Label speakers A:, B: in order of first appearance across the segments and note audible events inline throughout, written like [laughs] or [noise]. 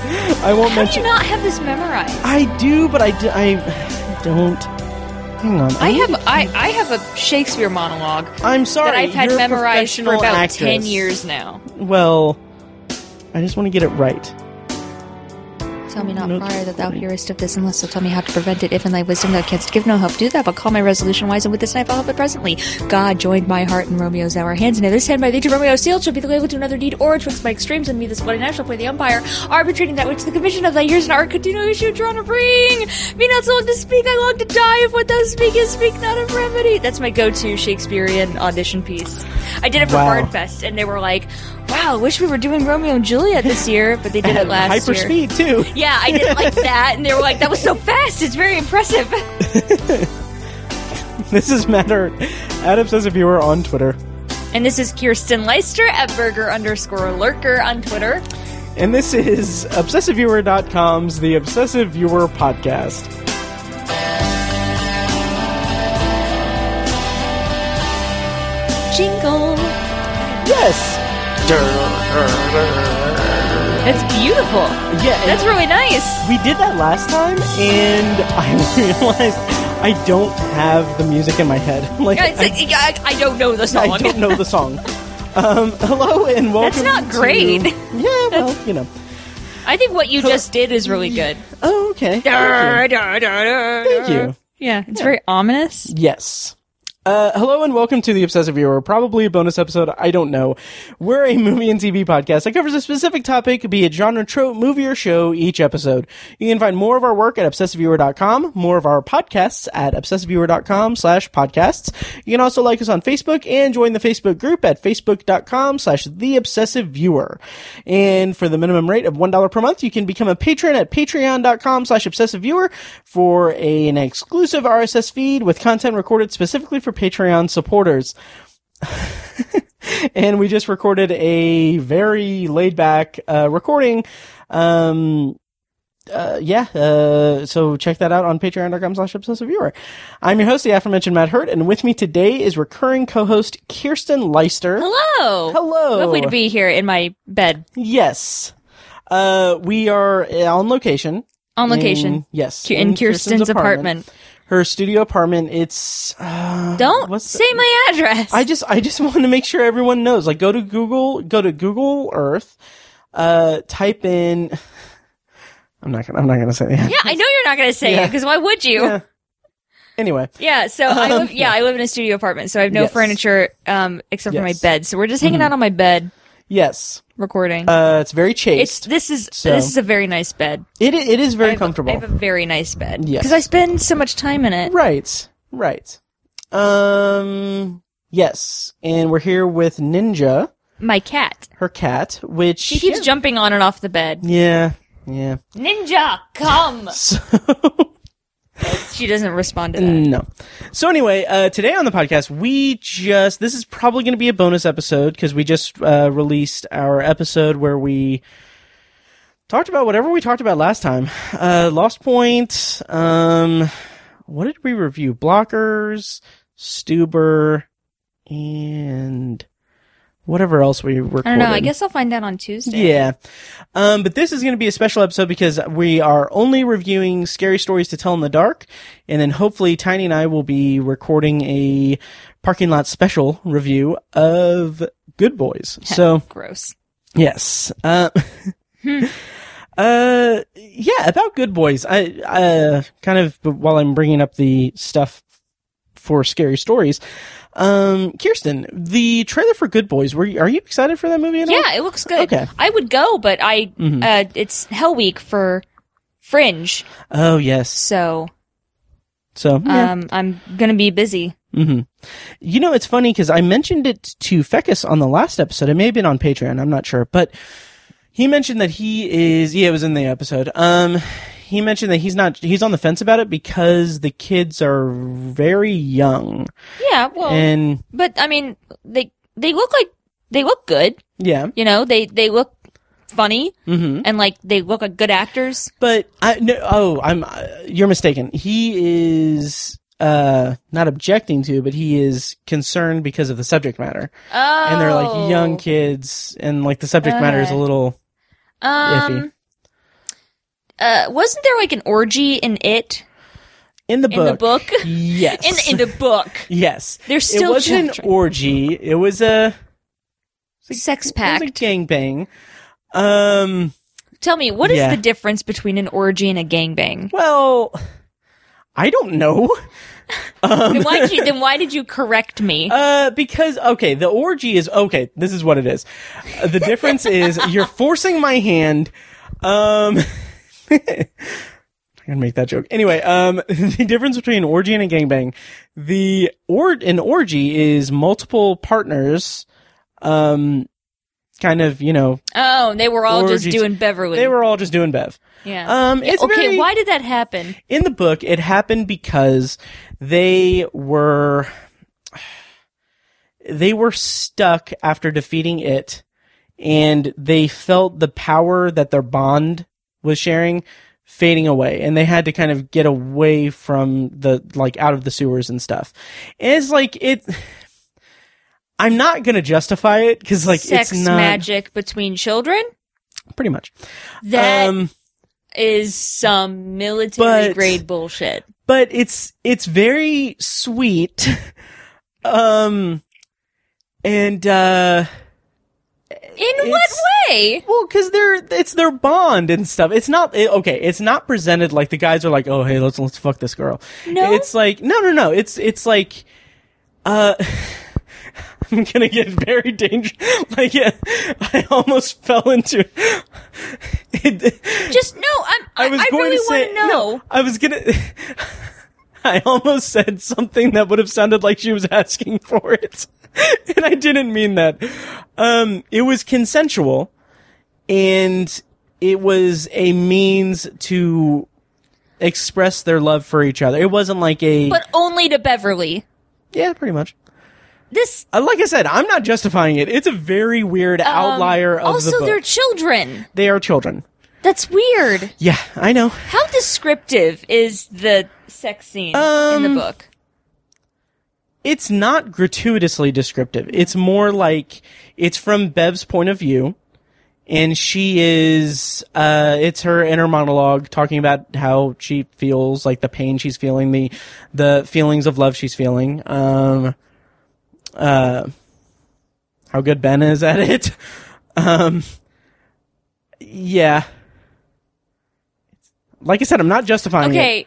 A: I won't
B: How do
A: mention.
B: you not have this memorized?
A: I do, but I, d- I don't. Hang on.
B: I have I, I have a Shakespeare monologue
A: I'm sorry.
B: that I've had
A: you're a
B: memorized for
A: professional
B: about
A: actress.
B: ten years now.
A: Well, I just want to get it right.
B: Tell me not
A: No,
B: prior that thou hearest of this, unless thou tell me how to prevent it. If in thy wisdom thou canst give no help, do thou but call my resolution wise, and with this knife I'll help it presently. God joined my heart and Romeo's thou our hands, and if this hand by thee to Romeo sealed shall be the label to another deed, or twixt my extremes and me this bloody knife shall play the umpire, arbitrating that which the commission of thy years and art could do no issue drawn to bring. Be not so long to speak, I long to die. If what thou speakest, speak not of remedy. That's my go-to Shakespearean audition piece. I did it for
A: Wow.
B: Bardfest, and they were like, "Wow, wish we were doing Romeo and Juliet this year," but they
A: [laughs]
B: did it last
A: Hyper
B: year.
A: speed too.
B: [laughs] Yeah, I did it like that, and they were like, "That was so fast! It's very impressive." [laughs]
A: This is matter. Adam says if you were on Twitter,
B: And this is Kirsten Leister at Burger underscore Lurker on Twitter.
A: and this is obsessiveviewer.com's the Obsessive Viewer podcast.
B: Jingle.
A: Yes.
B: That's beautiful.
A: Yeah. and
B: That's really nice.
A: we did that last time, and [laughs] I realized I don't have the music in my head. [laughs] Like
B: Yeah, it's
A: I,
B: like, I, I don't know the
A: [laughs]
B: song.
A: I don't know the song. Um, hello and welcome.
B: not
A: to-
B: great.
A: Yeah, well, you know.
B: I think what you just did is really good.
A: Oh, okay. [laughs] Thank
B: Dar, dar, dar,
A: you. Thank
B: dar.
A: you.
B: Yeah, it's very ominous.
A: Yes. Uh, hello and welcome to the Obsessive Viewer, probably a bonus episode, I don't know. We're a movie and TV podcast that covers a specific topic, be it genre, trope, movie, or show, each episode. You can find more of our work at obsessiveviewer.com, more of our podcasts at obsessiveviewer.com slash podcasts. You can also like us on Facebook and join the Facebook group at facebook.com slash the obsessive viewer. And for the minimum rate of $1 per month, you can become a patron at patreon.com slash obsessive viewer for a- an exclusive RSS feed with content recorded specifically for Patreon supporters. and we just recorded a very laid back uh, recording. Um, uh, yeah, uh, so check that out on patreon.com slash obsessive viewer. I'm your host, the aforementioned Matt Hurt, and with me today is recurring co-host Kirsten Leister.
B: Hello.
A: Hello.
B: Lovely to be here in my bed
A: Yes. Uh, we are on location.
B: on location
A: In, yes.
B: in, Kirsten's, apartment.
A: Her studio apartment. It's, uh,
B: Don't
A: what's the-
B: say my address.
A: I just, I just [laughs] want to make sure everyone knows. Like, go to Google, go to Google Earth, uh, type in, [laughs] I'm not gonna, I'm not gonna say that.
B: yeah, I know you're not going to say it
A: Yeah.
B: because why would you?
A: Yeah. Anyway.
B: Yeah, so
A: Um,
B: I live, yeah, I live in a studio apartment, so I have no
A: Yes.
B: furniture um except for my
A: Yes.
B: bed. So we're just hanging out on my bed
A: Yes.
B: recording.
A: Uh, it's very
B: it's
A: chaste.
B: this is
A: so-
B: this is a very nice bed.
A: It, i- it is very
B: I
A: comfortable.
B: have a very nice bed
A: Yes.
B: because I spend so much time in it.
A: Right. Right. Um, yes. And we're here with Ninja.
B: My cat,
A: her cat, which
B: she keeps jumping on and off the bed.
A: yeah, yeah. [laughs]
B: Ninja, come!
A: So
B: She doesn't respond to that.
A: no. So anyway, uh, today on the podcast, we just this is probably going to be a bonus episode because we just uh, released our episode where we talked about whatever we talked about last time. Uh, Lost Point. Um, what did we review? Blockers, Stuber, and whatever else we recorded.
B: I don't know. I guess I'll find out on Tuesday.
A: Yeah. Um, but this is going to be a special episode because we are only reviewing Scary Stories to Tell in the Dark. And then hopefully Tiny and I will be recording a parking lot special review of Good Boys. So,
B: Gross.
A: yes. Uh, [laughs] uh, yeah, about Good Boys. I, uh, kind of while I'm bringing up the stuff for Scary Stories. Um, Kirsten, the trailer for Good Boys, were you, are you excited for that movie at all?
B: Yeah, it looks good.
A: Okay.
B: I would go, but I
A: Mhm.
B: uh, it's Hell Week for Fringe,
A: Oh, yes.
B: so
A: So, yeah.
B: um, I'm gonna be busy.
A: hmm You know, it's funny because I mentioned it to Fecus on the last episode. It may have been on Patreon. I'm not sure, but he mentioned that he is. Yeah, it was in the episode. Um, he mentioned that he's not. He's on the fence about it because the kids are very young,
B: Yeah,
A: Oh.
B: well,
A: and
B: but I mean, they they look like they look good.
A: yeah,
B: You know, they they look funny
A: hmm
B: and like they look like good actors.
A: But I no. Oh, I'm. Uh, you're mistaken. He is uh not objecting to, but he is concerned because of the subject matter,
B: Oh,
A: and they're like young kids, and like the subject matter is a
B: Okay.
A: little.
B: Um, uh, wasn't there like an orgy in it
A: In the
B: in the
A: book.
B: book? [laughs]
A: Yes.
B: in
A: [laughs]
B: in the book,
A: yes.
B: There's still
A: It wasn't
B: children.
A: an orgy. It was a
B: sex
A: it
B: pact.
A: was a gangbang. Um.
B: Tell me, what is
A: Yeah.
B: the difference between an orgy and a gangbang?
A: Well, I don't know.
B: [laughs]
A: Um,
B: then why did you then why did you
A: [laughs]
B: correct me?
A: Uh, because okay, the orgy is okay. This is what it is. Uh, the difference
B: [laughs]
A: is you're forcing my hand. Um, [laughs] I'm gonna make that joke anyway. Um, [laughs] the difference between an orgy and a gangbang, the or an orgy is multiple partners. Um, kind of you know
B: oh, they were all just
A: orgies-
B: doing Beverly.
A: they were all just doing bev.
B: yeah.
A: Um, it's
B: okay,
A: very-
B: why did that happen?
A: in the book it happened because they were [sighs] they were stuck after defeating it and they felt the power that their bond was sharing fading away and they had to kind of get away from the like out of the sewers and stuff and it's like it [sighs] i'm not gonna justify it because like
B: Sex
A: it's not
B: magic between children?
A: pretty much
B: That is
A: um
B: some military
A: But-
B: grade bullshit.
A: but it's it's very sweet [laughs] um and uh
B: In what
A: it's-
B: way?
A: well because they're it's their bond and stuff it's not it, okay it's not presented like the guys are like oh hey let's let's fuck this girl
B: No?
A: it's like no no no it's it's like uh [laughs] I'm gonna get very dangerous. [laughs] Like, yeah, I almost fell into. [laughs] It,
B: Just no. I'm, I,
A: I was
B: I
A: going
B: really
A: to say
B: want to know.
A: no, I was gonna. [laughs] I almost said something that would have sounded like she was asking for it, [laughs] and I didn't mean that. Um, it was consensual, and it was a means to express their love for each other. It wasn't like a
B: but only to Beverly.
A: yeah, pretty much.
B: This
A: Uh, Like I said, I'm not justifying it. It's a very weird outlier of
B: Um, also
A: the book.
B: they're children.
A: they are children.
B: That's weird.
A: Yeah, I know.
B: How descriptive is the sex scene in
A: Um,
B: the book?
A: it's not gratuitously descriptive. It's more like it's from Bev's point of view, and she is uh, it's her inner monologue talking about how she feels, like the pain she's feeling, the the feelings of love she's feeling. Um, uh, how good Ben is at it. [laughs] Um, yeah. Like I said, I'm not justifying it.
B: Okay,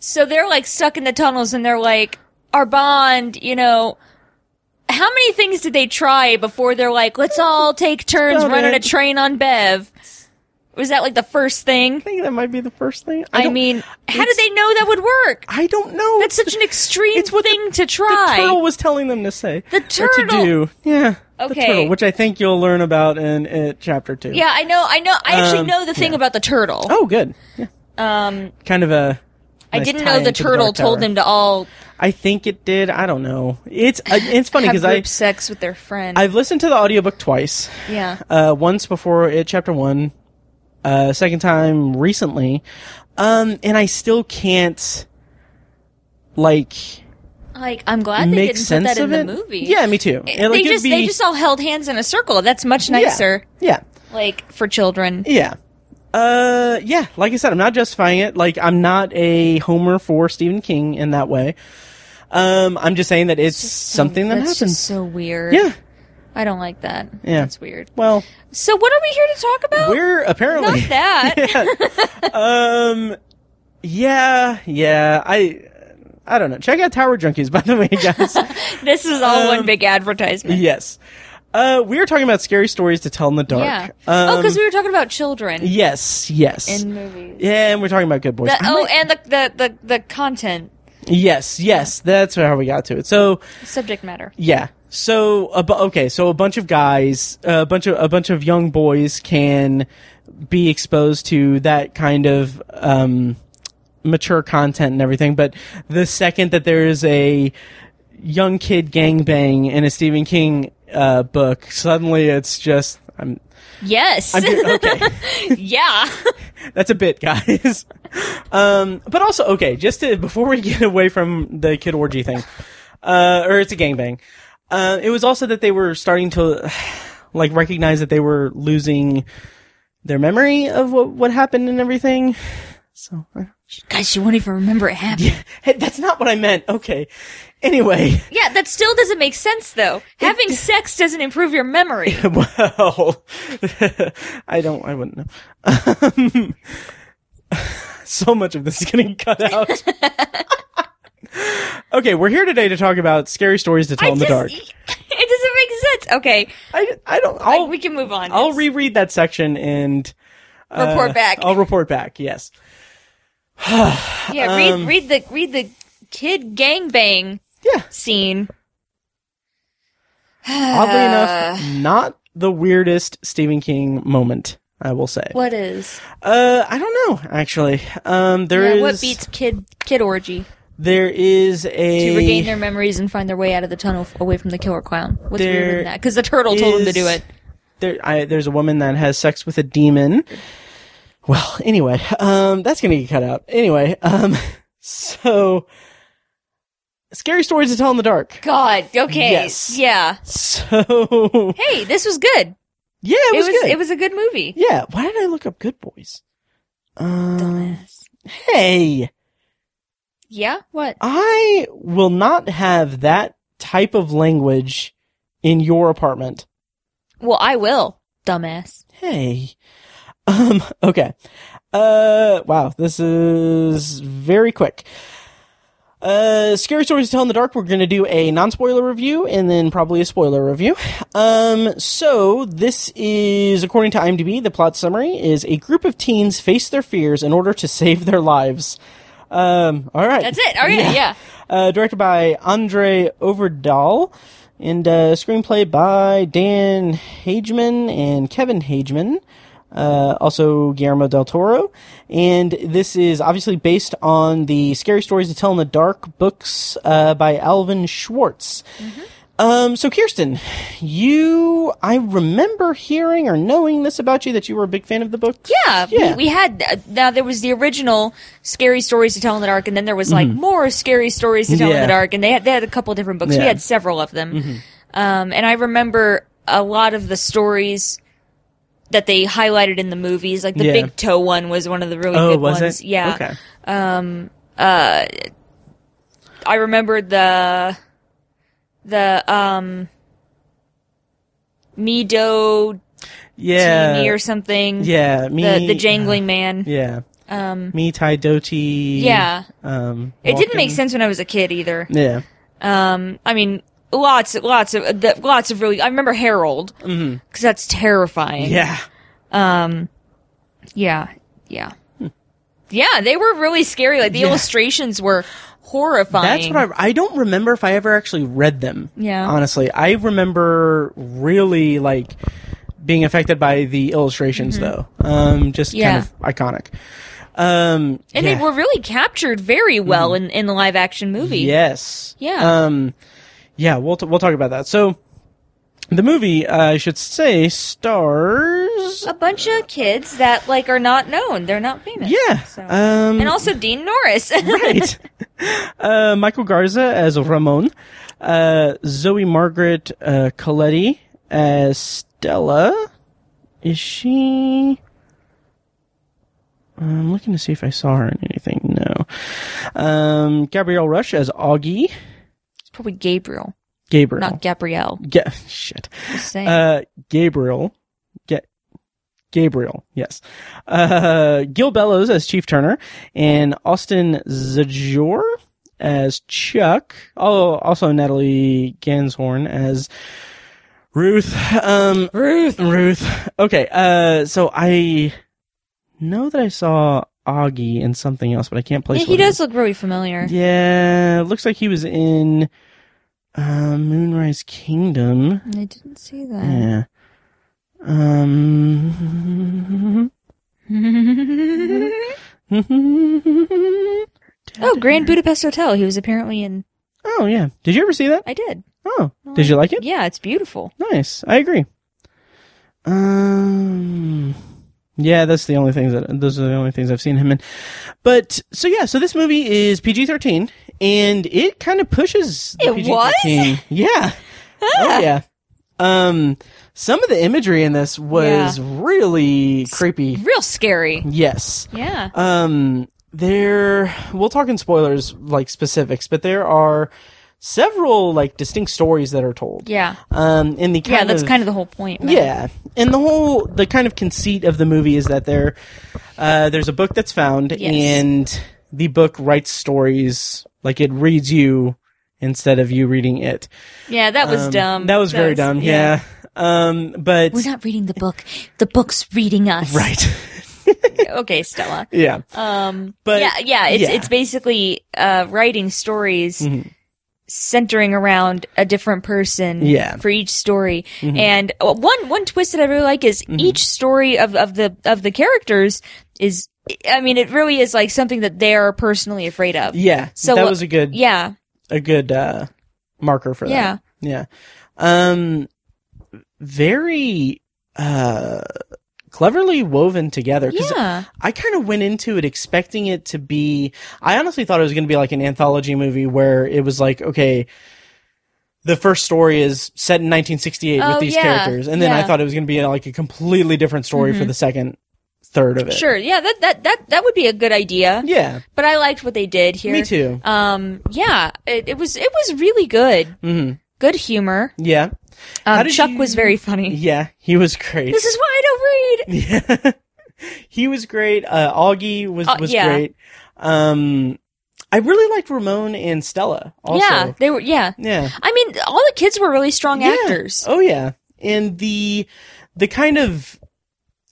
B: so they're like stuck in the tunnels, and they're like our bond. You know, how many things did they try before they're like, let's all take turns
A: About
B: running
A: it.
B: a train on Bev? Was that like the first thing?
A: I think that might be the first thing.
B: I,
A: don't-
B: mean, how did
A: it's-
B: they know that would work?
A: I don't know.
B: That's such an extreme
A: it's what the-
B: thing to
A: The turtle
B: try.
A: was telling them to say.
B: The
A: or
B: turtle.
A: to do. Yeah. The
B: Okay.
A: turtle, which I think you'll learn about in uh, chapter two.
B: Yeah, I know, I know, I actually
A: Um,
B: know the thing about the turtle.
A: Oh, good. Yeah.
B: Um,
A: Kind of a.
B: I
A: nice
B: didn't
A: tie
B: know the
A: into
B: turtle
A: Dark
B: told
A: Tower.
B: them to all
A: I think it did. I don't know. It's uh,
B: [laughs]
A: it's funny
B: have
A: because I
B: group sex with their friend.
A: I've listened to the audiobook twice.
B: yeah.
A: Uh, once before it chapter one, uh, second time recently, um, and I still can't like
B: Like I'm glad they
A: make
B: didn't put
A: sense
B: that in
A: of
B: the
A: it.
B: movie.
A: Yeah, me too.
B: They
A: And, like, it'd
B: just
A: be-
B: they just all held hands in a circle. That's much
A: yeah.
B: nicer.
A: yeah.
B: Like for children.
A: Yeah. Uh, yeah. Like I said, I'm not justifying it. Like I'm not a homer for Stephen King in that way. Um, I'm just saying that it's, something that
B: That's
A: happens.
B: just so weird.
A: yeah.
B: I don't like that.
A: Yeah.
B: That's weird.
A: Well,
B: So what are we here to talk about?
A: we're apparently [laughs]
B: [laughs] Not that.
A: Yeah. [laughs] um, yeah, yeah. I, I don't know. Check out Tower Junkies, by the way,
B: [laughs]
A: guys.
B: [laughs] This is all one
A: Um,
B: big advertisement.
A: yes. Uh, we were talking about scary stories to tell in the dark.
B: Yeah.
A: Um,
B: oh, because we were talking about children
A: yes, yes.
B: in movies.
A: yeah, and we're talking about good boys.
B: The-
A: I
B: oh,
A: might-
B: and the, the the the content
A: yes, yes. That's how we got to it. So,
B: subject matter.
A: Yeah. So a bu- okay, so a bunch of guys, a bunch of a bunch of young boys can be exposed to that kind of um, mature content and everything, but the second that there is a young kid gangbang in a Stephen King uh, book, suddenly it's just I'm,
B: Yes. [laughs]
A: I'm okay. [laughs]
B: yeah.
A: That's a bit, [laughs] guys. um, but also, okay, just to, before we get away from the kid orgy thing, uh, or it's a gangbang, [sighs] uh, it was also that they were starting to, like, recognize that they were losing their memory of what, what happened and everything. [laughs] So, uh,
B: Guys, she won't even remember it happened. Yeah,
A: hey, that's not what I meant. Okay. Anyway,
B: that still doesn't make sense though. Having sex doesn't improve your memory.
A: well, [laughs] I don't, I wouldn't know. Um, [laughs] so much of this is getting cut out. okay, we're here today to talk about scary stories to tell
B: I
A: in
B: just, e-
A: the dark.
B: [laughs] It doesn't make sense. Okay,
A: I, I don't,
B: like,
A: I'll,
B: we can move on.
A: I'll
B: It's-
A: reread that section and uh,
B: Report back.
A: I'll report back. Yes.
B: Yeah, read
A: Um,
B: read the read the kid gangbang
A: Yeah.
B: scene.
A: Oddly
B: Uh.
A: enough, not the weirdest Stephen King moment. I will say.
B: what is?
A: Uh, I don't know actually. Um, there
B: Yeah,
A: is
B: what beats kid kid orgy
A: there is a
B: to regain their memories and find their way out of the tunnel f- away from the killer clown? What's weirder
A: There
B: than that? Because the turtle told him to
A: is-
B: do it.
A: there, I, there's a woman that has sex with a demon. Well, anyway, um, that's gonna get cut out. Anyway, um, [laughs] so scary stories to tell in the dark.
B: God. Okay.
A: Yes.
B: Yeah.
A: So [laughs]
B: Hey, this was good.
A: yeah, it, was, good.
B: It was a good movie.
A: Yeah, why did I look up Good Boys? Um, hey,
B: Yeah. What?
A: I will not have that type of language in your apartment.
B: Well, I will. Dumbass.
A: Hey. [laughs] Um, okay. Uh, wow, this is very quick. Uh, Scary Stories to Tell in the Dark, we're gonna do a non-spoiler review and then probably a spoiler review. Um, so this is, according to IMDb, the plot summary is a group of teens face their fears in order to [laughs] save their lives. Um, alright.
B: That's it. All right. Yeah.
A: Uh, directed by Andre Overdahl, and uh, screenplay by Dan Hageman and Kevin Hageman. Uh, also Guillermo del Toro, and this is obviously based on the Scary Stories to Tell in the Dark books uh, by Alvin Schwartz.
B: Mm-hmm.
A: Um, so Kirsten, you, I remember hearing or knowing this about you that you were a big fan of the books.
B: Yeah,
A: Yeah.
B: We, we had uh, now there was the original scary stories to tell in the dark, and then there was like more scary stories to tell in
A: Mm-hmm. Yeah.
B: the dark, and they had they had a couple different books. We
A: Yeah. Mm-hmm.
B: had several of them, um, and I remember a lot of the stories that they highlighted in the movies. Like the
A: Yeah.
B: big toe one was one of the really
A: Oh,
B: good
A: was
B: ones.
A: it?
B: Yeah,
A: Okay.
B: I remembered the the um Mido
A: Yeah.
B: Teeny or something.
A: yeah. Me.
B: the the jangling man.
A: Yeah. Um, me, Tai Doty.
B: Yeah.
A: Um,
B: It didn't make
A: Walken.
B: sense when I was a kid either.
A: Yeah.
B: Um, I mean, lots, lots of, the, lots of really. I remember Harold because that's terrifying.
A: Mm-hmm. Yeah.
B: yeah, yeah, yeah. They were really scary. Like the
A: Yeah.
B: illustrations were horrifying.
A: That's what I, I don't remember if I ever actually read them.
B: Yeah.
A: Honestly, I remember really like being affected by the illustrations though. Um, just
B: Mm-hmm. Yeah.
A: kind of iconic. Um,
B: and
A: yeah. Mm-hmm.
B: they were really captured very well in in the live action movie.
A: Yes.
B: Yeah.
A: Um, yeah, we'll, t- we'll talk about that. So the movie, uh, I should say stars.
B: A bunch of kids that like are not known. They're not famous.
A: Yeah.
B: So.
A: Um,
B: and also Dean Norris. [laughs]
A: right. [laughs] Uh, Michael Garza as Ramon, uh, Zoe Margaret uh, Coletti as Stella. Is she? I'm looking to see if I saw her in anything. No. Um, Gabrielle Rush as Augie.
B: it's probably Gabriel,
A: Gabriel.
B: not Gabrielle.
A: Ga- [laughs] shit.
B: Just saying.
A: Uh, Gabriel. Ga- Gabriel, yes. Uh, Gil Bellows as Chief Turner and Austin Zajor as Chuck. Oh, also Natalie Ganshorn as Ruth. Um, Ruth. Ruth. Okay. Uh, so I know that I saw Augie in something else, but I can't place
B: yeah,
A: what
B: he
A: it
B: does look really familiar.
A: Yeah. Looks like he was in, uh, Moonrise Kingdom.
B: I didn't see that.
A: Yeah. Um. [laughs]
B: [laughs] Oh, Grand Budapest Hotel. He was apparently in.
A: Oh yeah. Did you ever see that?
B: I did.
A: Oh, did you like it?
B: Yeah, it's beautiful.
A: Nice. I agree. Um. Yeah, that's the only things that those are the only things I've seen him in. But so yeah, so this movie is PG thirteen, and it kind of pushes. The
B: It was?
A: PG-13. Yeah. Oh yeah. Um, some of the imagery in this was really creepy.
B: Real scary.
A: Yes.
B: Yeah.
A: Um, there, we'll talk in spoilers, like specifics, but there are several like distinct stories that are told.
B: yeah.
A: Um, and the kind
B: Yeah, that's
A: of,
B: kind of the whole point. man.
A: yeah, and the whole the kind of conceit of the movie is that there, uh, there's a book that's found,
B: Yes.
A: and the book writes stories like it reads you instead of you reading it.
B: Yeah, that was
A: Um,
B: dumb.
A: That was very dumb. Yeah. Um, but
B: We're not reading the book. The book's reading
A: [laughs]
B: us.
A: right.
B: [laughs] okay, Stella.
A: yeah.
B: Um,
A: But-
B: yeah, yeah, it's
A: yeah. Mm-hmm.
B: it's basically uh, writing stories centering around a different person
A: Yeah. Mm-hmm.
B: for each story. And uh, one one twist that I really like is each story of, of the of the characters is I mean it really is like something that they are personally afraid of.
A: Yeah.
B: So,
A: So that
B: uh,
A: was a good
B: Yeah.
A: a good uh marker for that. Yeah.
B: Yeah.
A: Um very uh cleverly woven together cuz
B: Yeah.
A: I kind of went into it expecting it to be I honestly thought it was going to be like an anthology movie where it was like okay the first story is set in 1968
B: Oh,
A: with these
B: yeah.
A: characters and then I
B: Yeah. Mm-hmm.
A: thought it was going to be like a completely different story for the second third of it.
B: Sure. Yeah, that, that that that would be a good idea.
A: Yeah,
B: But I liked what they did here.
A: me too.
B: Um yeah, it, it was it was really good.
A: Mhm.
B: Good humor.
A: Yeah. How
B: Um,
A: did
B: Chuck
A: you-
B: was very funny.
A: Yeah, he was great.
B: This is why I don't read.
A: Yeah. [laughs] he was great. Uh, Augie was,
B: Uh,
A: was
B: yeah.
A: great. Um, I really liked Ramon and Stella also.
B: Yeah, they were. Yeah,
A: Yeah.
B: I mean, all the kids were really strong
A: Yeah.
B: actors.
A: Oh yeah. And the, the kind of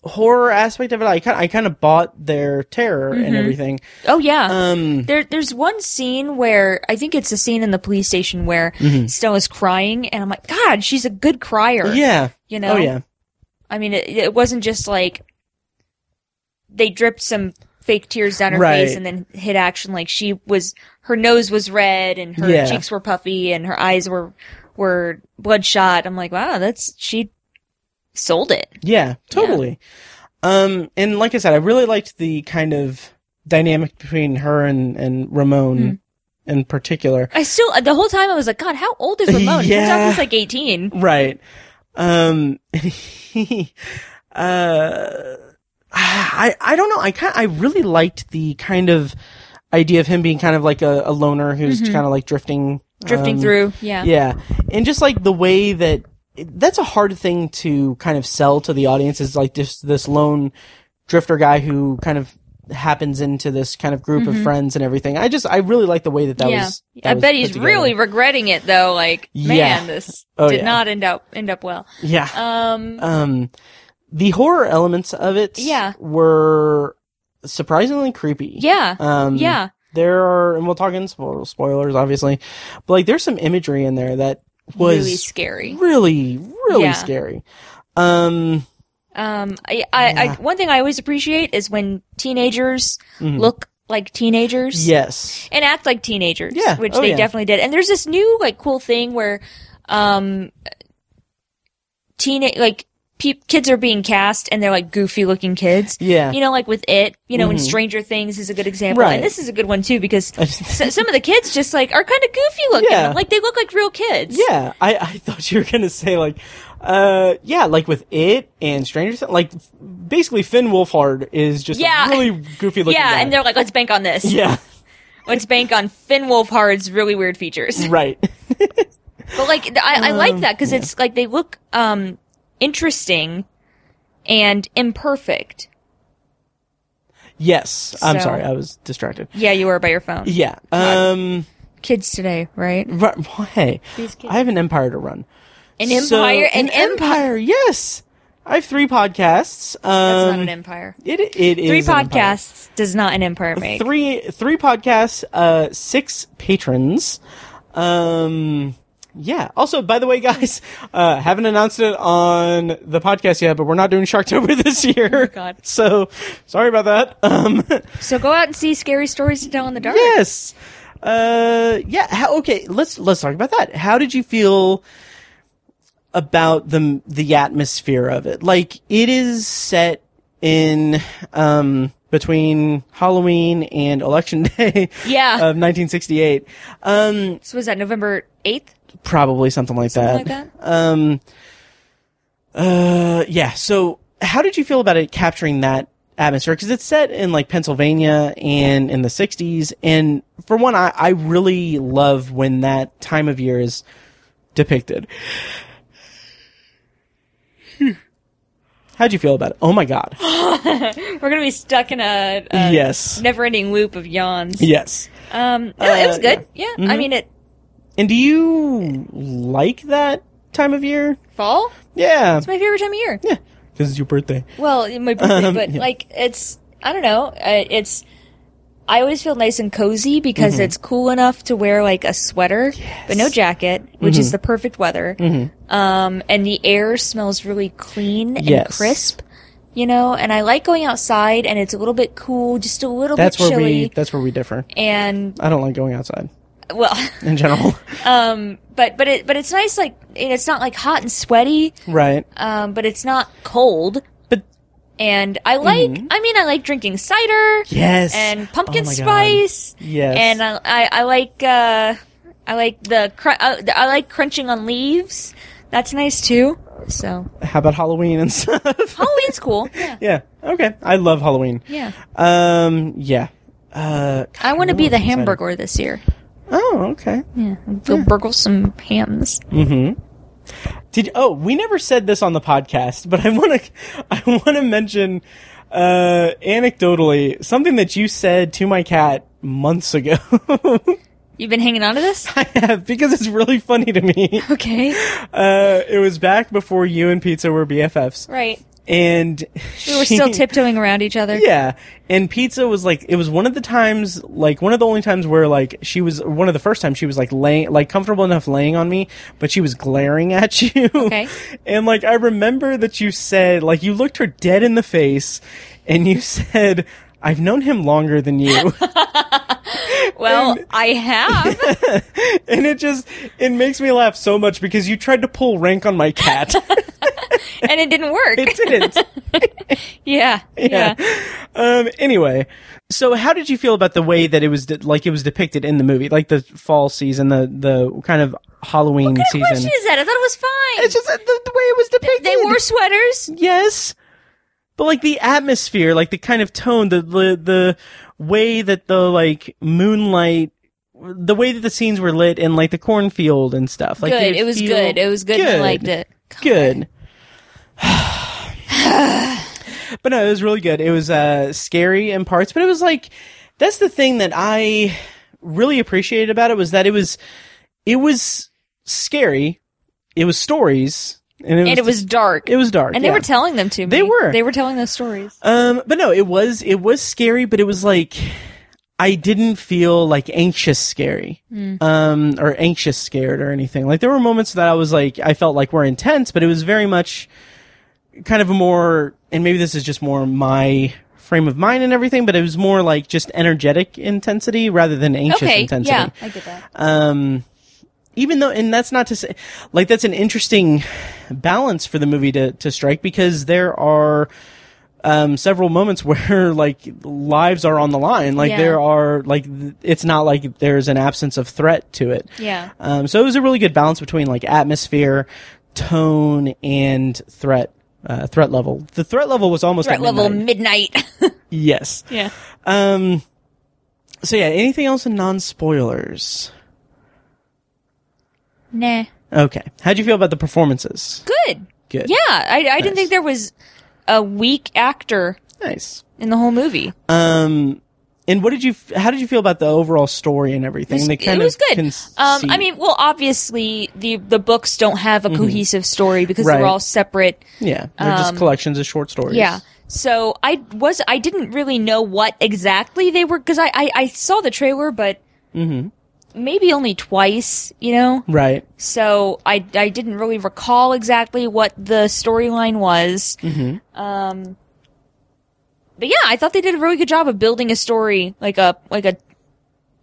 A: horror aspect of it, I kind I kind of bought their terror and
B: Mhm.
A: everything.
B: Oh yeah.
A: Um,
B: there, there's one scene where I think it's a scene in the police station where
A: Mhm.
B: Stella's crying, and I'm like, God, she's a good crier.
A: yeah.
B: You know.
A: Oh yeah.
B: I mean, it, it wasn't just like they dripped some fake tears down her
A: Right.
B: face and then hit action. Like she was, her nose was red and her
A: Yeah.
B: cheeks were puffy and her eyes were were bloodshot. I'm like, wow, that's she sold it.
A: Yeah, totally. Um, and like I said, I really liked the kind of dynamic between her and, and Ramon
B: Mm.
A: in particular.
B: I still uh, the whole time I was like, God, how
A: [laughs]
B: old is Ramon? Turns out
A: Yeah.
B: he's like eighteen.
A: Right. Um, [laughs] he, uh, I, I don't know. I kind I really liked the kind of idea of him being kind of like a, a loner who's
B: Mhm.
A: kind of like drifting,
B: Drifting
A: um,
B: through. Yeah.
A: Yeah. And just like the way that that's a hard thing to kind of sell to the audience is like this, this lone drifter guy who kind of happens into this kind of group
B: Mhm.
A: of friends and everything. I just, I really like the way that that
B: Yeah.
A: was. that
B: I
A: was
B: bet
A: put
B: he's
A: together.
B: really regretting it though, like man,
A: Yeah.
B: this
A: Oh,
B: did
A: yeah.
B: not end up end up well.
A: Yeah.
B: Um
A: um the horror elements of it
B: Yeah.
A: were surprisingly creepy
B: Yeah.
A: um
B: yeah.
A: there are and we'll talk in spoil- spoilers obviously but like there's some imagery in there that
B: really
A: was
B: scary.
A: really really
B: Yeah.
A: scary um
B: Um I, I,
A: Yeah.
B: I one thing I always appreciate is when teenagers
A: mhm.
B: look like teenagers.
A: yes [laughs]
B: and act like teenagers,
A: Yeah.
B: which
A: Oh,
B: they
A: yeah.
B: definitely did. And there's this new like cool thing where um teen like pe- kids are being cast and they're like goofy looking kids.
A: yeah
B: You know, like with it, you know, in
A: Mhm.
B: Stranger Things is a good example,
A: Right.
B: and this is a good one too because
A: I just-
B: so, some of the kids just like are kind of goofy looking,
A: Yeah.
B: like they look like real kids.
A: yeah i i thought you were gonna say like uh yeah like with it and stranger things like f- basically finn wolfhard is just
B: Yeah.
A: a really goofy looking
B: yeah,
A: guy.
B: and they're like, let's bank on
A: [laughs]
B: this.
A: yeah
B: Let's bank on Finn Wolfhard's really weird features.
A: right
B: But like, th- I, I
A: Um,
B: like that because it's like they look um interesting and imperfect.
A: Yes. I'm
B: So-
A: sorry. I was distracted.
B: Yeah, you were by your phone.
A: Yeah. Um,
B: Kids today, right?
A: ri- hey,
B: These kids.
A: I have an empire to run.
B: An
A: So-
B: empire, an, empire.
A: empire. Yes. I have three podcasts. Um,
B: That's not an empire.
A: It, it is
B: Three
A: an empire.
B: podcasts does not an empire make.
A: Three, three podcasts, uh, six patrons. Um, yeah. Also, by the way, guys, [laughs] uh, haven't announced it on the podcast yet, but we're not doing Sharktober [laughs] this year.
B: Oh God.
A: So, sorry about that. Um,
B: So go out and see scary stories to tell in the dark.
A: Yes. Uh, yeah. How, okay. Let's let's talk about that. How did you feel about the the atmosphere of it? Like it is set in um between Halloween and Election [laughs] Day
B: Yeah.
A: of 1968. Um,
B: So was that November eighth?
A: probably something like
B: Something
A: that.
B: like that?
A: Um, Uh, yeah. So, how did you feel about it capturing that atmosphere? Because it's set in like Pennsylvania and in the '60s, and for one, I, I really love when that time of year is depicted. How'd you feel about it? Oh my god.
B: We're gonna be stuck in a, a
A: Yes.
B: never-ending loop of yawns.
A: Yes.
B: Um, no, it was
A: Uh,
B: good. Yeah, I mean, it
A: And do you like that time of year?
B: fall. It's
A: Yeah.
B: my favorite time of year.
A: Yeah. Because it's your birthday.
B: Well, my birthday,
A: Um,
B: but
A: yeah.
B: like it's I don't know. Uh, it's I always feel nice and cozy because
A: Mm-hmm.
B: it's cool enough to wear like a sweater, but no jacket, which
A: Mm-hmm.
B: is the perfect weather. Um, and the air smells really clean and
A: Yes.
B: crisp. You know, and I like going outside, and it's a little bit cool, just a little
A: That's
B: bit
A: where
B: chilly.
A: we. That's where we differ.
B: and
A: I don't like going outside
B: well, [laughs] um,
A: in general. [laughs]
B: but but it but it's nice. Like and it's not like hot and sweaty,
A: right.
B: um, but it's not cold.
A: But
B: And I like.
A: Mm-hmm.
B: I mean, I like drinking cider.
A: yes.
B: and pumpkin
A: Oh my God.
B: spice.
A: Yes.
B: And uh, I, I, I like uh, I like the cr- I, I like crunching on leaves. That's nice too. So
A: How about Halloween and stuff?
B: Halloween's cool. Yeah.
A: [laughs] yeah. Okay. I love Halloween.
B: Yeah.
A: Um. Yeah. Uh. God,
B: I want to
A: really
B: be the
A: excited.
B: hamburger this year.
A: Oh. Okay. Mm-hmm.
B: Yeah. Go burgle some hams.
A: Did oh we never said this on the podcast, but I want to [laughs] I want to mention uh, anecdotally something that you said to my cat months ago. [laughs]
B: You've been hanging on to this?
A: I have because it's really funny to me.
B: Okay.
A: Uh, it was back before you and Pizza were BFFs,
B: Right.
A: and
B: We
A: [laughs]
B: were still tiptoeing around each other.
A: Yeah, and pizza was like it was one of the times, like one of the only times where like she was one of the first times she was like laying, like comfortable enough laying on me, but she was glaring at [laughs] you.
B: Okay.
A: and like I remember that you said, like you looked her dead in the face, and you [laughs] said, "I've known him longer than you," [laughs]
B: Well, I have.
A: and it just it makes me laugh so much because you tried to pull rank on my cat.
B: and it didn't work.
A: it didn't.
B: [laughs] yeah. [laughs] Yeah.
A: [laughs] yeah. Um. Anyway, so how did you feel about the way that it was de- like it was depicted in the movie, like the fall season, the the kind of Halloween
B: What
A: season?
B: question is that? I thought it was fine.
A: It's just that the, the way it was depicted.
B: they wore sweaters.
A: yes, but like the atmosphere, like the kind of tone, the the the way that the like moonlight. The way that the scenes were lit and like the cornfield and stuff, like
B: good.
A: they
B: It was
A: feel
B: good. It was good. and I liked it.
A: good. [sighs] but no, it was really good. It was uh, scary in parts, but it was like that's the thing that I really appreciated about it was that it was it was scary. It was stories, and it was
B: and it was dark.
A: it was dark,
B: and they
A: yeah.
B: were telling them to me.
A: They were.
B: They were telling those stories.
A: Um, but no, it was it was scary, but it was like I didn't feel like anxious scary,
B: Hmm.
A: um, or anxious scared or anything. Like there were moments that I was like I felt like were intense, but it was very much kind of a more and maybe this is just more my frame of mind and everything, but it was more like just energetic intensity rather than anxious
B: Okay.
A: intensity
B: Yeah, I get that.
A: um even though and that's not to say like that's an interesting balance for the movie to to strike because there are um several moments [laughs] where like lives are on the line like
B: Yeah.
A: there are like th- it's not like there's an absence of threat to it
B: Yeah.
A: um so it was a really good balance between like atmosphere tone and threat uh, threat level. The threat level was almost
B: Threat
A: at midnight.
B: level midnight.
A: Yes.
B: [laughs] yeah.
A: Um. So yeah. Anything else in non spoilers?
B: Nah.
A: Okay. How'd you feel about the performances?
B: Good.
A: Good.
B: Yeah. I, I didn't
A: Nice.
B: think there was a weak actor
A: Nice.
B: in the whole movie.
A: Um, and what did you? f- How did you feel about the overall story and everything?
B: It was,
A: They kind
B: it was
A: of
B: good.
A: conceit-
B: Um, I mean, well, obviously the the books don't have a cohesive story because
A: Mm-hmm. Right.
B: they're all separate.
A: yeah, they're just
B: um,
A: collections of short stories.
B: Yeah. So I was I didn't really know what exactly they were because I, I I saw the trailer, but
A: Mm-hmm.
B: maybe only twice. You know.
A: Right.
B: So I, I didn't really recall exactly what the storyline was. Um,
A: Mm-hmm.
B: but yeah, I thought they did a really good job of building a story, like a like a,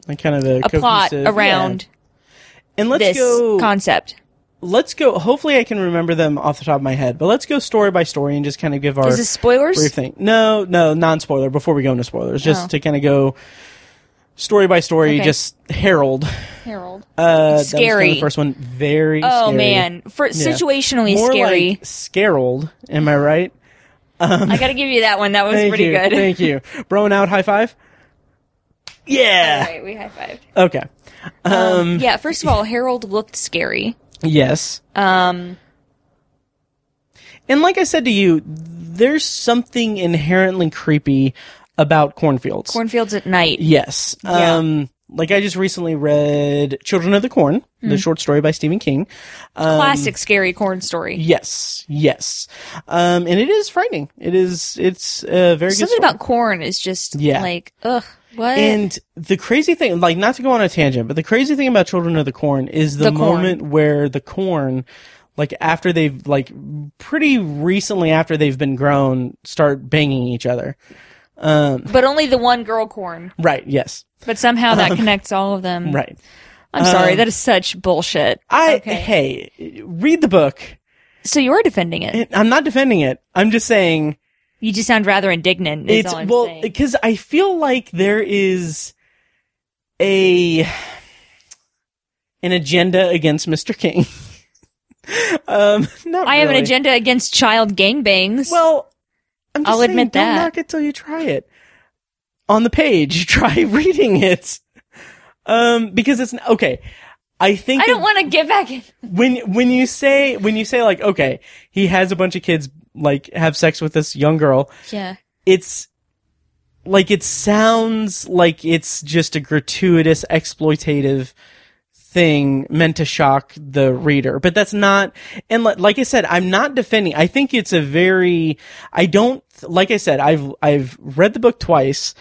A: Like kind of the
B: a plot
A: cohesive-
B: around
A: yeah. And let's
B: this
A: go.
B: concept.
A: let's go. Hopefully, I can remember them off the top of my head. But let's go story by story and just kind of give our
B: Is this spoilers?
A: brief thing. No, no, non spoiler. Before we go into spoilers, just
B: Oh.
A: to kind of go story by story,
B: Okay.
A: just herald
B: Harold.
A: Uh, that was kinda
B: Scary.
A: the first one, very.
B: Oh
A: scary.
B: man, for situationally
A: More
B: scary.
A: like scarled. Am I right?
B: I got to give you that one.
A: [laughs]
B: That was
A: Thank
B: pretty
A: you.
B: good.
A: Thank you. Broing out. High five.
B: All
A: Yeah.
B: right, we high fived.
A: Okay. Um,
B: yeah, first of all, Harold looked scary.
A: Yes.
B: Um,
A: And like I said to you, there's something inherently creepy about cornfields.
B: cornfields at night.
A: Yes.
B: Yeah.
A: Um, like I just recently read Children of the Corn,
B: Mm-hmm.
A: the short story by Stephen King. Um,
B: Classic scary corn story.
A: Yes, yes. Um, and it is frightening. It is, it's a very good
B: Something
A: story.
B: about corn is just
A: Yeah.
B: like, ugh, what?
A: and the crazy thing, like not to go on a tangent, but the crazy thing about Children of the Corn is the,
B: The corn.
A: moment where the corn, like after they've, like pretty recently after they've been grown, start banging each other.
B: but only the one girl corn.
A: Right, yes,
B: But somehow that connects all of them.
A: Um, right.
B: I'm sorry,
A: Um,
B: that is such bullshit.
A: I,
B: Okay.
A: hey, read the book.
B: So you're defending it.
A: And I'm not defending it. I'm just saying
B: You just sound rather indignant. Is
A: it's
B: all I'm
A: well
B: saying.
A: because I feel like there is a an agenda against Mr. King. [laughs] um, not
B: I have an
A: really.
B: agenda against child gangbangs.
A: Well, I'm just
B: I'll
A: saying,
B: admit
A: don't
B: that.
A: knock it till you try it on the page. [laughs] Try reading it, um, because it's okay. I think
B: I don't
A: it-
B: want to get back in.
A: when when you say when you say like okay, he has a bunch of kids like have sex with this young girl.
B: Yeah.
A: it's like it sounds like it's just a gratuitous exploitative thing meant to shock the reader but that's not and li- like i said i'm not defending i think it's a very i don't like i said i've i've read the book twice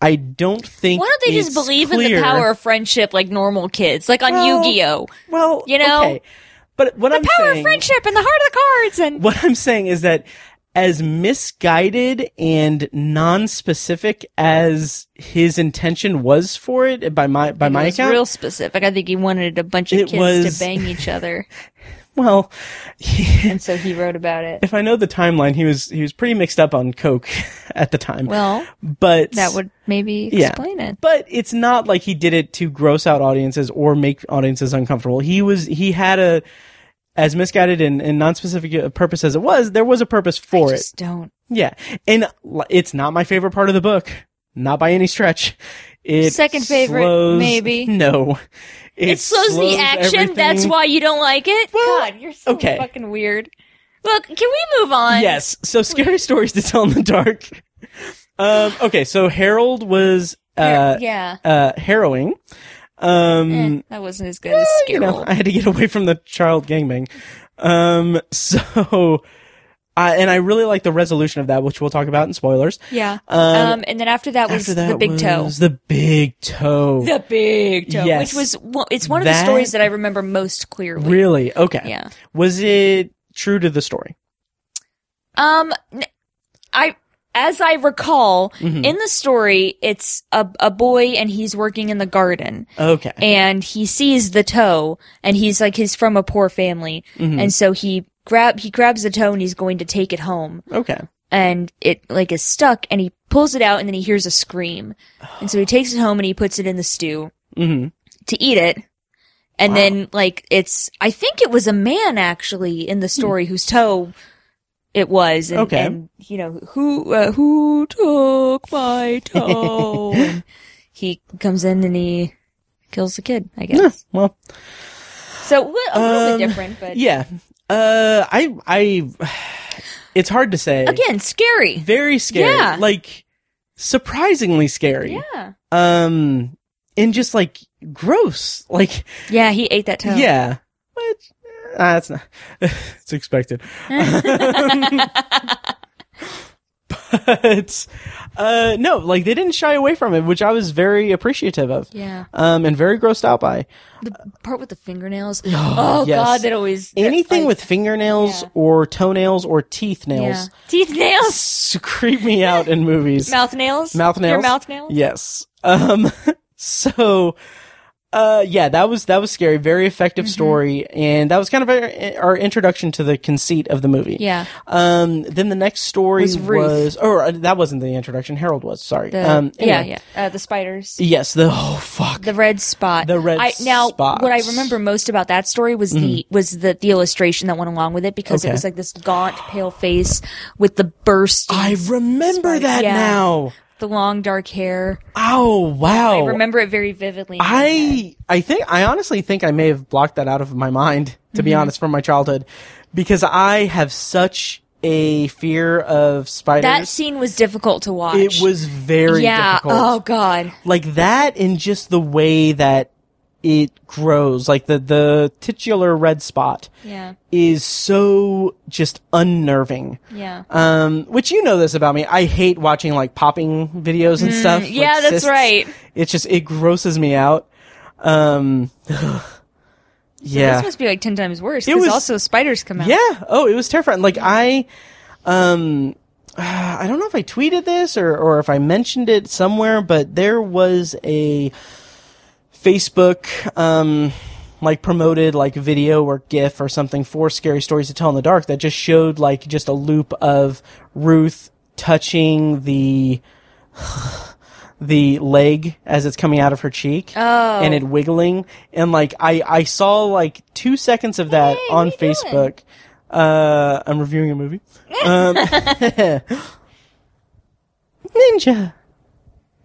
A: i don't think
B: Why don't they just
A: it's
B: believe in the
A: clear-
B: power of friendship like normal kids, like on
A: Well,
B: Yu-Gi-Oh?
A: well
B: you know?
A: okay. but what i'm
B: Power
A: saying
B: of friendship and the heart of the cards and
A: what I'm saying is that as misguided and non-specific as his intention was for it, by my by my
B: it was
A: account,
B: real specific. I think he wanted a bunch of
A: It
B: kids
A: was-
B: to bang each
A: [laughs]
B: other,
A: well,
B: and so he wrote about it.
A: if I know the timeline, he was he was pretty mixed up on coke [laughs] at the time,
B: Well,
A: but
B: that would maybe
A: Yeah.
B: explain it.
A: But it's not like he did it to gross out audiences or make audiences uncomfortable. He was he had a as misguided and, and non-specific a purpose as it was, there was a purpose for
B: I
A: it.
B: just don't.
A: Yeah, and l- it's not my favorite part of the book, not by any stretch. It
B: Second favorite,
A: slows- [laughs]
B: maybe.
A: No,
B: It, slows, the action.
A: everything-
B: That's why you don't like it.
A: Well,
B: God, you're so
A: okay.
B: fucking weird. Look, can we move on?
A: Yes. So
B: [laughs]
A: scary stories to tell in the dark. Um, okay, so Harold was uh,
B: yeah.
A: uh, harrowing. Um,
B: Eh, that wasn't as good as
A: you
B: Scarol.
A: know, I had to get away from the child gangbang. Um, so, I, and I really like the resolution of that, which we'll talk about in spoilers.
B: yeah.
A: Um,
B: Um, and then after that was
A: after that
B: the big toe.
A: was the big toe.
B: The big toe,
A: Yes.
B: which was one- it's one of
A: That-
B: the stories that I remember most clearly.
A: Really? Okay.
B: Yeah.
A: Was it true to the story?
B: Um, n- I as I recall
A: Mhm.
B: in the story, it's a a boy and he's working in the garden
A: Okay.
B: and he sees the toe and he's like he's from a poor family
A: Mhm.
B: and so he grab he grabs the toe and he's going to take it home
A: okay.
B: and it like is stuck and he pulls it out and then he hears a scream and so he takes it home and he puts it in the stew
A: hmm
B: to eat it. And
A: Wow.
B: then like it's I think it was a man actually in the story whose toe it was and,
A: Hmm. Okay.
B: and you know who uh, who took
A: [laughs]
B: my toe and he comes in and he kills the kid
A: [laughs]
B: I guess.
A: Well,
B: So a li- a little
A: Um,
B: bit different but
A: yeah. Uh, I, I, [sighs] it's hard to say.
B: again scary.
A: Very scary.
B: Yeah.
A: Like, surprisingly scary.
B: Yeah.
A: Um, and just like gross. Like,
B: Yeah, he ate that toe.
A: yeah. But, uh, that's not, [laughs] it's
B: [laughs]
A: expected. [laughs] but, uh, no, like they didn't shy away from it, which I was very appreciative of.
B: Yeah.
A: um, and very grossed out by.
B: The part with the fingernails.
A: [gasps] Oh,
B: Oh,
A: yes.
B: god, that always that-
A: Anything
B: I-
A: with fingernails
B: yeah.
A: or toenails or teeth
B: yeah. [laughs]
A: nails [laughs]
B: teeth nails,
A: s- creep me out in movies.
B: mouth nails,
A: Mouth
B: Your
A: nails?
B: mouth nails.
A: yes. Um, [laughs] so, uh, yeah, that was that was scary. Very
B: Mm-hmm.
A: effective story, and that was kind of our, our introduction to the conceit of the movie.
B: Yeah.
A: Um. Then the next story was,
B: Was Ruth.
A: or uh, that wasn't the introduction. Harold was sorry.
B: The,
A: um.
B: yeah,
A: anyway.
B: yeah. Uh, the spiders.
A: Yes. The oh fuck.
B: The red spot.
A: The red
B: I, now,
A: spot. Mm-hmm.
B: what I remember most about that story was the was the the illustration that went along with it because
A: Okay.
B: it was like this gaunt, pale face with the burst,
A: I remember
B: Spider-
A: that
B: yeah.
A: now.
B: the long dark hair.
A: Oh wow.
B: I remember it very vividly.
A: I I think I honestly think I may have blocked that out of my mind to
B: Mm-hmm.
A: be honest from my childhood because I have such a fear of spiders.
B: that scene was difficult to watch.
A: it was very
B: yeah.
A: difficult.
B: Oh God.
A: Like that and just the way that it grows like the the titular red spot
B: Yeah.
A: is so just unnerving.
B: Yeah.
A: Um, which you know this about me. I hate watching like popping videos and stuff. like
B: Mm, yeah, that's
A: cysts.
B: right.
A: It's just it grosses me out. Um, [sighs] yeah,
B: This must be like ten times worse.
A: It
B: Because
A: was-
B: also spiders come out.
A: yeah. Oh, it was terrifying. Like I, um, [sighs] uh, I don't know if I tweeted this or or if I mentioned it somewhere, but there was a Facebook um like promoted like video or GIF or something for scary stories to tell in the dark that just showed like just a loop of Ruth touching the. [sighs] The leg as it's coming out of her cheek
B: Oh.
A: and it wiggling and like I I saw like 2 seconds of that
B: Hey,
A: on
B: what are you doing?
A: Facebook uh, I'm reviewing a movie. Um, [laughs] Ninja.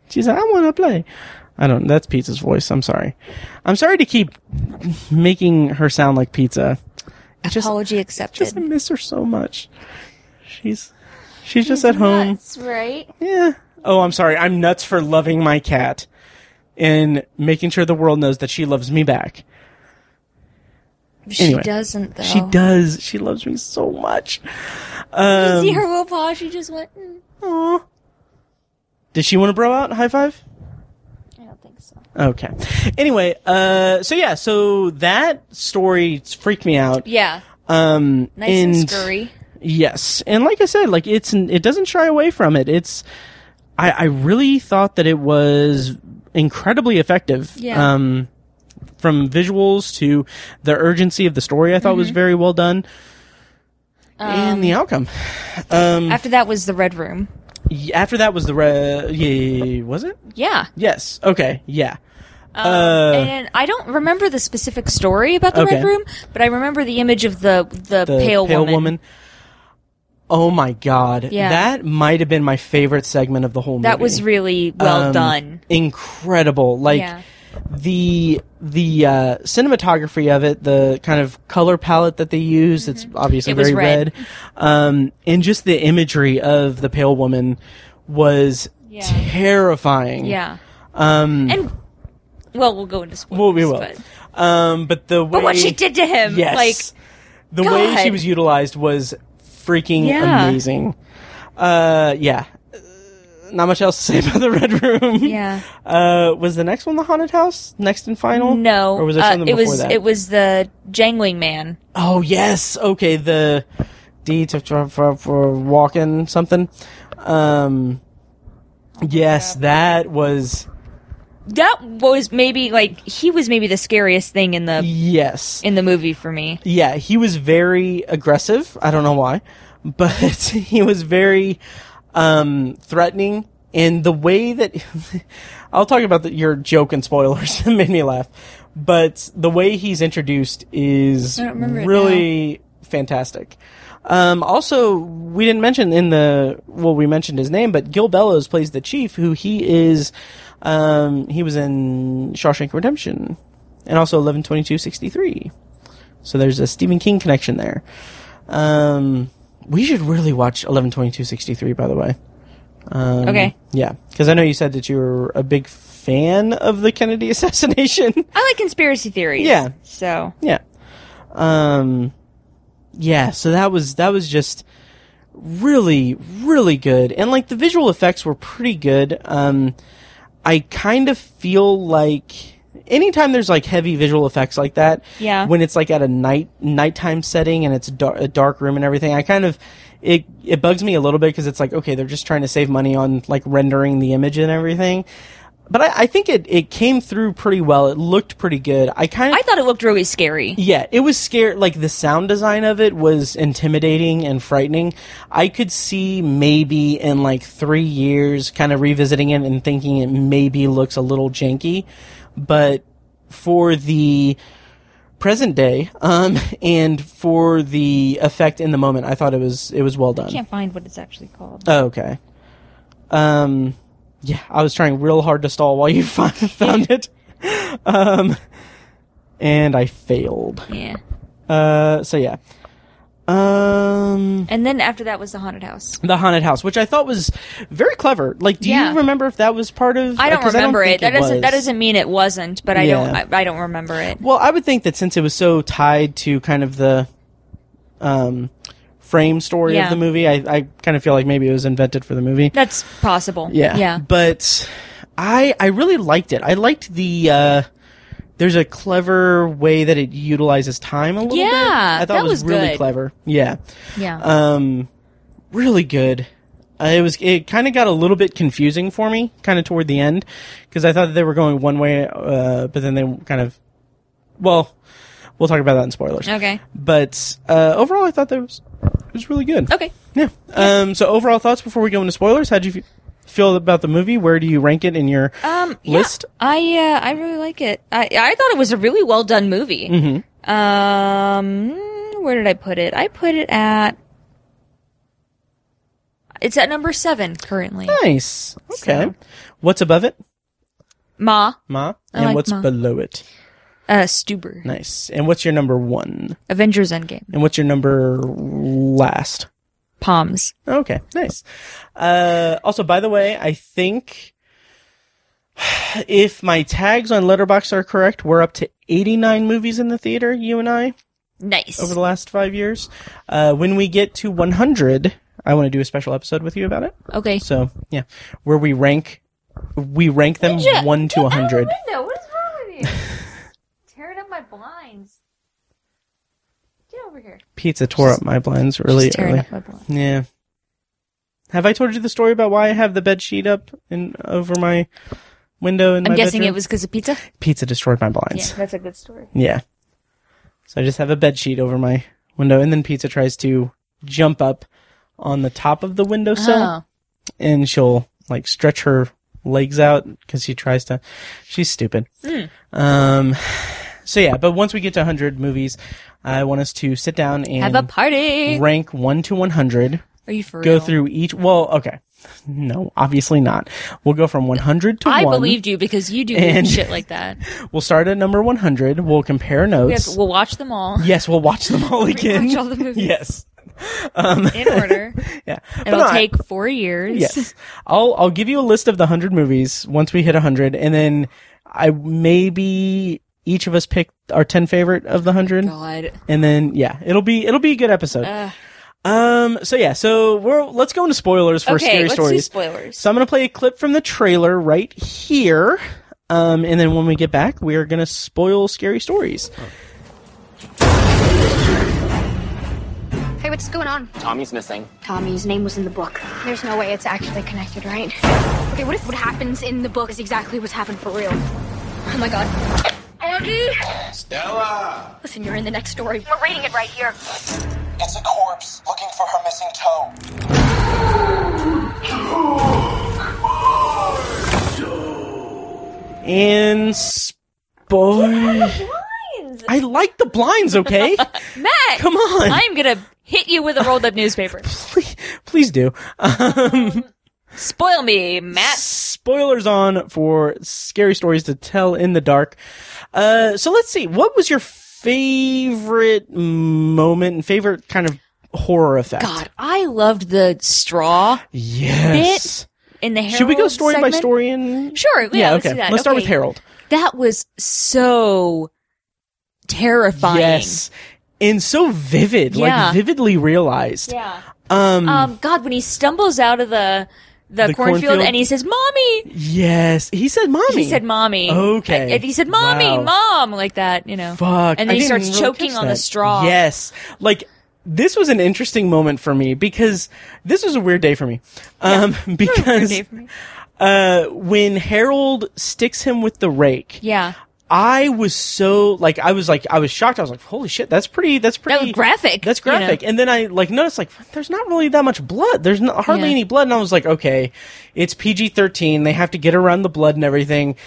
A: She's like, I want to play. I don't. That's Pizza's voice. I'm sorry. I'm sorry to keep making her sound like Pizza. Just-
B: Apology
A: Just I
B: accepted.
A: miss her so much. She's she's just at home.
B: right?
A: Yeah. Oh, I'm sorry. I'm nuts for loving my cat and making sure the world knows that she loves me back.
B: She
A: Anyway.
B: doesn't though.
A: She does. She loves me so much.
B: You
A: Um,
B: see her little paw. She just went. Mm,
A: Aw. Did she want to bro out? High five?
B: I don't think so.
A: Okay. Anyway, uh, so yeah, so that story freaked me out.
B: Yeah.
A: Um,
B: Nice and,
A: and-
B: scurry.
A: Yes, and like I said, like it's it doesn't shy away from it. It's I, I really thought that it was incredibly effective.
B: Yeah.
A: Um, from visuals to the urgency of the story, I thought
B: Mm-hmm.
A: was very well done, and the outcome. Um,
B: After that was the red room.
A: y- after that was the re- yeah, was it?
B: Yeah.
A: Yes. Okay. Yeah.
B: Um,
A: uh,
B: and I don't remember the specific story about the
A: Okay.
B: red room, but I remember the image of the the,
A: the
B: pale, woman.
A: Oh my god.
B: Yeah.
A: That might have been my favorite segment of the whole movie.
B: That was really well
A: Um,
B: done.
A: Incredible. Like
B: Yeah.
A: the the uh, cinematography of it, the kind of color palette that they use, it's obviously
B: Mm-hmm. It was
A: very
B: red.
A: Um and just the imagery of the pale woman was
B: Yeah.
A: terrifying.
B: Yeah.
A: Um
B: And well, we'll go into spoilers.
A: well, we will.
B: But,
A: Um but the way
B: but what she did to him,
A: Yes.
B: like
A: the way she
B: God.
A: was utilized was freaking
B: Yeah.
A: amazing. Uh, yeah. Uh, Not much else to say [laughs] about the Red Room.
B: Yeah.
A: Uh, was the next one the haunted house? Next and final?
B: no,
A: Or was there
B: uh,
A: something
B: it
A: before
B: was
A: that?
B: it was the jangling man.
A: oh yes. Okay. The deeds of for, for, for walking something. Um. Yes, that was
B: That was maybe like he was maybe the scariest thing in the
A: yes.
B: in the movie for me.
A: Yeah, he was very aggressive. I don't know why, but [laughs] he was very um, threatening. And the way that [laughs] I'll talk about the, your joke and spoilers [laughs] that made me laugh, but the way he's introduced is
B: I don't remember it
A: really fantastic. Um, also, we didn't mention in the well, we mentioned his name, but Gil Bellows plays the chief, who he is. Um, he was in Shawshank Redemption, and also eleven twenty two sixty three. So there's a Stephen King connection there. Um, we should really watch 112263, by the way. Um,
B: Okay.
A: Yeah, because I know you said that you were a big fan of the Kennedy [laughs] assassination.
B: I like conspiracy theories.
A: Yeah.
B: So
A: yeah. Um, yeah. So that was that was just really really good, and like the visual effects were pretty good. Um, I kind of feel like anytime there's like heavy visual effects like that,
B: Yeah.
A: when it's like at a night nighttime setting and it's dar- a dark room and everything, I kind of it it bugs me a little bit because it's like okay, they're just trying to save money on like rendering the image and everything. but I, I think it, it came through pretty well. It looked pretty good. I kind of
B: I thought it looked really scary.
A: yeah, it was scary. Like the sound design of it was intimidating and frightening. I could see maybe in like three years, kind of revisiting it and thinking it maybe looks a little janky, but for the present day um, [laughs] and for the effect in the moment, I thought it was it was well done.
B: Can't find what it's actually called.
A: Oh, okay. Um, yeah, I was trying real hard to stall while you [laughs] fi- found it. Um, and I failed.
B: yeah.
A: Uh, so yeah. Um,
B: And then after that was the haunted house.
A: the haunted house, which I thought was very clever. Like, do
B: yeah.
A: you remember if that was part of? uh,
B: I don't
A: 'cause
B: remember
A: think
B: it. That doesn't that
A: was.
B: doesn't mean it wasn't, but I
A: Yeah.
B: don't I, I don't remember it.
A: Well, I would think that since it was so tied to kind of the, um, frame story
B: Yeah.
A: of the movie, I, I kind of feel like maybe it was invented for the movie.
B: That's possible.
A: Yeah.
B: Yeah.
A: But I I really liked it. I liked the uh there's a clever way that it utilizes time a little bit.
B: Yeah,
A: I thought
B: that
A: it was,
B: was
A: really
B: good.
A: clever. Yeah.
B: Yeah.
A: Um really good. Uh, it was it kind of got a little bit confusing for me kind of toward the end because I thought that they were going one way uh but then they kind of well we'll talk about that in spoilers.
B: okay.
A: But uh overall I thought that was it was really good.
B: Okay.
A: Yeah. Um, so overall thoughts before we go into spoilers. How do you f- feel about the movie? Where do you rank it in your
B: Um, yeah,
A: list?
B: I uh, I really like it. I I thought it was a really well done movie.
A: Mm-hmm.
B: Um, where did I put it? I put it at. It's at number seven currently.
A: Nice. Okay.
B: So-
A: What's above it?
B: Ma,
A: Ma.
B: I
A: and
B: like
A: what's
B: Ma.
A: below it?
B: uh, Stuber,
A: Nice. And what's your number one?
B: Avengers Endgame,
A: And what's your number last?
B: Palms.
A: Okay. Nice. Uh, also, by the way, I think if my tags on Letterbox are correct, we're up to 89 movies in the theater, you and I.
B: Nice.
A: over the last five years. Uh, when we get to 100, I want to do a special episode with you about it.
B: okay.
A: So yeah, where we rank, we rank them
B: Ninja,
A: one to 100.
B: window. What is wrong
A: [laughs]
B: with you? Tearing up my blinds. Get over here.
A: Pizza tore up my blinds really
B: Just tearing
A: early.
B: up my blinds.
A: Yeah. Have I told you the story about why I have the bed sheet up and over my window? In
B: I'm
A: my
B: guessing
A: bedroom?
B: it was because of pizza.
A: pizza destroyed my
B: Yeah,
A: blinds.
B: that's a good story.
A: Yeah. So I just have a bed sheet over my window, and then pizza tries to jump up on the top of the windowsill.
B: Oh.
A: and she'll like stretch her legs out because she tries to. She's stupid.
B: Hmm.
A: Um, so yeah, but once we get to 100 movies, I want us to sit down
B: Have a
A: and
B: party.
A: rank one to 100.
B: Are you for
A: Go
B: real?
A: through each. Well, okay, no, obviously not. We'll go from 100 to
B: I
A: one.
B: believed you because you do
A: And-
B: weird shit
A: [laughs]
B: like that.
A: We'll start at number 100. We'll compare
B: We
A: notes.
B: have, we'll watch them all
A: yes, we'll watch them
B: [laughs]
A: all again.
B: all the movies.
A: Yes. Um,
B: in
A: [laughs]
B: order.
A: yeah. But
B: It'll
A: no, I-
B: take four years. [laughs]
A: Yes. I'll I'll give you a list of the 100 movies once we hit 100 and then I maybe each of us pick our 10 favorite of the 100
B: God.
A: and then yeah, it'll be it'll be a good episode.
B: Ugh.
A: um so yeah, so we're let's go into spoilers for
B: okay,
A: scary
B: let's do
A: stories.
B: spoilers.
A: so I'm going to play a clip from the trailer right here. Um, and then when we get back, we are going to spoil scary stories.
C: Hey, what's going on?
D: Tommy's missing.
C: Tommy's name was in the book. There's no way it's actually connected, right? Okay, what if what happens in the book is exactly what's happened for real? Oh my god. Andy!
E: Stella!
C: Listen, you're in the next story. We're reading it right here.
E: It's a corpse looking for her missing toe.
A: And spoil. I like the blinds,
B: [laughs]
A: okay?
B: Matt,
A: Come on.
B: I'm gonna hit you with a rolled up newspaper.
A: please, please do. Uh,
B: Spoil me, Matt.
A: spoilers on for scary stories to tell in the dark. Uh, so let's see. What was your favorite moment and favorite kind of horror effect?
B: God, I loved the straw
A: Yes.
B: in the Harold
A: Should we go story
B: segment.
A: by story and?
B: Sure. Yeah.
A: Yeah.
B: let's
A: okay.
B: do that.
A: Let's start with
B: Okay.
A: Harold.
B: That was so terrifying.
A: Yes. And so vivid,
B: Yeah.
A: like vividly realized.
B: Yeah.
A: Um.
B: Um. God, when he stumbles out of the the,
A: The
B: cornfield,
A: cornfield.
B: and he says, "Mommy,"
A: Yes. He said, "Mommy."
B: he said, "Mommy."
A: Okay.
B: And he said, "Mommy,
A: Wow.
B: mom," like that, you know.
A: Fuck.
B: And
A: I
B: then he
A: didn't
B: starts
A: really
B: choking
A: catch
B: on the
A: that.
B: straw.
A: Yes. Like this was an interesting moment for me because this was a weird day for me. Um
B: [laughs] Weird
A: because
B: day for me.
A: uh, when Harold sticks him with the rake.
B: [laughs] Yeah.
A: I was so like I was like I was shocked. I was like, "Holy shit, that's pretty. That's pretty
B: was graphic,
A: That's
B: you know.
A: graphic." And then I like noticed like there's not really that much blood. There's not, hardly
B: Yeah.
A: any blood, and I was like, "Okay, it's PG thirteen. They have to get around the blood and everything."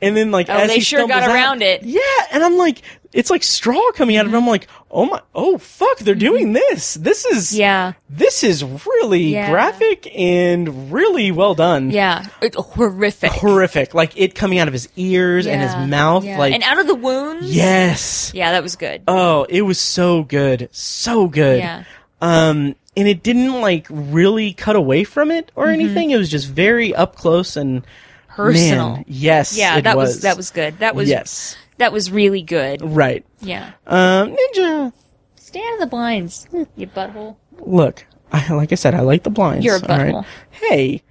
A: And then like
B: Oh,
A: as
B: they
A: he
B: sure got
A: stumbles out-
B: around it. Mm-hmm.
A: Yeah, and I'm like, it's like straw coming out of. Him. I'm like, "Oh my, oh fuck, they're doing this. This is
B: Yeah.
A: This is really
B: Yeah.
A: graphic and really well done.
B: Yeah. It's horrific.
A: Horrific, like it coming out of his ears and his
B: Yeah.
A: mouth,
B: Yeah.
A: like
B: and out of the wounds.
A: yes,
B: Yeah, that was good.
A: Oh, it was so good. So good.
B: Yeah.
A: Um, and it didn't like really cut away from it or
B: Mm-hmm.
A: anything. It was just very up close and
B: Personal.
A: Man, yes.
B: yeah,
A: it
B: that
A: was.
B: was. that was good. That was
A: Yes.
B: that was really good.
A: Right.
B: Yeah.
A: Um, Ninja.
B: Stay out of the blinds, you butthole.
A: Look, I, like I said, I like the blinds.
B: You're a
A: all right?
B: butthole.
A: Hey,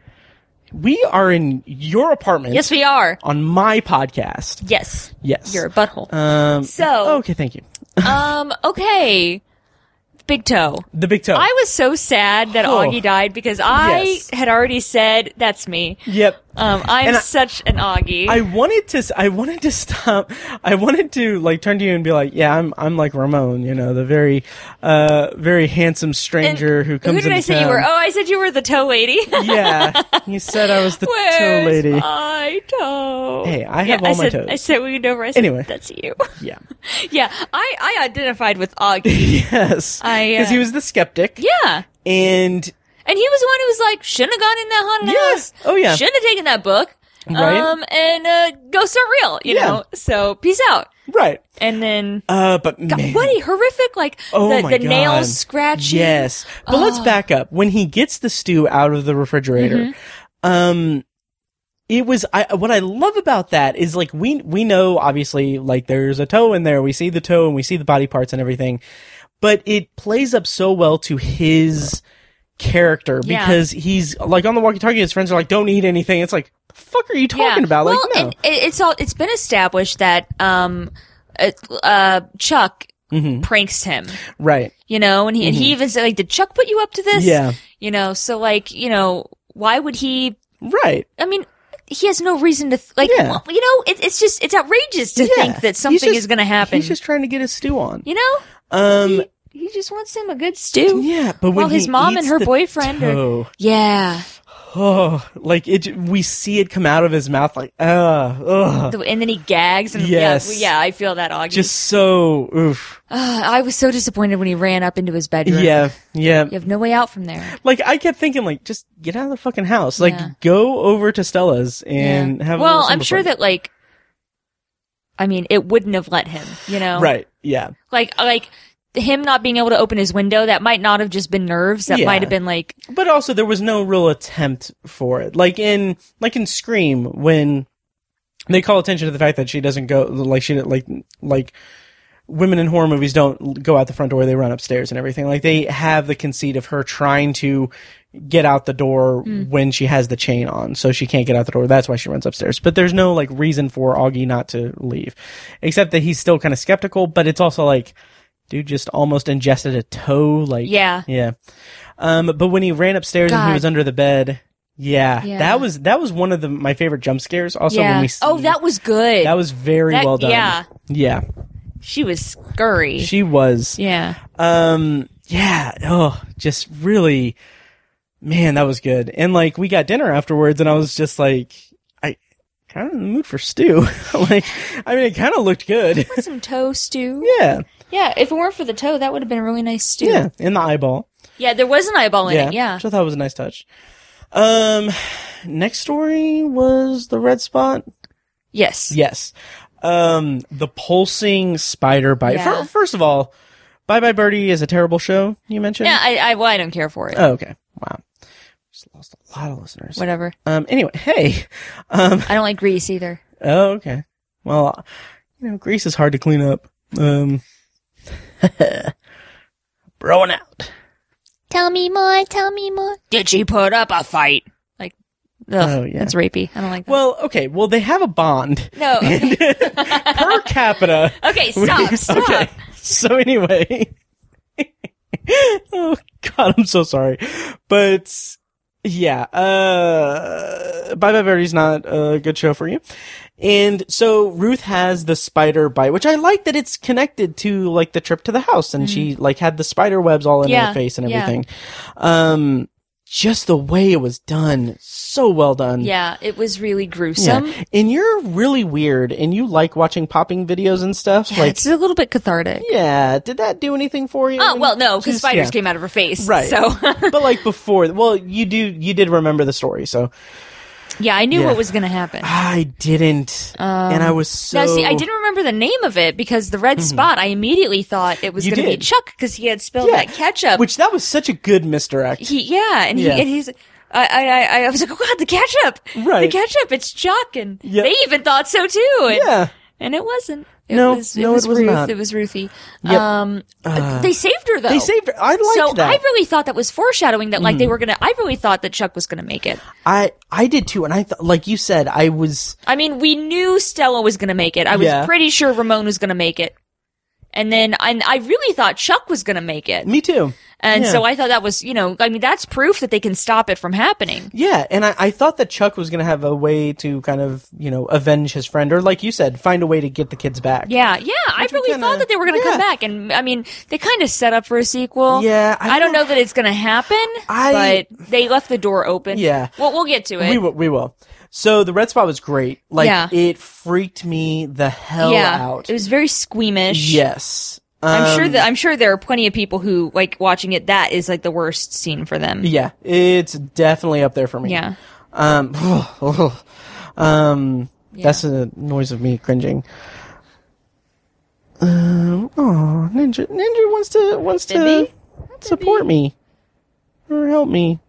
A: we are in your apartment.
B: Yes, we are.
A: On my podcast.
B: Yes.
A: Yes.
B: You're a butthole.
A: um,
B: So-
A: okay, thank you.
B: um. Okay. Big toe.
A: The big toe.
B: I was so sad that
A: Oh.
B: Augie died because I
A: Yes.
B: had already said that's me.
A: yep.
B: Um, I'm
A: And I-
B: such an Augie.
A: I wanted to. I wanted to stop. I wanted to like turn to you and be like, "Yeah, I'm. I'm like Ramon. You know, the very, uh, very handsome
B: And
A: stranger who comes
B: Who did
A: into
B: I say
A: town."
B: you were? Oh, I said you were the toe lady.
A: [laughs]
B: [laughs]
A: yeah, you said I was the
B: Where's
A: toe lady.
B: my toe?
A: Hey, I
B: Yeah,
A: have all
B: I
A: my
B: said,
A: toes.
B: I said we over. I said,
A: Anyway.
B: that's you. [laughs]
A: yeah. [laughs]
B: yeah, I I identified with Augie.
A: Yes.
B: I, uh,
A: Because he was the skeptic.
B: yeah.
A: And
B: And he was the one who was like, shouldn't have gone in that haunted
A: Yeah.
B: house.
A: Oh, yeah.
B: Shouldn't have taken that book.
A: Right.
B: Um, and, uh, ghosts aren't real, you
A: Yeah.
B: know? So, peace out.
A: right.
B: And then,
A: Uh, but man.
B: what a horrific, like,
A: Oh
B: the,
A: my
B: the
A: God.
B: nail scratching. Oh.
A: Yes. But let's back up. When he gets the stew out of the refrigerator,
B: Mm-hmm.
A: um it was I what I love about that is like we we know obviously like there's a toe in there. We see the toe and we see the body parts and everything. But it plays up so well to his character
B: Yeah.
A: because he's like on the walkie-talkie his friends are like don't eat anything. It's like the fuck are you talking about?
B: Well,
A: like no.
B: and it, it's all, it's been established that, um, it, uh, Chuck
A: Mm-hmm.
B: pranks him,
A: right.
B: you know? And he, and he even said, like, did Chuck put you up to this?
A: Mm-hmm. Yeah.
B: You know? So, like, you know, why would he
A: Right.
B: I mean, he has no reason to th- like.
A: Yeah.
B: well, you know, it, it's just it's outrageous to
A: Yeah.
B: think that
A: He's
B: something
A: just-
B: is going to happen.
A: He's just trying to get his stew on.
B: you know,
A: Um
B: he just wants him a good stew.
A: yeah, but when
B: While his
A: he
B: mom
A: eats
B: and her
A: the
B: boyfriend are-
A: toe-
B: Yeah.
A: oh, like it. j- We see it come out of his mouth, like ah, ugh.
B: The- and then he gags and
A: Yes.
B: yeah, well, yeah, I feel that Augie.
A: just so oof.
B: Ugh, [sighs] I was so disappointed when he ran up into his bedroom.
A: Yeah, yeah.
B: You have no way out from there.
A: Like I kept thinking, like just get out of the fucking house. Like
B: Yeah.
A: go over to Stella's and
B: Yeah.
A: have. a
B: well,
A: little
B: I'm
A: simple
B: sure
A: party.
B: that like, I mean, it wouldn't have let him. You know,
A: Right. Yeah.
B: Like, like him not being able to open his window. That might not have just been nerves. That
A: Yeah.
B: might have been like,
A: but also there was no real attempt for it like in like in scream when they call attention to the fact that she doesn't go like she like like women in horror movies don't go out the front door they run upstairs and everything like they have the conceit of her trying to get out the door when she has the chain on so she can't get out the door that's why she runs upstairs but there's no like reason for augie not to leave except that he's still kind of skeptical but it's also like dude just almost ingested a toe like
B: Yeah.
A: yeah um, but when he ran upstairs and he
B: God.
A: was under the bed, yeah,
B: Yeah.
A: that was that was one of the my favorite jump scares. Also,
B: yeah.
A: when we see,
B: oh, that was good.
A: that was very
B: That-
A: well done.
B: yeah.
A: yeah,
B: She was scurry.
A: she was.
B: yeah.
A: Um, yeah, oh, just really, man, that was good. And like we got dinner afterwards, and I was just like, I kind of in the mood for stew. [laughs] like, I mean, it kind of looked good. [laughs]
B: Some toe stew.
A: yeah,
B: Yeah, if it weren't for the toe, that would have been a really nice stew.
A: yeah, in the eyeball.
B: Yeah, there was an eyeball in it. Yeah.
A: which I thought was a nice touch. Um, next story was the red spot.
B: Yes.
A: Yes. Um, the pulsing spider bite.
B: Yeah.
A: Fir- First of all, Bye Bye Birdie is a terrible show. You mentioned.
B: Yeah, I, I, well, I don't care for it.
A: Oh, okay. Wow. Just lost a lot of listeners.
B: Whatever.
A: Um. Anyway, hey. Um,
B: I don't like grease either.
A: Oh, okay. Well, you know, grease is hard to clean up. Um. [laughs] Throwing out.
B: Tell me more. Tell me more. Did she put up a fight? Like, ugh,
A: Oh, yeah.
B: that's rapey. I don't like that.
A: Well, okay. Well, they have a
B: [laughs]
A: bond [laughs]
B: no. Okay,
A: per capita. [laughs]
B: okay stop. Stop.
A: Okay. So [laughs] anyway, oh god, I'm so sorry, but Yeah. Uh, Bye Bye Birdie's not a good show for you. And so Ruth has the spider bite, which I like that it's connected to like the trip to the house and she like had the spider webs all in
B: Mm-hmm. Yeah,
A: her face and
B: yeah.
A: everything. Um, just the way it was done. So well done.
B: Yeah, it was really
A: Yeah.
B: gruesome.
A: And you're really weird and you like watching popping videos and stuff.
B: Yeah,
A: like,
B: it's a little bit cathartic.
A: yeah. Did that do anything for you?
B: Oh well, no, because
A: Just-
B: spiders
A: yeah.
B: came out of her face.
A: Right.
B: So
A: [laughs] but like before, well, you do, you did remember the story. So
B: [laughs] yeah, I knew
A: Yeah.
B: what was going to happen.
A: I didn't, and I was so.
B: Um,
A: Mm-hmm.
B: Now, see, I didn't remember the name of it because the red spot. I immediately thought it was
A: You
B: going to be
A: did.
B: Chuck because he had spilled
A: Yeah,
B: that ketchup.
A: Which that was such a good misdirect.
B: he, yeah, and he,
A: Yeah.
B: and he's. I, I, I- I was like, oh god, the ketchup,
A: Right.
B: The ketchup, it's Chuck, and
A: Yeah.
B: they even thought so too. And,
A: yeah,
B: and it wasn't. It
A: No,
B: was,
A: no,
B: was
A: it was
B: Ruth.
A: not.
B: It was Ruthie.
A: Yep. Uh,
B: Um, they saved her though.
A: they saved. Her. I liked
B: so
A: that. Mm.
B: I really thought that was foreshadowing that like they were gonna. I really thought that Chuck was gonna make it.
A: I I did too, and I thought, like you said, I was
B: I mean, we knew Stella was going to make it. I was
A: Yeah.
B: pretty sure Ramon was going to make it. And then I, I really thought Chuck was going to make it.
A: me too.
B: And
A: yeah.
B: so I thought that was, you know, I mean, that's proof that they can stop it from happening.
A: Yeah, and I, I thought that Chuck was going to have a way to kind of you know avenge his friend, or like you said, find a way to get the kids back.
B: Yeah, yeah. I
A: we
B: really
A: kinda-
B: thought that they were going to
A: yeah.
B: come back. And I mean, they kind of set up for a sequel.
A: Yeah,
B: I, don't know that it's going to happen,
A: I-
B: but they left the door open.
A: Yeah.
B: Well, we'll get to it.
A: We will. We will. So the red spot was great. Like
B: Yeah.
A: it freaked me the hell
B: yeah.
A: out.
B: It was very squeamish.
A: yes,
B: I'm sure
A: Um,
B: that I'm sure there are plenty of people who like watching it. That is like the worst scene for them.
A: Yeah, it's definitely up there for me.
B: Yeah.
A: Um, [laughs] um, that's a noise of me cringing. Um, oh, ninja, ninja wants to wants to
B: Bibby?
A: support me or help me.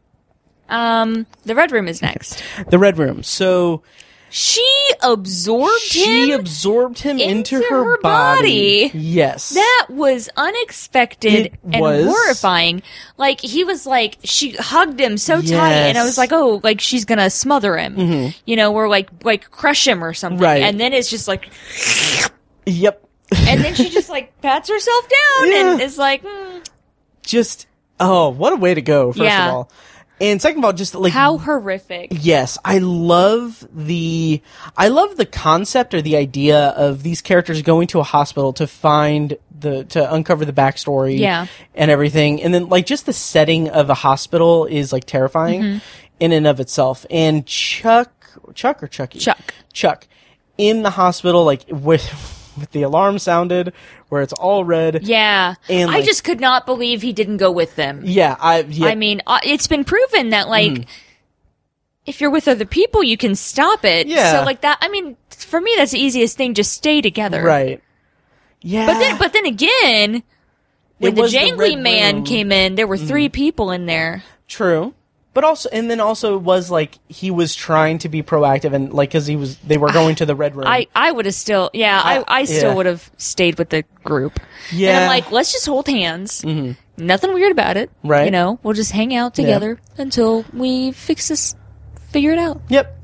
B: Um, the red room is next.
A: The red room. So
B: She absorbed
A: she
B: him.
A: absorbed him into,
B: into
A: her,
B: her
A: body.
B: body.
A: Yes.
B: that was unexpected
A: It
B: and
A: was.
B: horrifying. Like he was like she hugged him so tight, and I
A: Yes. Mm-hmm.
B: was like, oh, like she's gonna smother him, you know, or like like crush him or something.
A: Right.
B: And then it's just like,
A: yep.
B: and then she just like [laughs] pats herself down and
A: Yeah.
B: is like, mm,
A: Just oh, what a way to go! First
B: Yeah.
A: of all, and second of all, just like
B: how horrific.
A: Yes, I love the I love the concept or the idea of these characters going to a hospital to find the to uncover the backstory
B: Yeah.
A: and everything. And then like just the setting of a hospital is like terrifying
B: Mm-hmm.
A: in and of itself. And Chuck Chuck or Chucky?
B: Chuck.
A: Chuck in the hospital like [laughs] with with the alarm sounded where it's all red.
B: Yeah,
A: And,
B: I
A: like-
B: just could not believe he didn't go with them.
A: Yeah, I yeah. Mm.
B: I mean, uh, it's been proven that like if you're with other people, you can stop it.
A: Yeah.
B: So like that, I mean, for me, that's the easiest thing. Just stay together.
A: right. Yeah.
B: But then, but then again, when
A: It
B: the
A: was the
B: jangly
A: red
B: man
A: room. Mm.
B: came in, there were three people in there.
A: True. But also, and then also it was like he was trying to be proactive and like because he was they were going to the red room.
B: Ah, I, I would have still, yeah, I,
A: Uh,
B: I still
A: yeah.
B: would have stayed with the group. And
A: Yeah. Mm-hmm.
B: I'm like, let's just hold hands. Nothing weird about it.
A: Right.
B: You know, we'll just hang out together until we fix this, figure it out.
A: yep.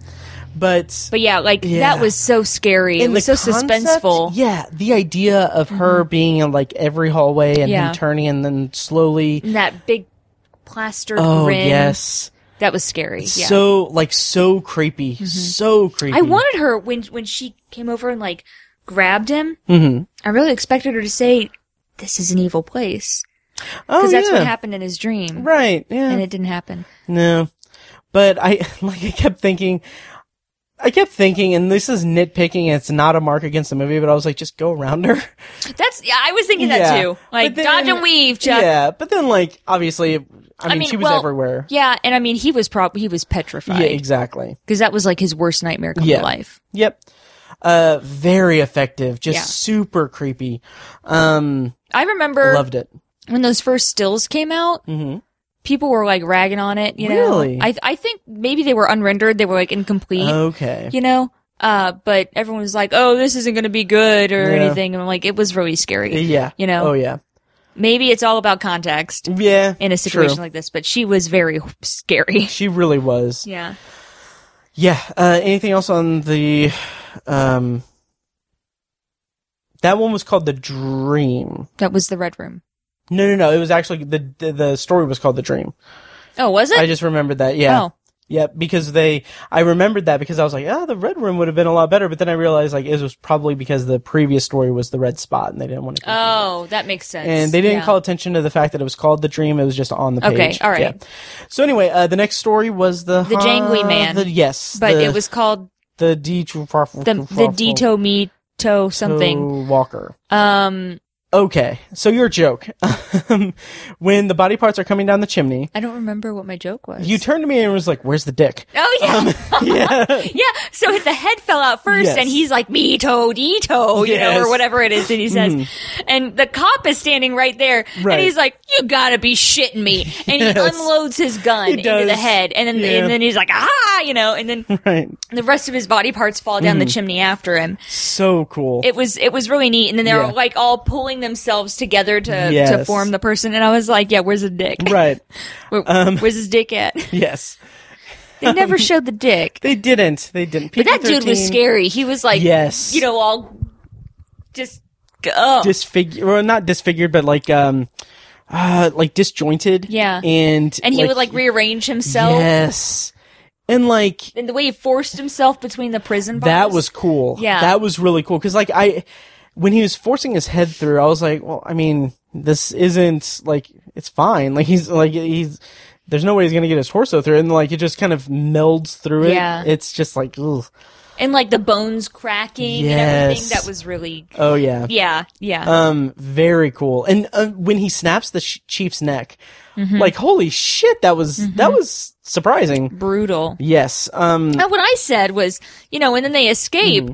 A: But,
B: But yeah, like
A: Yeah.
B: that was so scary. it
A: in
B: was so
A: the concept,
B: suspenseful. Mm-hmm.
A: Yeah, the idea of her being in like every hallway and
B: Yeah.
A: him turning and then slowly.
B: And that big plastered
A: Oh
B: grin.
A: yes,
B: That was scary. Yeah. Mm-hmm.
A: so like so creepy, so creepy.
B: I wanted her when when she came over and like grabbed him. Mm-hmm. I really expected her to say, "This is an evil place,"
A: oh,
B: because that's
A: yeah.
B: what happened in his dream,
A: Right. Yeah.
B: and it didn't happen.
A: No. But I [laughs] like I kept thinking I kept thinking and this is nitpicking and it's not a mark against the movie, but I was like, just go around her. [laughs]
B: That's yeah. I was thinking that
A: Yeah.
B: too. Like
A: But then-
B: dodge and weave, Chuck. Yeah.
A: Yeah. But then like obviously I mean, she was
B: well,
A: everywhere.
B: Yeah, and I mean, he was prob he was petrified
A: Yeah,
B: because
A: exactly.
B: that was like his worst nightmare come
A: Yeah.
B: to life.
A: Yep. Uh very effective, just
B: Yeah.
A: super creepy. Um
B: I remember
A: loved it. Mm-hmm.
B: when those first stills came out, people were like ragging on it. You
A: Really?
B: know, I I think maybe they were unrendered. They were like incomplete.
A: Okay.
B: You know. Uh, but everyone was like, "Oh, this isn't going to be good" or
A: Yeah.
B: anything, and I'm like, it was really scary.
A: Yeah.
B: You know.
A: Oh yeah.
B: Maybe it's all about context
A: Yeah.
B: in a situation
A: true.
B: like this, but she was very [laughs] scary.
A: she really was.
B: yeah.
A: Yeah. Uh, anything else on the? Um, that one was called the Dream.
B: That was the red room.
A: No, no, no. It was actually the the, the story was called the Dream.
B: Oh, was it?
A: I just remembered that. Yeah.
B: Oh.
A: Yep, because they, I remembered that because I was like, ah, the red room would have been a lot better, but then I realized like it was probably because the previous story was the red spot and they didn't want to. confuse it.
B: oh, that makes sense.
A: And they didn't
B: Yeah.
A: call attention to the fact that it was called the dream. It was just on the page.
B: Okay, all right.
A: So anyway, uh, the next story was the
B: The Jangly Man.
A: The, yes,
B: but
A: the-
B: it was called
A: the D the
B: the the Dito Me To something.
A: Walker.
B: Um,
A: Okay, so your joke [laughs] Um, when the body parts are coming down the chimney,
B: I don't remember what my joke was.
A: you Um, turned to me and was like, "Where's the dick?" [laughs]
B: Oh yeah,
A: yeah.
B: yeah. So the head fell out first,
A: Yes.
B: and he's like me to dito, you know,
A: Yes. Mm-hmm.
B: or whatever it is that he says. And the cop is standing right there,
A: Right.
B: and he's like, "You gotta be shitting me!"
A: [laughs]
B: And
A: Yes.
B: he unloads his gun
A: He
B: into the
A: does.
B: head, and then
A: Yeah.
B: and then he's like, "Ah," you know, and then
A: [laughs] Right.
B: the rest of his body parts fall down
A: Mm-hmm.
B: the chimney after him.
A: So cool.
B: It [laughs] was it was really neat, and then they're
A: Yeah.
B: like all pulling themselves together to to
A: Yes.
B: form the person. And I was like, "Yeah, where's the dick?
A: right.
B: [laughs]
A: Um,
B: Where- where's his
A: [laughs]
B: dick at?"
A: Yes.
B: They never showed the dick.
A: They didn't. They didn't.
B: But that dude was scary. He was like,
A: Yes.
B: you know, all just oh,
A: Disfigured, well, not disfigured, but like, um, uh, like disjointed.
B: Yeah.
A: And
B: and he would like rearrange himself.
A: Yes. And like
B: And the way he forced himself between the prison bars.
A: that was cool.
B: Yeah.
A: That was really cool because like I, when he was forcing his head through, I was like, well, I mean, this isn't like it's fine. Like he's like he's. There's no way he's gonna get his torso through, and like it just kind of melds through it.
B: Yeah.
A: It's just like, ugh.
B: and like the bones cracking and everything.
A: Yes.
B: That was really
A: oh yeah,
B: yeah, yeah.
A: Um, very cool. And uh, when he snaps the sh- chief's neck, like holy shit, that was that was surprising.
B: Brutal.
A: Yes. Um.
B: And what I said was, you know, and then they escape.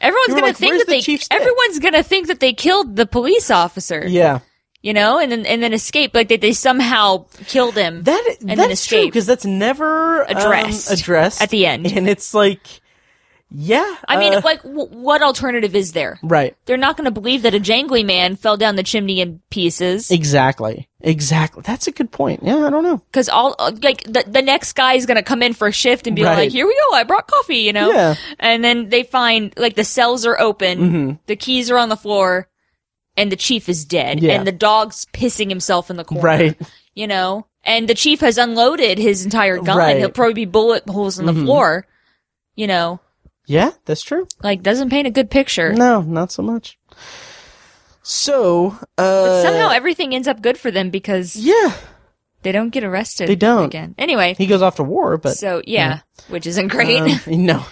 B: Everyone's
A: Mm-hmm. You were
B: gonna
A: like,
B: think
A: "Where's
B: that
A: the
B: they
A: chief's dick?"
B: everyone's gonna think that they killed the police officer.
A: Yeah.
B: You know, and then and then escape. Like that they somehow killed him.
A: That
B: then
A: that's true
B: escape.
A: because that's never um,
B: Addressed
A: addressed
B: at the end.
A: and it's like, yeah.
B: I mean,
A: uh,
B: like, w- what alternative is there?
A: right.
B: They're not going to believe that a jangly man fell down the chimney in pieces
A: Exactly. Exactly. That's a good point. Yeah. I don't know.
B: because all uh, like the, the next guy is going to come in for a shift and be
A: Right.
B: like, "Here we go, I brought coffee," you know.
A: Yeah. Mm-hmm.
B: And then they find like the cells are open, the keys are on the floor, and the chief is dead,
A: Yeah.
B: and the dog's pissing himself in the corner,
A: Right.
B: You know, and the chief has unloaded his entire gun.
A: Right. Mm-hmm.
B: He'll probably be bullet holes in the floor. You know,
A: Yeah. That's true.
B: like doesn't paint a good picture.
A: No, not so much. So, uh,
B: But somehow everything ends up good for them because
A: yeah,
B: They don't get arrested.
A: They don't.
B: again. Anyway,
A: he goes off to war, but
B: so yeah, which isn't great. [laughs]
A: um, no.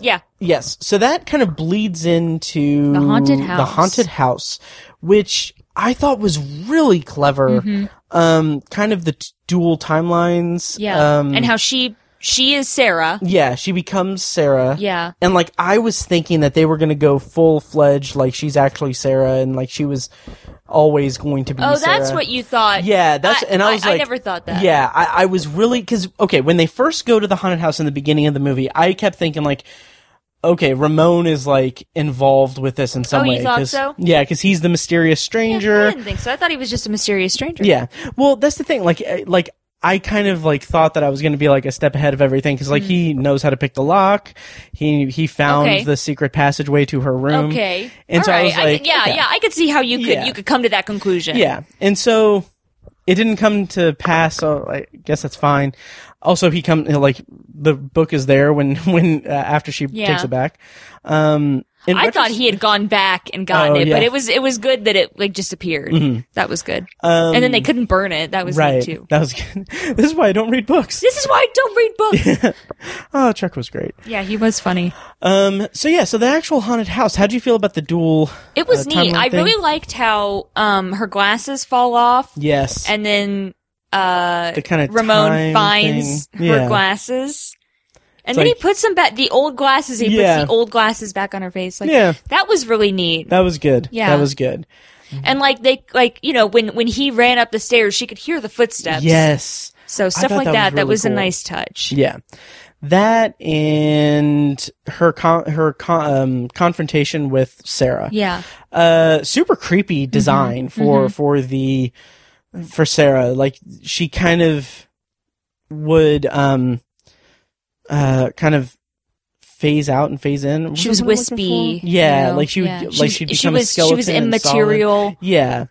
B: yeah,
A: Yes. So that kind of bleeds into
B: The haunted
A: The
B: house.
A: haunted house, which I thought was really clever.
B: Mm-hmm.
A: Um, kind of the t- dual timelines.
B: yeah.
A: Um,
B: and how she she is Sarah.
A: yeah, she becomes Sarah.
B: Yeah,
A: And like I was thinking that they were going to go full fledged, like she's actually Sarah, and like she was always going to be.
B: Oh, that's
A: Sarah.
B: what you thought.
A: Yeah, that's
B: I-
A: and I was
B: I- I
A: like,
B: never thought that.
A: Yeah, I, I was really because okay, when they first go to the haunted house in the beginning of the movie, I kept thinking like, okay, Ramon is like involved with this in some
B: Oh, you
A: way.
B: thought
A: 'cause-
B: so?
A: Yeah, because he's the mysterious
B: I
A: stranger.
B: didn't think so. I thought he was just a mysterious stranger.
A: Yeah. Well, that's the thing. Like, eh, like I kind of like thought that I was going to be like a step ahead of everything because like he knows how to pick the lock. He he found
B: Hmm. Okay.
A: the secret passageway to her room.
B: Okay.
A: um, And so
B: All
A: I was
B: right.
A: like,
B: yeah,
A: okay.
B: yeah. I could see how you could
A: Yeah.
B: you could come to that conclusion.
A: Yeah. And so it didn't come to pass. So I guess that's fine. Also, he come like the book is there when [laughs] when uh, after she
B: Yeah.
A: takes it back. Um, in
B: I thought
A: retros-
B: he had gone back and gotten
A: Oh,
B: it, but
A: yeah. Mm-hmm.
B: it was it was good that it like disappeared. That was good. and then they couldn't burn it. That was
A: Um, right.
B: neat too.
A: That was [laughs] good. this is why I don't read books.
B: This is why I don't read
A: [laughs]
B: books.
A: Oh, Chuck was great.
B: yeah, he was funny.
A: Um, so yeah, so the actual haunted house. How do you feel about the dual?
B: It was
A: uh,
B: neat.
A: timeline
B: I
A: thing?
B: really liked how um her glasses fall off
A: yes.
B: and then uh
A: the kind of
B: Ramon
A: time
B: finds
A: thing.
B: her
A: Yeah.
B: glasses. And
A: It's
B: then
A: like-
B: he puts them back the old glasses, he
A: Yeah.
B: puts the old glasses back on her face. Like
A: Yeah.
B: that was really neat.
A: That was good.
B: Yeah.
A: that was good.
B: And like they like, you know, when when he ran up the stairs, she could hear the footsteps.
A: Yes.
B: So stuff
A: thought
B: like
A: that
B: that,
A: was
B: that was,
A: really
B: a
A: cool.
B: nice touch.
A: Yeah. That and her con- her con- um, confrontation with Sarah.
B: Yeah. Mm-hmm.
A: Uh, super creepy design for for the for Sarah. Like she kind of would um uh kind of phase out and phase in.
B: She was
A: What am I looking
B: wispy.
A: for? Yeah,
B: you know?
A: like she would
B: Yeah.
A: like
B: was-
A: she'd
B: she
A: become a
B: was she
A: skeleton.
B: was
A: and solid.
B: immaterial.
A: Yeah.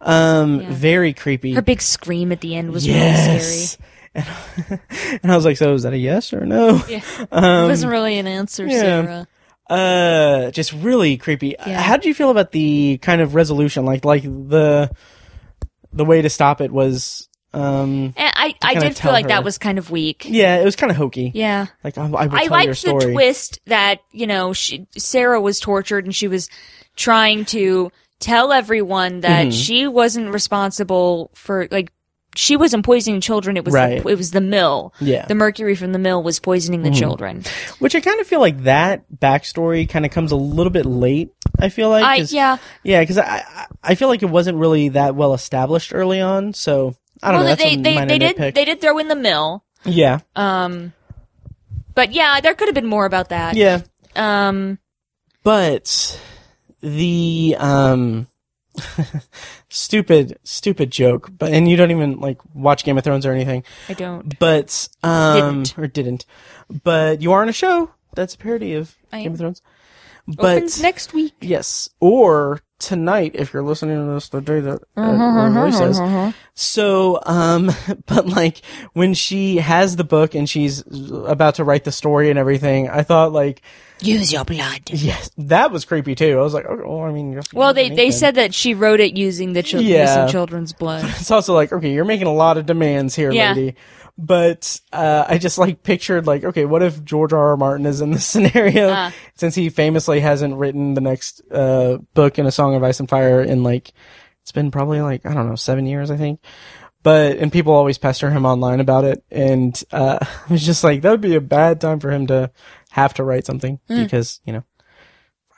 A: Um
B: Yeah.
A: very creepy.
B: Her big scream at the end was really scary.
A: yes. [laughs] And, and I was like, so is that a yes or a no?
B: Yeah.
A: [laughs] Um,
B: wasn't really an answer,
A: yeah.
B: Sarah.
A: uh, just really creepy.
B: Yeah.
A: How did you feel about the kind of resolution? Like, like the the way to stop it was, um,
B: And I, I
A: kinda
B: did feel
A: tell
B: like
A: her.
B: that was kind of weak.
A: yeah, it was kind of hokey.
B: Yeah.
A: Like I, I will
B: I
A: tell your
B: liked the
A: story.
B: twist that, you know, she, Sarah was tortured and she was trying to tell everyone that
A: Mhm.
B: she wasn't responsible for, like, she wasn't poisoning children. It was,
A: Right. Mm-hmm.
B: the, it was the mill.
A: Yeah.
B: The mercury from the mill was poisoning the children.
A: Which I kind of feel like that backstory kind of comes a little bit late. I feel like.
B: I,
A: 'cause-
B: yeah.
A: Yeah, because I I- I feel like it wasn't really that well established early on, so I don't
B: well,
A: know. That's
B: they,
A: a
B: they,
A: minor
B: they did,
A: nitpick.
B: they did throw in the mill.
A: yeah,
B: Um, but yeah, there could have been more about that.
A: yeah,
B: Um,
A: but the um [laughs] stupid stupid joke. But and you don't even like watch Game of Thrones or anything,
B: I don't.
A: but um
B: Didn't.
A: or didn't, but you are on a show that's a parody of
B: I
A: Game
B: am.
A: of Thrones. But
B: Opens next week.
A: yes, or tonight if you're listening to this the day that uh,
B: Mm-hmm,
A: releases. So, um, [laughs] but like when she has the book and she's about to write the story and everything, I thought like,
B: Use your blood.
A: yes, that was creepy too. I was like, oh, well, I mean, you're
B: Well, they,
A: you're
B: they
A: making-
B: said that she wrote it using the chil-
A: Yeah.
B: using children's blood.
A: it's also like, okay, you're making a lot of demands here,
B: Yeah.
A: lady. But uh, I just like pictured like, okay, what if George R. R. Martin is in this [laughs] scenario
B: Ah.
A: since he famously hasn't written the next uh, book in A Song of Ice and Fire in like it's been probably like I don't know seven years, I think. But and people always pester him online about it, and uh, [laughs] I was just like, that would be a bad time for him to have to write something
B: Mm.
A: because you know,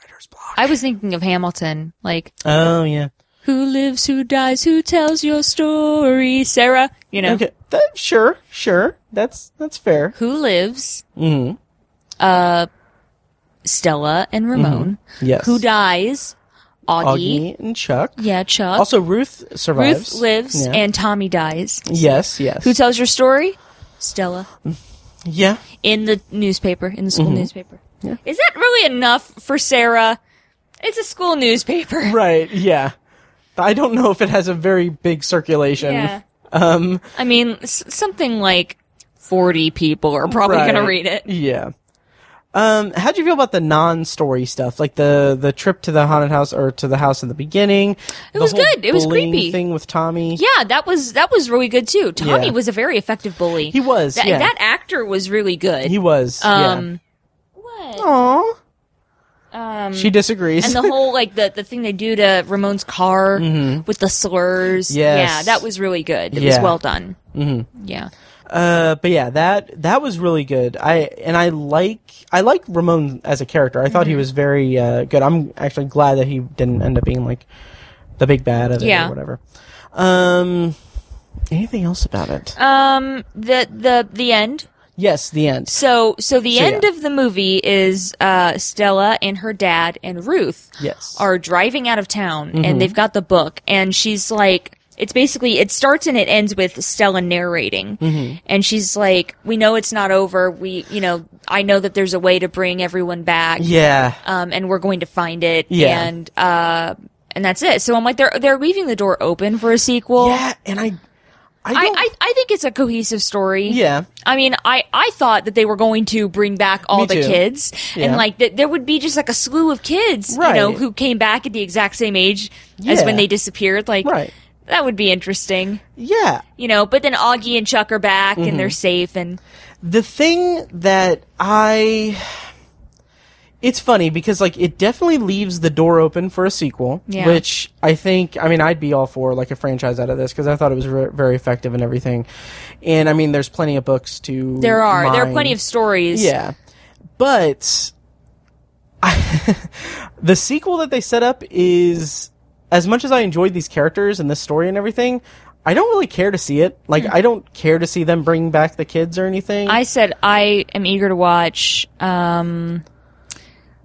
A: writer's block.
B: I was thinking of Hamilton, like
A: oh yeah,
B: who lives, who dies, who tells your story, Sarah. You know,
A: okay, that, sure, sure, that's that's fair.
B: who lives,
A: Mm-hmm.
B: uh, Stella and Ramon.
A: Yes.
B: Who dies, Augie.
A: Mm-hmm. Augie and Chuck.
B: Yeah, Chuck.
A: Also, Ruth survives.
B: Ruth lives
A: Yeah.
B: and Tommy dies.
A: yes, yes.
B: Who tells your story? Stella.
A: yeah,
B: in the newspaper, in the school
A: Mm-hmm.
B: newspaper. Is that really enough for Sarah? It's a school newspaper.
A: right. Yeah, I don't know if it has a very big circulation.
B: Yeah.
A: Um.
B: I mean, s- something like 40 people are probably
A: right.
B: going to read it.
A: Yeah. Um. How'd you feel about the non-story stuff, like the the trip to the haunted house or to the house in the beginning? It
B: was good. It was creepy.
A: Thing with Tommy.
B: Yeah, that was that was really good too. Tommy
A: Yeah.
B: was a very effective bully.
A: He was.
B: That,
A: yeah.
B: that actor was really good.
A: he was.
B: um
A: Yeah.
B: what?
A: Aww.
B: Um
A: She disagrees.
B: and the whole like the the thing they do to Ramon's car with the slurs.
A: Mm-hmm. Yes.
B: Yeah, that was really good. It was
A: Yeah.
B: well done. Mm-hmm. Yeah.
A: Uh, but yeah, that that was really good. I and I like I like Ramon as a character. I thought
B: Mm-hmm.
A: he was very uh, good. I'm actually glad that he didn't end up being like the big bad of it
B: Yeah.
A: or whatever. Um, anything else about it?
B: Um the the the end
A: yes, the end.
B: So, so the
A: So,
B: end
A: yeah.
B: of the movie is uh, Stella and her dad and Ruth
A: Yes. Mm-hmm.
B: are driving out of town, and they've got the book, and she's like, it's basically it starts and it ends with Stella narrating,
A: Mm-hmm.
B: and she's like, we know it's not over. We, you know, I know that there's a way to bring everyone back,
A: yeah,
B: um, and we're going to find it,
A: Yeah.
B: and uh, and that's it. So I'm like, they're they're leaving the door open for a sequel.
A: yeah, and I, I,
B: I,
A: don't-
B: I, I think it's a cohesive story.
A: yeah,
B: I mean, I, I thought that they were going to bring back all
A: Me
B: the
A: too.
B: kids, and
A: Yeah.
B: like th- there would be just like a slew of kids,
A: Right.
B: you know, who came back at the exact same age as
A: Yeah.
B: when they disappeared. Like
A: Right.
B: that would be interesting,
A: yeah.
B: you know. But then Augie and Chuck are back, and
A: Mm-hmm.
B: they're safe, and
A: the thing that I it's funny because like it definitely leaves the door open for a sequel,
B: Yeah.
A: which I think I mean I'd be all for like a franchise out of this because I thought it was re- very effective and everything. And I mean, there's plenty of books to
B: there are there are
A: mine.
B: plenty of stories.
A: yeah, but [laughs] I, the sequel that they set up is as much as I enjoyed these characters and this story and everything. I don't really care to see it. Like, I don't care to see them bring back the kids or anything.
B: Hmm. I said I am eager to watch. Um,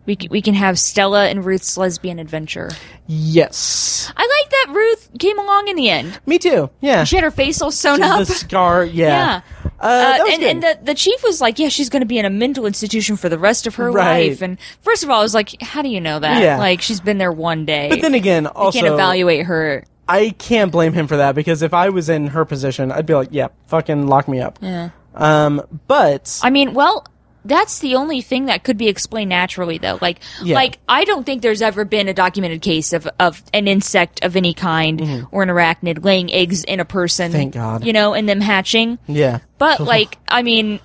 B: we c- we can have Stella and Ruth's lesbian adventure.
A: Yes.
B: I like that Ruth came along in the end.
A: Me too. Yeah.
B: She had her face all sewn up.
A: the scar. Yeah.
B: [laughs] Yeah.
A: Uh, that
B: Uh,
A: was
B: and,
A: good.
B: and the, the chief was like, yeah, she's going to be in a mental institution for the rest of her
A: Right.
B: life. And first of all, I was like, how do you know that?
A: Yeah.
B: Like, she's been there one day.
A: but then again, also
B: you can't evaluate her
A: I can't blame him for that because if I was in her position, I'd be like, yeah, fucking lock me up. Yeah. Um, but
B: I mean, well, that's the only thing that could be explained naturally, though. Like,
A: Yeah.
B: like I don't think there's ever been a documented case of, of an insect of any kind or an arachnid laying eggs in a person.
A: Mm-hmm. Thank God.
B: You know, and them hatching.
A: yeah. [laughs]
B: But like, I mean,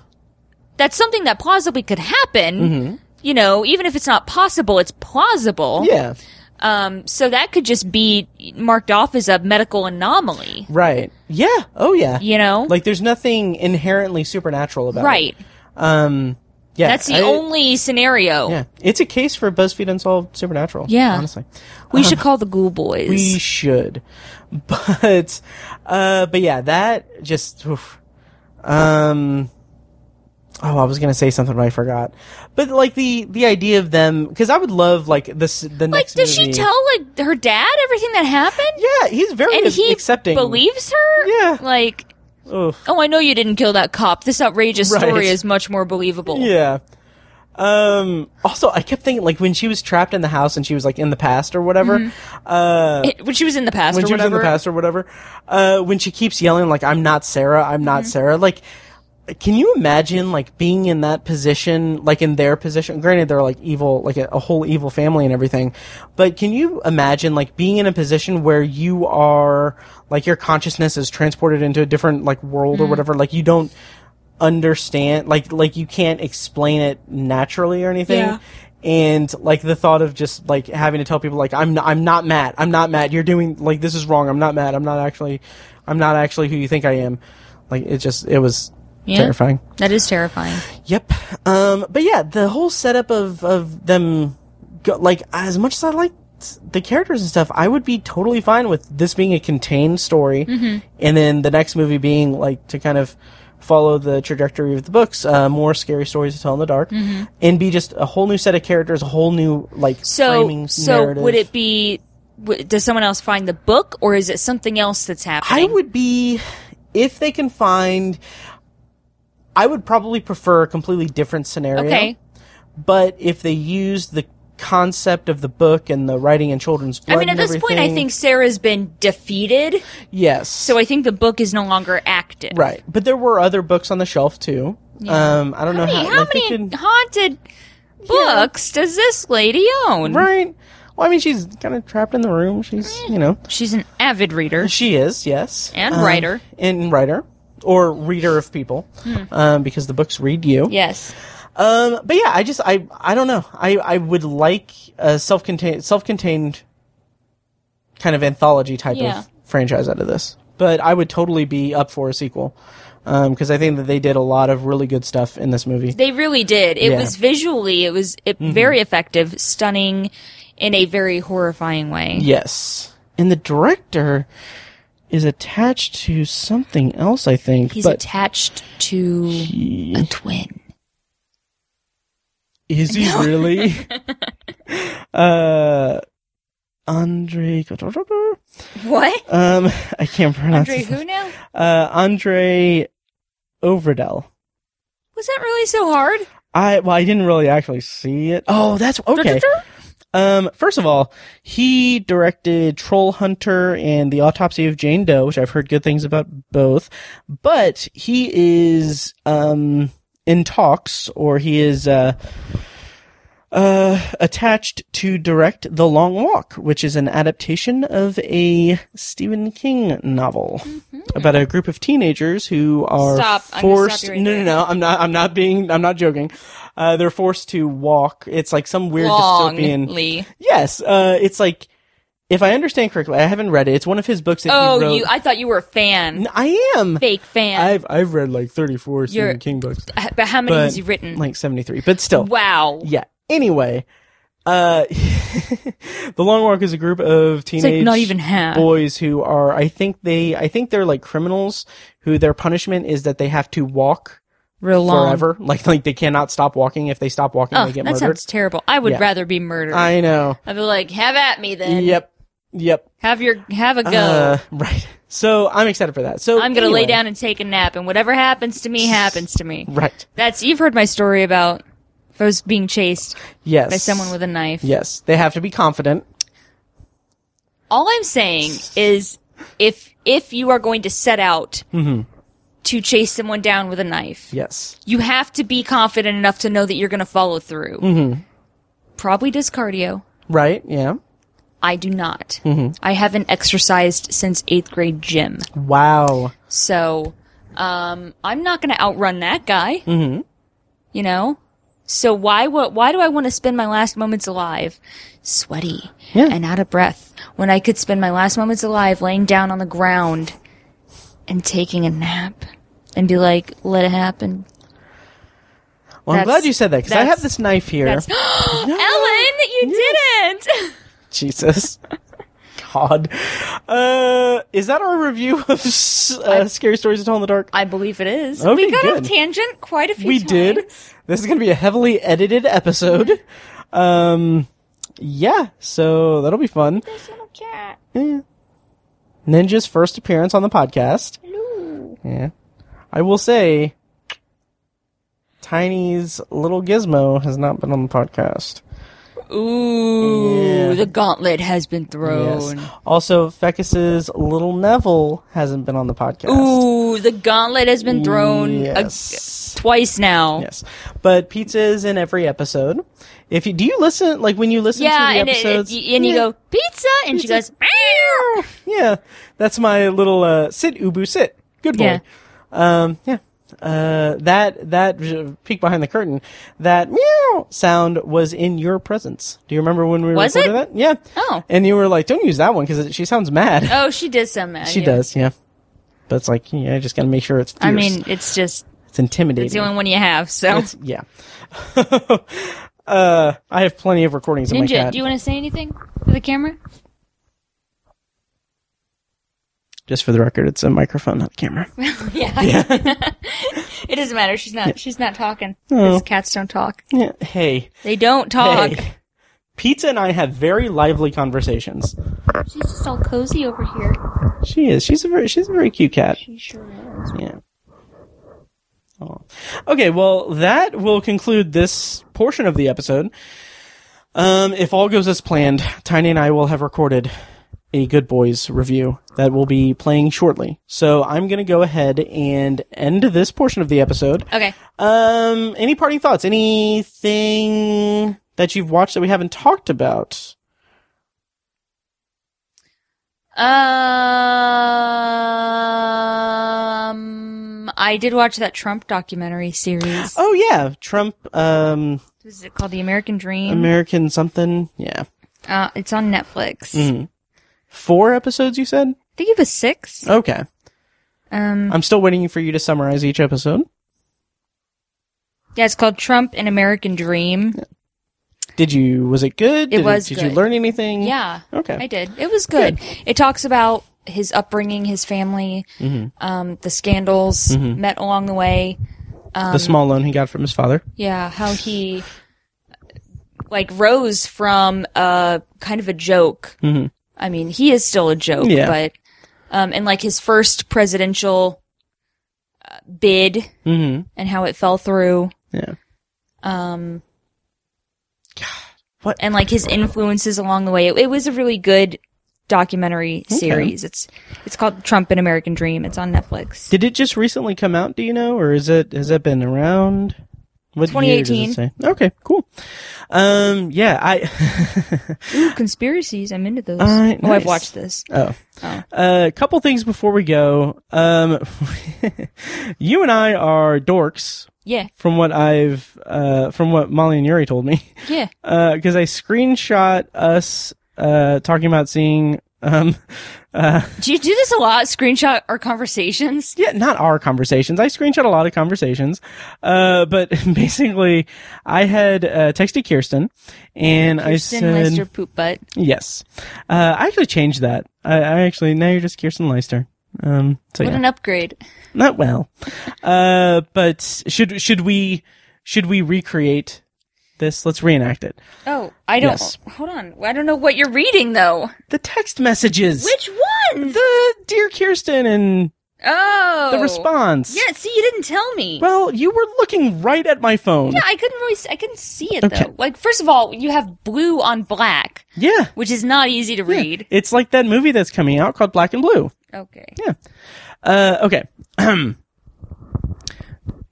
B: that's something that plausibly could happen.
A: Mm-hmm.
B: You know, even if it's not possible, it's plausible.
A: Yeah.
B: Um, so that could just be marked off as a medical anomaly.
A: Right. Yeah. Oh yeah.
B: You know?
A: Like there's nothing inherently supernatural about it.
B: Right.
A: Um yeah.
B: That's the
A: I-
B: only scenario.
A: Yeah. It's a case for BuzzFeed Unsolved Supernatural.
B: Yeah.
A: Honestly.
B: We
A: [laughs]
B: should call the Ghoul Boys.
A: We should. [laughs] But uh but yeah, that just oof. um Oh, I was gonna say something, but I forgot. But like the the idea of them, because I would love like this. The
B: like,
A: next
B: does she
A: movie-
B: tell like her dad everything that happened?
A: Yeah, he's very
B: and he
A: accepting.
B: believes her.
A: Yeah.
B: Like,
A: Oof.
B: oh, I know you didn't kill that cop. This
A: [laughs]
B: outrageous
A: Right.
B: story is much more believable.
A: Yeah. Um also I kept thinking like when she was trapped in the house and she was like in the past or whatever.
B: Mm-hmm.
A: Uh
B: When she was in the past,
A: when
B: or
A: she was in
B: whatever.
A: the past or whatever. Uh when she keeps yelling like I'm not Sarah, I'm
B: Mm-hmm.
A: not Sarah. Like can you imagine like being in that position, like in their position? Granted they're like evil, like a, a whole evil family and everything. But can you imagine like being in a position where you are like your consciousness is transported into a different like world
B: Mm-hmm.
A: or whatever like you don't understand like like you can't explain it naturally or anything
B: Yeah.
A: and like the thought of just like having to tell people like i'm not, i'm not matt i'm not matt you're doing like this is wrong i'm not matt i'm not actually i'm not actually who you think i am like it just it was
B: Yeah.
A: terrifying
B: That is terrifying.
A: Yep. Um, but yeah, the whole setup of of them, go, like as much as I liked the characters and stuff, I would be totally fine with this being a contained story,
B: Mm-hmm.
A: and then the next movie being like to kind of follow the trajectory of the books, uh, more scary stories to tell in the dark,
B: Mm-hmm.
A: and be just a whole new set of characters, a whole new like
B: So,
A: framing
B: so
A: narrative.
B: would it be? W- does someone else find the book, or is it something else that's
A: I
B: happening?
A: would be if they can find. I would probably prefer a completely different scenario.
B: Okay.
A: but if they used the concept of the book and the writing in children's blood,
B: I mean, at
A: and
B: this point, I
A: everything,
B: think Sarah's been defeated,
A: yes.
B: so I think the book is no longer active.
A: right, but there were other books on the shelf too. Um, I don't
B: How
A: know
B: many,
A: how,
B: how
A: like, they
B: many
A: could-
B: haunted books does this lady own?
A: right. Well, I mean, she's kind of trapped in the room. She's, you know,
B: She's an avid reader.
A: she is, yes, Um,
B: And writer. Hmm.
A: and writer or reader of people, um, because the books read you.
B: Yes.
A: Um, but yeah, I just I I don't know. I I would like a self-contained self-contained kind of anthology type
B: Yeah.
A: of franchise out of this. But I would totally be up for a sequel because I think that they did a lot of really good stuff in this movie.
B: They really did. It
A: Yeah. Mm-hmm.
B: was visually, it was it, very effective, stunning in a very horrifying way.
A: yes, and the director is attached to something else. I think
B: He's
A: but
B: attached to a twin.
A: Is
B: [laughs]
A: he really? uh, Andre.
B: What?
A: Um, I can't pronounce.
B: Andre
A: his
B: who now?
A: uh, Andre Overdell.
B: Was that really so hard?
A: I well, I didn't really actually see it. Oh, that's okay. Um, first of all, he directed Troll Hunter and The Autopsy of Jane Doe, which I've heard good things about both. But he is um in talks, or he is uh. Uh, attached to direct The Long Walk, which is an adaptation of a Stephen King novel about a group of teenagers who are
B: Mm-hmm. Stop. I'm gonna
A: forced.
B: stop you right
A: no,
B: there.
A: no, no. I'm not. I'm not being. I'm not joking. Uh, they're forced to walk. It's like some weird dystopian.
B: Longly.
A: Yes. Uh, it's like if I understand correctly, I haven't read it. It's one of his books that he
B: Oh,
A: wrote.
B: you! I thought you were a fan,
A: I am.
B: fake fan.
A: I've I've read like 34
B: You're-
A: Stephen King books,
B: but how many
A: but-
B: has he written?
A: like 73, but still.
B: wow.
A: Yeah. Anyway, uh, [laughs] the Long Walk is a group of
B: It's
A: teenage
B: like not even half.
A: boys who are I think they I think they're like criminals who their punishment is that they have to walk
B: Real long.
A: forever. Like like they cannot stop walking. If they stop walking,
B: Oh,
A: they get
B: that
A: murdered.
B: sounds terrible. I would
A: Yeah.
B: rather be murdered. I,
A: I know.
B: would be like, have at me then.
A: Yep. Yep.
B: Have your have a go.
A: Uh, right. So I'm excited for that. So
B: I'm gonna lay
A: anyway.
B: down and take a nap, and whatever happens to me happens to me.
A: Right.
B: That's you've heard my story about if I was being chased
A: Yes.
B: by someone with a knife.
A: Yes. They have to be confident.
B: All I'm saying is, if if you are going to set out to chase someone down with a knife,
A: Yes.
B: you have to be confident enough to know that you're going to follow through. Probably does cardio.
A: Right? Yeah.
B: I do not. I haven't exercised since eighth grade gym.
A: Wow.
B: So um, I'm not going to outrun that guy. Mm-hmm. You know. So why wa- why do I want to spend my last moments alive, sweaty
A: Yeah.
B: and out of breath, when I could spend my last moments alive laying down on the ground and taking a nap and be like, let it happen.
A: Well, I'm
B: That's-
A: glad you said that because I have
B: that's-
A: this knife here.
B: That's- [gasps] Ellen, you [laughs] didn't.
A: [gasps] Jesus. God. Uh, is that our review of s- uh, Scary Stories to Tell in the Dark?
B: I believe it is.
A: Okay,
B: we got
A: good.
B: off tangent quite a few
A: we
B: times.
A: did. This is going to be a heavily edited episode. Um, yeah, so that'll be fun. Yeah. Ninja's first appearance on the podcast. Yeah. I will say, Tiny's little gizmo has not been on the podcast.
B: Ooh, the gauntlet has been
A: Yes.
B: thrown.
A: Also, Fecus's little Neville hasn't been on the podcast.
B: Ooh, the gauntlet has been thrown a-
A: Yes.
B: twice now.
A: Yes, but pizza is in every episode. If you do you listen like when you listen
B: Yeah,
A: to the
B: and, it, it,
A: episodes,
B: y- and you
A: yeah,
B: go pizza, and she goes meow.
A: yeah, that's my little uh, sit ubu sit. Good boy.
B: Yeah.
A: Um, yeah. Uh, that that uh, peek behind the curtain, that meow sound was in your presence. Do you remember when we
B: Was
A: recorded
B: it?
A: that? Yeah.
B: Oh.
A: And you were like, "Don't use that one because she sounds mad."
B: Oh, she does some.
A: [laughs]
B: uh,
A: she
B: yeah.
A: does. Yeah. But it's like, yeah, I just gotta make sure it's. Fierce.
B: I mean, it's just
A: it's intimidating.
B: it's the only one you have. So,
A: It's- yeah. [laughs] uh, I have plenty of recordings of oh my
B: Ninja,
A: cat.
B: do you want to say anything to the camera?
A: Just for the record, it's a microphone, not a
B: [laughs]
A: camera.
B: Yeah.
A: [laughs]
B: it doesn't matter. She's not. She's not talking.
A: Oh.
B: 'Cause Cats don't talk.
A: Yeah. Hey,
B: They don't talk.
A: hey. Pizza and I have very lively conversations.
B: She's just all cozy over here.
A: She is. She's a very. She's a very cute cat.
B: She sure is.
A: Yeah. Oh. Okay. Well, that will conclude this portion of the episode. Um, if all goes as planned, Tiny and I will have recorded a Good Boys review that will be playing shortly. So I'm going to go ahead and end this portion of the episode.
B: Okay.
A: Um, any parting thoughts? Anything that you've watched that we haven't talked about?
B: Um, I did watch that Trump documentary series.
A: Oh yeah, Trump, um,
B: Is it called The American Dream?
A: American something. Yeah,
B: uh, it's on Netflix.
A: Mm. four episodes. You said
B: I think it was six.
A: okay.
B: Um,
A: I'm still waiting for you to summarize each episode.
B: yeah, it's called Trump and American Dream.
A: Did you? Was it good? Did,
B: was
A: Did you
B: good.
A: learn anything?
B: Yeah,
A: Okay.
B: I did. It was good. It talks about his upbringing, his family,
A: Mm-hmm.
B: um, the scandals met along the way. um,
A: the small loan he got from his father.
B: Yeah, how he like rose from uh kind of a joke. I mean, he is still a joke,
A: Mm-hmm. Yeah.
B: but um and like his first presidential uh, bid
A: Mm-hmm.
B: and how it fell through
A: Yeah.
B: um
A: what-
B: and like his influences along the way. It, it was a really good documentary series. It's it's called Trump and American Dream. It's on Netflix.
A: [gasps] Did it just recently come out? Do you know, or is it has it been around? What year does it
B: 2018.
A: say? Okay, cool. Um, yeah, I. [laughs]
B: Ooh, conspiracies. I'm into those.
A: All right,
B: Oh,
A: Uh, nice.
B: I've watched this.
A: Oh.
B: Oh.
A: A couple things before we go. Um, [laughs] you and I are dorks,
B: Yeah.
A: from what I've, uh, from what Molly and Yuri told me, [laughs]
B: Yeah.
A: because I Uh, screenshot us uh, talking about seeing. Um, [laughs]
B: Do you do this a lot? Screenshot our conversations?
A: yeah, not our conversations. I screenshot a lot of conversations, uh, but [laughs] basically, I had uh, texted Kirsten, and
B: Kirsten
A: I said, Oh,
B: Lester poop butt.
A: "Yes." Uh, I actually changed that. I, I actually now you're just Kirsten Leister. Um, so
B: What
A: yeah.
B: an upgrade.
A: not well. Uh, but should should we should we recreate this? Let's reenact it.
B: Oh, I don't.
A: Yes.
B: Hold on. I don't know what you're reading though.
A: The text messages.
B: Which one?
A: the dear Kirsten and
D: Oh,
A: The response.
D: Yeah, see, you didn't tell me.
A: Well, you were looking right at my phone.
D: yeah, I couldn't really, s- I couldn't see it
A: Okay.
D: though. Like, first of all, you have blue on black,
A: Yeah.
D: which is not easy to read.
A: It's like that movie that's coming out called Black and Blue.
D: Okay.
A: Uh, okay. [clears throat]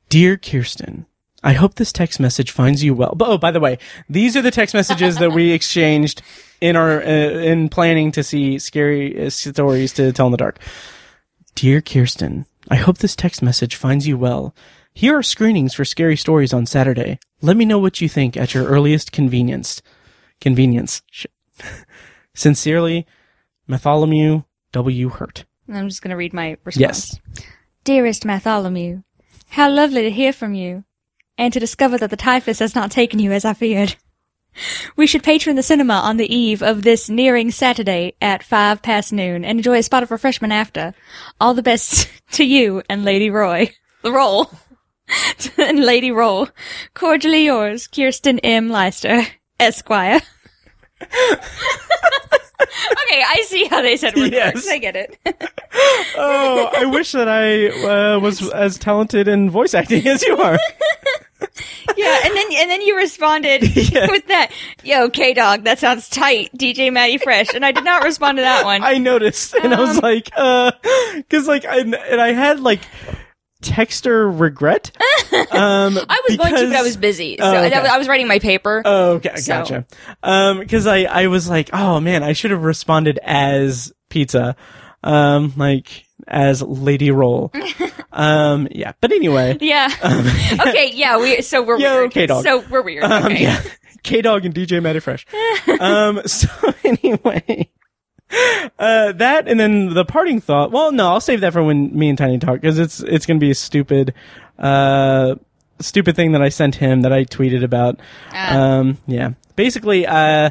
A: Dear Kirsten, I hope this text message finds you well. But, oh, by the way, these are the text messages that we exchanged in our uh, in planning to see scary uh, stories to tell in the dark. Dear Kirsten, I hope this text message finds you well. Here are screenings for scary stories on Saturday. Let me know what you think at your earliest convenience. Convenience. Sh- [laughs] Sincerely, Matholomew W. Hurt.
D: I'm just gonna read my response.
A: Yes.
B: Dearest Matholomew, how lovely to hear from you, and to discover that the typhus has not taken you as I feared. We should patron the cinema on the eve of this nearing Saturday at five past noon and enjoy a spot of refreshment after. All the best [laughs] to you and Lady Roy. The roll. [laughs] and Lady Roll. Cordially yours, Kirsten M. Leister, Esquire.
D: [laughs] Okay, I see how
A: [laughs]
D: they said word
A: Yes.
D: first. I get it.
A: Oh, I wish that I uh, was as talented in voice acting [laughs] as you are.
D: yeah, and then and then
A: [laughs]
D: you responded with that. Yo, K Dog, that sounds tight. DJ Maddie Fresh, and I did not respond to that one.
A: I noticed, and I
D: Um,
A: was like, because like, I, and I had like texter
D: [laughs]
A: regret. Um,
D: I was going to, but I was busy. So
A: Oh,
D: that
A: okay.
D: was- I was writing my paper.
A: Oh, okay,
D: So-
A: gotcha. Um, because I I was like, oh man, I should have responded as pizza, um, like as lady
D: [laughs]
A: roll. um, yeah, but anyway, [laughs]
D: yeah.
A: Um,
D: okay. Yeah. We. So we're
A: Yo,
D: weird.
A: K-Dog.
D: So we're weird.
A: Um, [laughs]
D: okay.
A: yeah, K Dog and DJ Matty Fresh. um, [laughs] so anyway, uh, that and then the parting thought. Well, no, I'll save that for when me and Tiny talk because it's it's gonna be a stupid, uh, stupid thing that I sent him that I tweeted about. Um, yeah, basically, uh.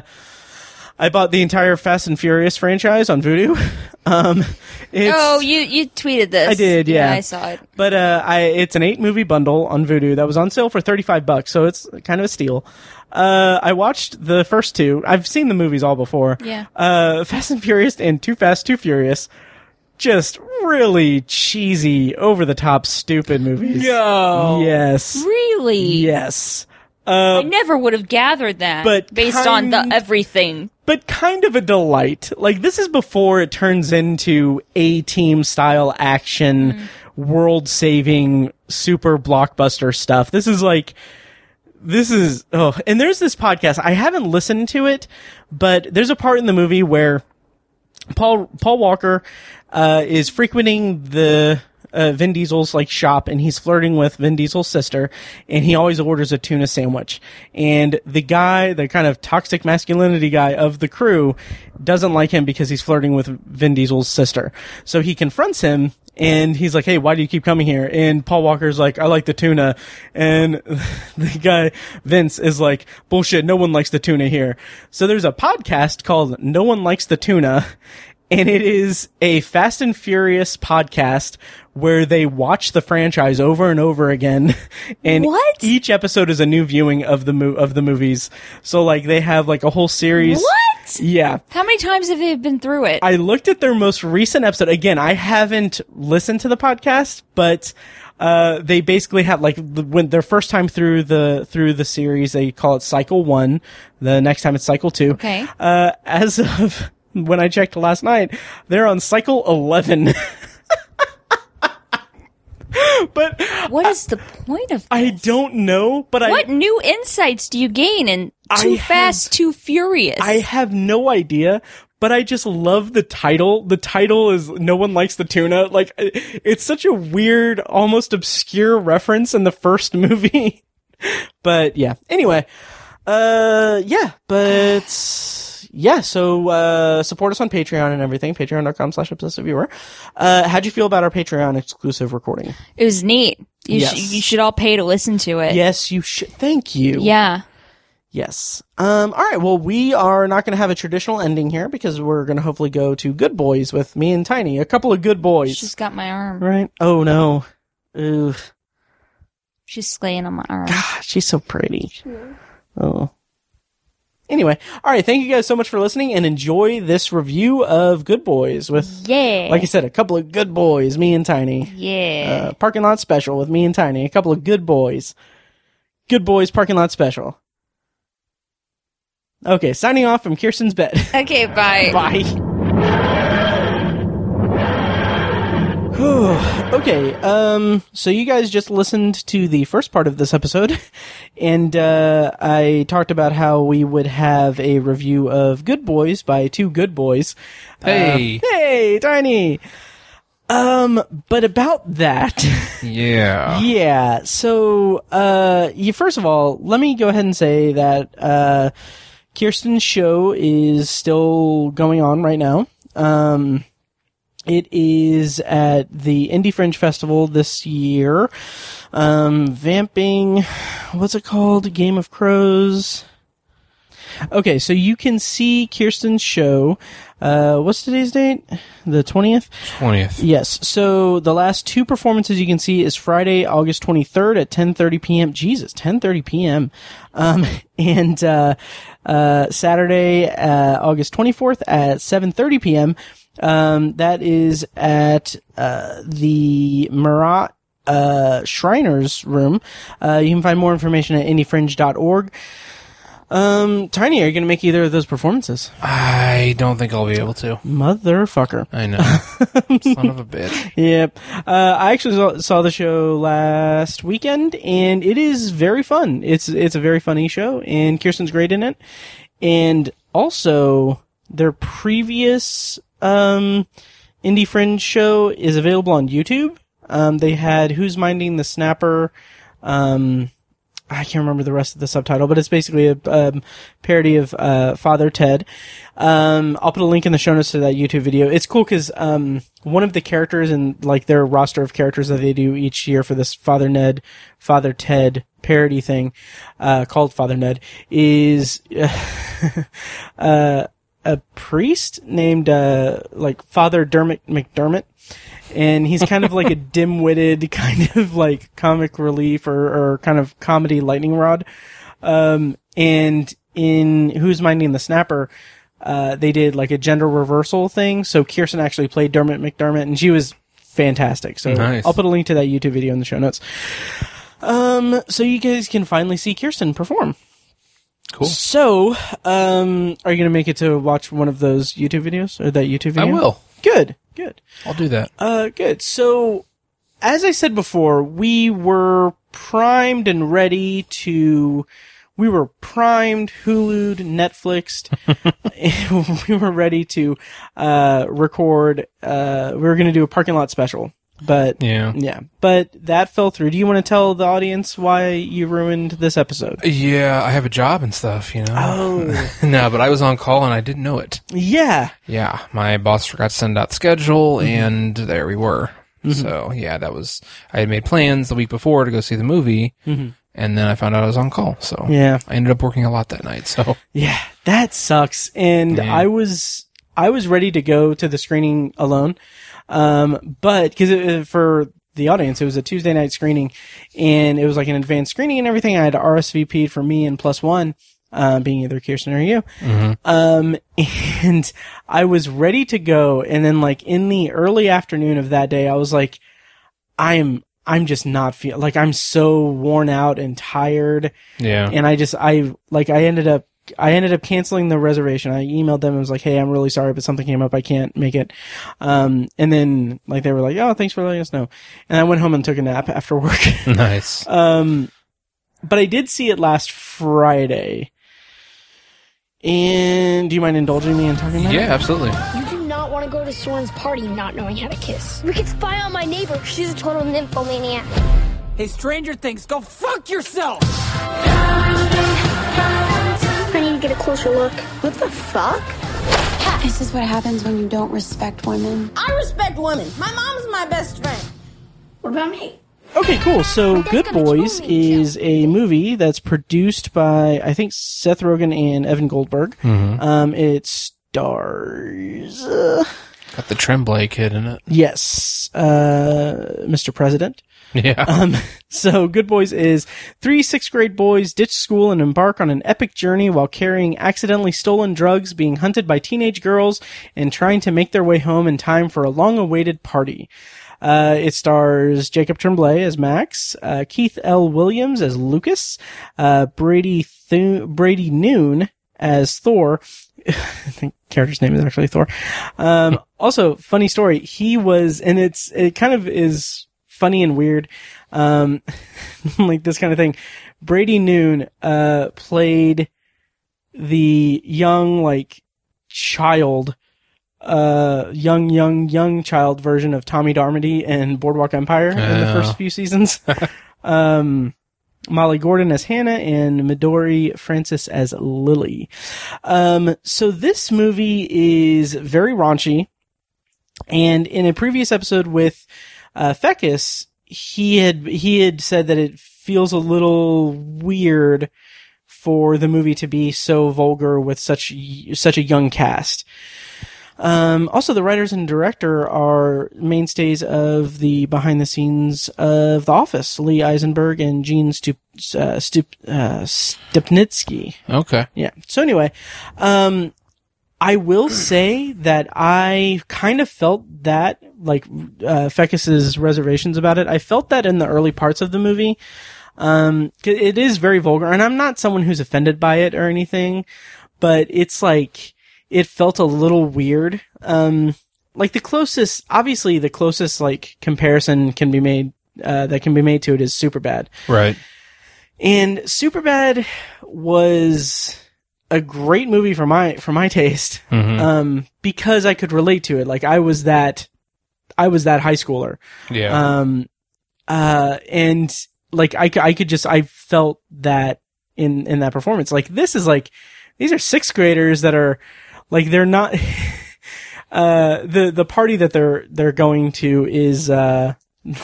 A: I bought the entire Fast and Furious franchise on Vudu. [laughs] Um, it's,
D: Oh, you you tweeted this.
A: I did, yeah.
D: I saw it.
A: But uh, I, it's an eight movie bundle on Vudu that was on sale for thirty five bucks, so it's kind of a steal. Uh, I watched the first two. I've seen the movies all before.
D: Yeah.
A: Uh, [laughs] Fast and Furious and Too Fast, Too Furious. Just really cheesy, over the top, stupid movies.
D: No.
A: Yes.
D: Really?
A: Yes.
D: I never would have gathered that.
A: But
D: based on
A: kind-
D: the everything.
A: but kind of a delight. Like this is before it turns into A team style action, world saving, super blockbuster stuff. This is like this is oh, and there's this podcast. I haven't listened to it, but there's a part in the movie where Paul Paul Walker uh, is frequenting the uh, Vin Diesel's like shop, and he's flirting with Vin Diesel's sister, and he always orders a tuna sandwich. And the guy, the kind of toxic masculinity guy of the crew, doesn't like him because he's flirting with Vin Diesel's sister. So he confronts him. And he's like, "Hey, why do you keep coming here?" And Paul Walker's like, "I like the tuna," and [laughs] the guy Vince is like, "Bullshit! No one likes the tuna here." So there's a podcast called "No One Likes the Tuna," and it is a Fast and Furious podcast where they watch the franchise over and over again, [laughs] and
D: What?
A: each episode is a new viewing of the mo- of the movies. So like they have like a whole series.
D: What?
A: Yeah.
D: How many times have they been through it?
A: I looked at their most recent episode. Again, I haven't listened to the podcast, but uh, they basically have like the- when their first time through the through the series, they call it cycle one. The next time it's cycle two.
D: Okay.
A: Uh, as of [laughs] when I checked last night, they're on cycle eleven. [laughs] but
D: what is the point of
A: I don't know. But I
D: What new insights do you gain in
A: I
D: Too
A: have-
D: Fast, Too Furious?
A: I have no idea, but I just love the title. The title is No One Likes the Tuna. Like, i- it's such a weird, almost obscure reference in the first [laughs] movie. but yeah, anyway. Uh, yeah, but yeah, so, uh, support us on Patreon and everything. Patreon.com slash obsessive viewer. Uh, how'd you feel about our Patreon exclusive recording?
D: it was neat. You,
A: Yes.
D: sh- you should all pay to listen to it.
A: Yes, you should. Thank you.
D: Yeah.
A: Yes. Um, all right. Well, we are not going to have a traditional ending here because we're going to hopefully go to Good Boys with me and Tiny. A couple of Good Boys.
D: She's got my arm.
A: right? Oh, no. Ooh. Ah,
D: She's slaying on my arm.
A: She's so pretty. Oh. Anyway, all right. Thank you guys so much for listening and enjoy this review of Good Boys with,
D: Yeah.
A: like I said, a couple of good boys, me and Tiny.
D: yeah.
A: Uh, parking lot special with me and Tiny, a couple of good boys. Good boys, parking lot special. Okay, signing off from Kirsten's bed. [laughs]
D: okay, bye.
A: uh, Bye. [sighs] Whew. okay, um, so you guys just listened to the first part of this episode, [laughs] and uh, I talked about how we would have a review of Good Boys by two good boys. Um,
F: Hey.
A: Hey, Tiny! Um, but about that, [laughs]
F: yeah.
A: yeah, so, uh, you, first of all, let me go ahead and say that, uh, Kirsten's show is still going on right now. Um, it is at the Indie Fringe Festival this year. Um, vamping, what's it called? Game of Crows. Okay, so you can see Kirsten's show. Uh, what's today's date? The 20th?
F: 20th.
A: Yes. So the last two performances you can see is Friday, August 23rd at 10:30 p.m. Jesus, 10:30 p.m. Um, [laughs] and uh, uh, Saturday, uh, August 24th at 7:30 p.m. Um, that is at uh, the Marat uh, Shriners room. Uh, you can find more information at indiefringe.org. Um, Tiny, are you going to make either of those performances?
F: I don't think I'll be able to.
A: Motherfucker.
F: I know. Son of a bitch.
A: Yep. Uh, I actually saw, saw the show last weekend, and it is very fun. It's it's a very funny show, and Kirsten's great in it. And also, their previous um, indie fringe show is available on YouTube. Um, they had "Who's Minding the Snapper." Um, I can't remember the rest of the subtitle, but it's basically a um, parody of uh, Father Ted. Um, I'll put a link in the show notes to that YouTube video. It's cool because um, one of the characters in like their roster of characters that they do each year for this Father Ned, Father Ted parody thing uh, called Father Ned is [laughs] uh, a priest named uh, like Father Dermot McDermott, and he's kind of like a dim-witted kind of like comic relief or, or kind of comedy lightning rod. Um, and in Who's Minding the Snapper, uh, they did like a gender reversal thing. So Kirsten actually played Dermot McDermott, and she was fantastic. So
F: Nice.
A: I'll put a link to that YouTube video in the show notes. Um, so you guys can finally see Kirsten perform.
F: Cool.
A: So, um, are you going to make it to watch one of those YouTube videos or that YouTube video?
F: I will.
A: Good, good,
F: I'll do that.
A: uh, good. So, as I said before, we were primed and ready to. We were primed, Hulu'd, Netflixed. [laughs] we were ready to uh, record. Uh, we were going to do a parking lot special, but
F: Yeah.
A: yeah, but that fell through. Do you want to tell the audience why you ruined this episode?
F: Yeah, I have a job and stuff, you know.
A: Oh.
F: [laughs] no, but I was on call and I didn't know it.
A: [laughs] Yeah.
F: Yeah, my boss forgot to send out the schedule, and there we were. So yeah, that was I had made plans the week before to go see the movie, and then I found out I was on call. So
A: Yeah.
F: I ended up working a lot that night. So
A: Yeah, that sucks. And
F: Yeah.
A: I was I was ready to go to the screening alone, um, but because for the audience, it was a Tuesday night screening, and it was like an advanced screening and everything. I had RSVP'd for me and plus one, uh, being either Kirsten or you. Um, [laughs] and I was ready to go, and then like in the early afternoon of that day, I was like, I'm I'm just not feel like I'm so worn out and tired
F: yeah,
A: and I just I like I ended up I ended up canceling the reservation. I emailed them and was like, "Hey, I'm really sorry, but something came up. I can't make it." Um, and then like they were like, "Oh, thanks for letting us know." And I went home and took a nap after work. [laughs]
F: nice.
A: um, but I did see it last Friday. And do you mind indulging me in talking about
F: yeah,
A: it?
F: absolutely.
G: You do not want to go to Soren's party not knowing how to kiss. We can spy on my neighbor. She's a total nymphomaniac.
H: Hey, Stranger Things, go fuck yourself!
G: I need to get a closer look. What the fuck?
I: This is what happens when you don't respect women.
J: I respect women. My mom's my best friend.
G: What about me?
A: Okay, cool. So, Good Boys is a movie that's produced by I think Seth Rogen and Evan Goldberg. Um, it stars. uh,
F: Got the Tremblay kid in it. [laughs]
A: Yes, uh, Mr. President.
F: Yeah.
A: Um, [laughs] so, Good Boys is three sixth grade boys ditch school and embark on an epic journey while carrying accidentally stolen drugs, being hunted by teenage girls, and trying to make their way home in time for a long awaited party. Uh, it stars Jacob Tremblay as Max, uh, Keith L. Williams as Lucas, uh, Brady Thu- Brady Noon as Thor. [laughs] I think character's name is actually Thor. Um, also, funny story. He was, and it's it kind of is funny and weird, um, [laughs] like this kind of thing. Brady Noon uh, played the young like child uh young young young child version of Tommy Darmody in Boardwalk Empire in the
F: Oh.
A: first few seasons. um Molly Gordon as Hannah and Midori Francis as Lily. Um so this movie is very raunchy and in a previous episode with uh Fecus he had he had said that it feels a little weird for the movie to be so vulgar with such y- such a young cast. Um, also, the writers and director are mainstays of the behind the scenes of The Office: Lee Eisenberg and Gene Stup- uh, Stup- uh, Stupnitsky.
F: Okay.
A: Yeah. So anyway, um, I will say that I kind of felt that, like, uh, Fecus's reservations about it. I felt that in the early parts of the movie. Um, 'cause it is very vulgar, and I'm not someone who's offended by it or anything, but it's like, it felt a little weird. Um, like the closest, obviously the closest, like, comparison can be made, uh, that can be made to it is super bad.
F: Right.
A: And Superbad was a great movie for my for my taste
F: Mhm.
A: um, because I could relate to it. Like I was that I was that high schooler.
F: Yeah.
A: Um, uh, and like I, c- I could just I felt that in in that performance. Like this is like these are sixth graders that are like they're not. [laughs] uh, the the party that they're they're going to is uh.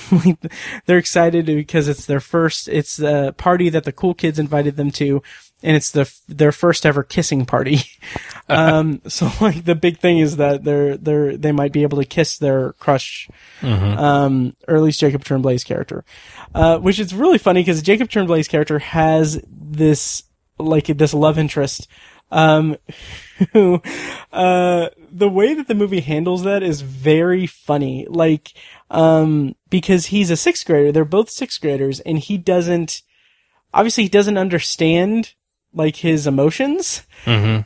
A: [laughs] like, they're excited because it's their first it's the party that the cool kids invited them to and it's the f- their first ever kissing party [laughs] um so like the big thing is that they're they're they might be able to kiss their crush um, or at least Jacob Tremblay's character, uh, which is really funny because Jacob Tremblay's character has this like this love interest. Um, [laughs] who, uh, the way that the movie handles that is very funny. Like, um, because he's a sixth grader, they're both sixth graders, and he doesn't, obviously, he doesn't understand like his emotions.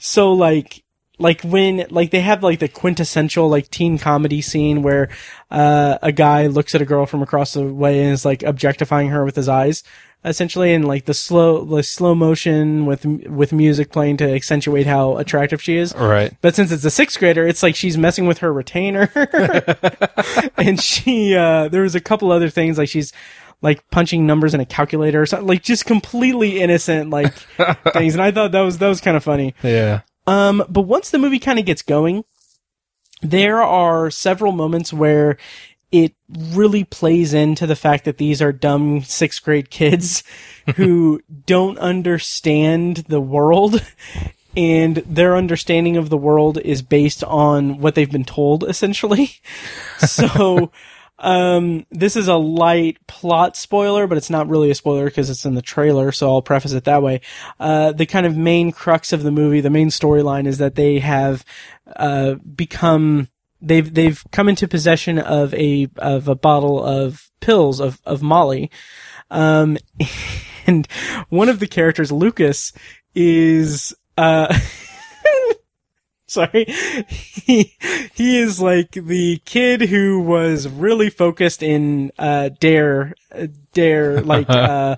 A: So like like when like they have like the quintessential like teen comedy scene where uh a guy looks at a girl from across the way and is like objectifying her with his eyes essentially and like the slow the slow motion with with music playing to accentuate how attractive she is
F: Right.
A: but since it's a sixth grader, it's like she's messing with her retainer. and she, uh, there was a couple other things like she's like punching numbers in a calculator or something, like just completely innocent, like things. And I thought that was, that was kind of funny.
F: Yeah.
A: Um, but once the movie kind of gets going, there are several moments where it really plays into the fact that these are dumb sixth grade kids who don't understand the world and their understanding of the world is based on what they've been told essentially. so, um, this is a light plot spoiler, but it's not really a spoiler because it's in the trailer, so I'll preface it that way. Uh, the kind of main crux of the movie, the main storyline is that they have, uh, become, they've, they've come into possession of a, of a bottle of pills of, of Molly. Um, [laughs] and one of the characters, Lucas, is, uh, [laughs] sorry he he is like the kid who was really focused in uh dare uh, dare like uh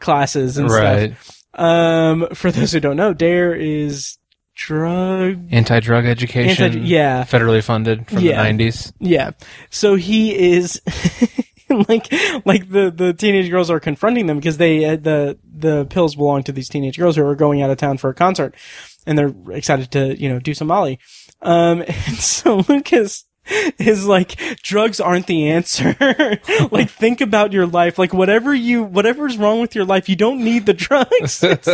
A: classes and
F: Right.
A: stuff um for those who don't know dare is drug
F: Anti drug education.
A: Anti- yeah.
F: Federally funded from
A: Yeah.
F: the 90s.
A: yeah so he is [laughs] like like the the teenage girls are confronting them because they uh, the the pills belong to these teenage girls who are going out of town for a concert and they're excited to you know do some molly um [laughs] and so lucas is like drugs aren't the answer [laughs] like think about your life like whatever you whatever's wrong with your life you don't need the drugs it's,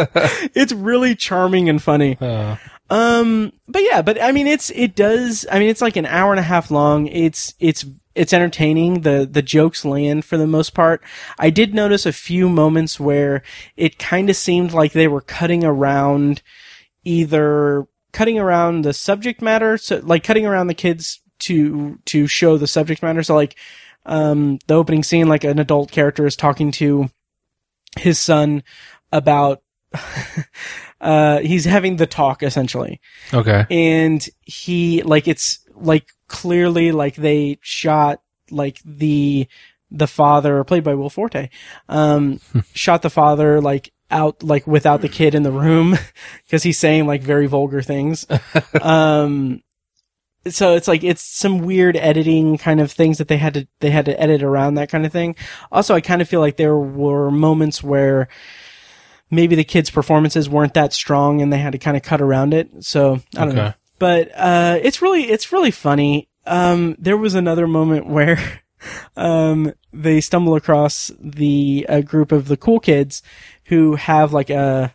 A: it's really charming and funny
F: Oh.
A: Um, but yeah, but I mean, it's it does. I mean, it's like an hour and a half long. It's it's it's entertaining. The the jokes land for the most part. I did notice a few moments where it kind of seemed like they were cutting around either cutting around the subject matter, so like cutting around the kids to to show the subject matter. So like um the opening scene, like an adult character is talking to his son about [laughs] uh he's having the talk essentially [laughs]
F: Okay.
A: and he like it's like clearly like they shot like the the father played by Will Forte um shot the father like out like without the kid in the room [laughs] because he's saying like very vulgar things um so it's like it's some weird editing kind of things that they had to they had to edit around that kind of thing also i kind of feel like there were moments where maybe the kids performances weren't that strong and they had to kind of cut around it so i don't know
F: Okay.
A: but uh it's really it's really funny um there was another moment [laughs] where um they stumble across the a group of the cool kids who have like a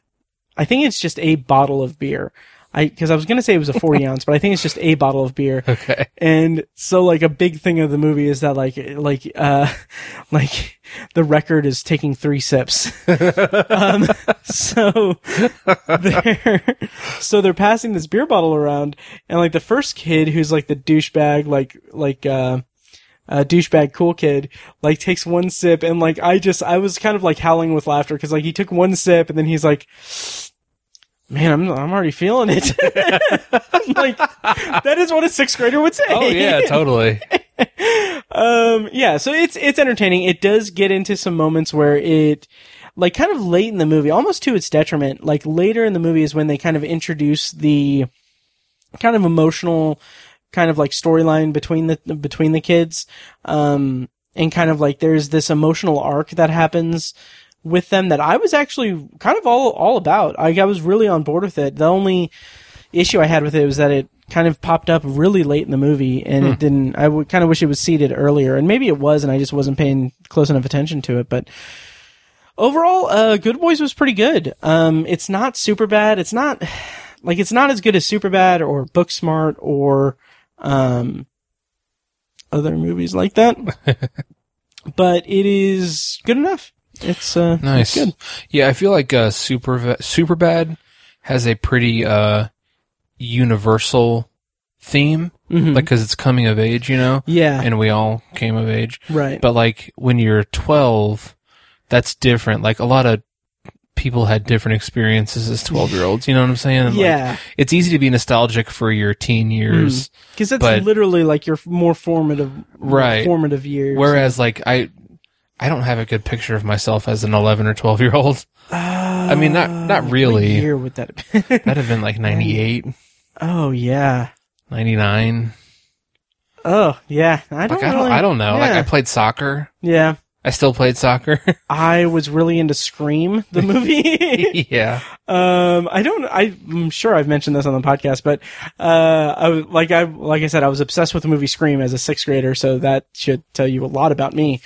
A: I think it's just a bottle of beer. I because I was gonna say it was a forty ounce, but I think it's just a bottle of beer.
F: Okay.
A: And so like a big thing of the movie is that like like uh [laughs] like the record is taking three sips. um, [laughs] so they're so they're passing this beer bottle around, and like the first kid who's like the douchebag like like uh uh, douchebag cool kid like takes one sip and like I just I was kind of like howling with laughter because like he took one sip and then he's like, man I'm I'm already feeling it [laughs] like that is what a sixth grader would say
F: Oh yeah,
A: [laughs]
F: totally.
A: um yeah so it's it's entertaining it does get into some moments where it like kind of late in the movie almost to its detriment like later in the movie is when they kind of introduce the kind of emotional kind of like storyline between the between the kids um and kind of like there's this emotional arc that happens with them that I was actually kind of all all about I, I was really on board with it the only issue I had with it was that it kind of popped up really late in the movie and
F: Hmm.
A: it didn't I would kind of wish it was seated earlier and maybe it was and I just wasn't paying close enough attention to it but overall uh good boys was pretty good um it's not super bad it's not [sighs] like it's not as good as super bad or book smart or um other movies like
F: [laughs]
A: that but it is good enough it's uh it's
F: Nice.
A: good
F: Yeah, I feel like uh, super super bad has a pretty uh, universal theme,
A: Mhm.
F: like because it's coming of age, you know,
A: yeah
F: and we all came of age.
A: right
F: But like when you're 12, that's different. Like a lot of people had different experiences as 12 year olds. You know what I'm saying? And, like,
A: yeah
F: it's easy to be nostalgic for your
A: Hmm.
F: teen years.
A: because that's
F: but-
A: literally like your more formative
F: Right.
A: formative years
F: Whereas like I, I don't have a good picture of myself as an 11 or 12 year old.
A: I
F: mean, not- not
A: Uh, What
F: really.
A: Ah, year would that have been? [laughs]
F: That'd have been like 98,
A: oh yeah.
F: 99.
A: Oh yeah. I don't.
F: Like I don't,
A: really-
F: I don't know. Like
A: yeah.
F: I played soccer.
A: yeah,
F: I still played soccer. [laughs]
A: I was really into Scream the movie.
F: yeah.
A: um, I don't. I'm sure I've mentioned this on the podcast, but uh, I was like I like I said I was obsessed with the movie Scream as a sixth grader, so that should tell you a lot about me.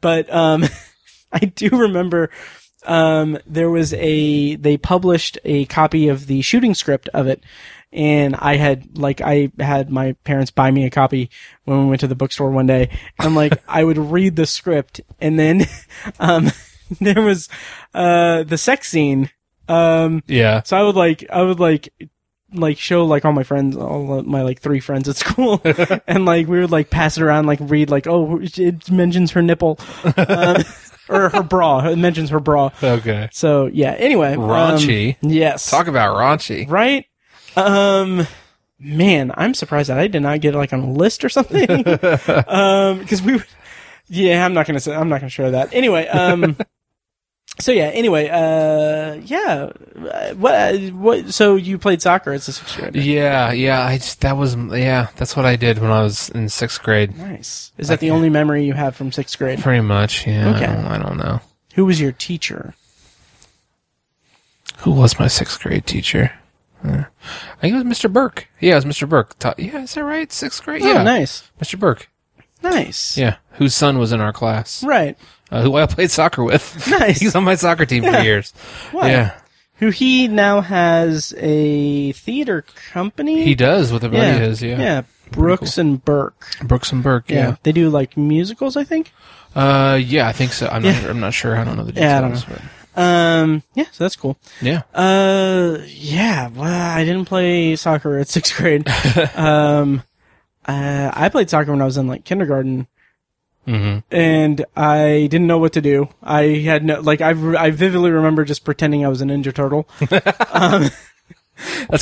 A: but um, [laughs] I do remember. Um, there was a they published a copy of the shooting script of it, and I had like I had my parents buy me a copy when we went to the bookstore one day. I'm like I would read the script, and then [laughs] um, there was uh, the sex scene. Um,
F: Yeah.
A: so I would like I would like like show like all my friends all of my like three friends at [laughs]
F: [laughs]
A: school and like we would like pass it around like read like oh it mentions her nipple
F: [laughs]
A: um, or her bra it mentions her bra
F: Okay.
A: so yeah anyway um,
F: Raunchy.
A: yes
F: Talk about raunchy.
A: right? Um, man, I'm surprised that I did not get like on a list or something.
F: [laughs]
A: um, because we, yeah, I'm not gonna say, I'm not gonna share that. Anyway,
F: [laughs]
A: um, so yeah, anyway, uh, yeah, uh, what, what? So you played soccer as a sixth grader?
F: Yeah. Yeah. I just, that was, yeah, that's what I did when I was in sixth grade.
A: Nice. Is that the only memory you have from sixth grade?
F: Pretty much. Yeah.
A: Okay.
F: I, don't, I don't know.
A: Who was your teacher?
F: Who was my sixth grade teacher? Uh, I think it was Mr. Burke. Yeah, it was Mr. Burke. Ta- yeah, is that right? Sixth grade? yeah.
A: Oh, nice,
F: Mr. Burke.
A: nice.
F: Yeah. Whose son was in our class.
A: Right.
F: Uh, who I played soccer with. [laughs]
A: Nice.
F: He's on my soccer team for years.
A: Wow.
F: Yeah.
A: who he now has a theater company.
F: He does with a buddy of his, yeah.
A: Yeah, Brooks and Burke.
F: Brooks and Burke,
A: Yeah.
F: yeah.
A: they do like musicals, I think.
F: Uh, yeah, I think so. I'm not. I'm not sure. I don't know the details.
A: Yeah, I don't know. Um, yeah, so that's cool.
F: But yeah.
A: Uh, yeah. Well, I didn't play soccer at [laughs] sixth grade. um, uh, I played soccer when I was in like kindergarten,
F: Mm-hmm.
A: and I didn't know what to do. I had no like I, re- I vividly remember just pretending I was a Ninja Turtle.
F: That's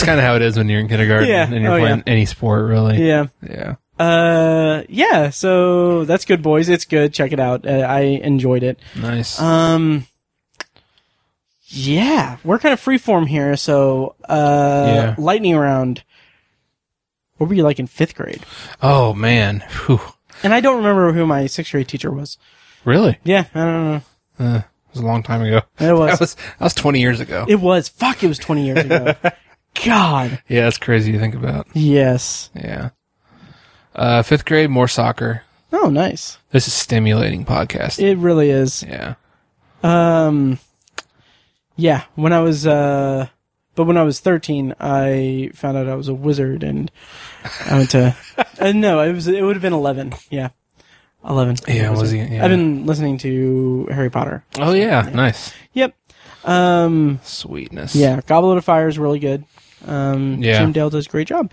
F: kind of how it is when you're in kindergarten
A: Yeah.
F: and you're
A: Oh,
F: playing
A: yeah.
F: any sport, really.
A: Yeah.
F: Yeah.
A: Uh, yeah. So that's good, boys. It's good. Check it out. Uh, I enjoyed it.
F: Nice.
A: Um, yeah, we're kind of freeform here. So, uh,
F: Yeah.
A: lightning round. What were you like in fifth grade?
F: oh man. Whew.
A: And I don't remember who my sixth grade teacher was.
F: Really?
A: Yeah, I don't know.
F: Uh, it was a long time ago.
A: It was.
F: [laughs] That was that was 20 years ago.
A: It was fuck. It was twenty years
F: [laughs]
A: ago. God.
F: yeah, that's crazy to think about.
A: Yes.
F: Yeah. Uh, fifth grade, more soccer.
A: Oh, nice.
F: This is stimulating podcast.
A: It really is.
F: yeah.
A: Um, yeah. When I was, uh, but when I was thirteen, I found out I was a wizard, and I went
F: [laughs]
A: to. uh, no, it was. It would have been eleven. Yeah, eleven.
F: Yeah, was he? Yeah.
A: I've been listening to Harry Potter.
F: Oh yeah, nice.
A: Yep. Um,
F: Sweetness.
A: yeah, Goblet of Fire is really good. Um,
F: Yeah.
A: Jim Dale does a great job.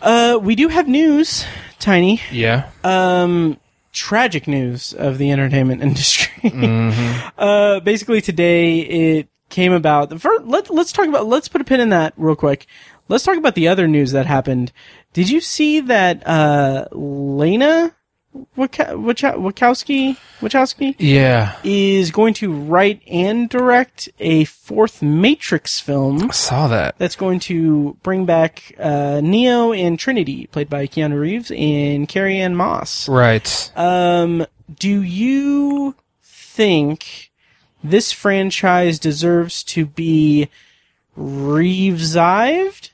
A: Uh, we do have news, Tiny.
F: Yeah.
A: Um, tragic news of the entertainment [laughs] industry. uh, basically, today it came about. The fir- let, let's talk about. Let's put a pin in that real quick. Let's talk about the other news that happened. Did you see that uh, Lena Waka- Wacha- Wachowski Wachowski
F: yeah.
A: is going to write and direct a fourth Matrix film
F: I saw that.
A: that's going to bring back uh, Neo and Trinity, played by Keanu Reeves and Carrie Ann Moss.
F: Right.
A: Um, do you think this franchise deserves to be revived,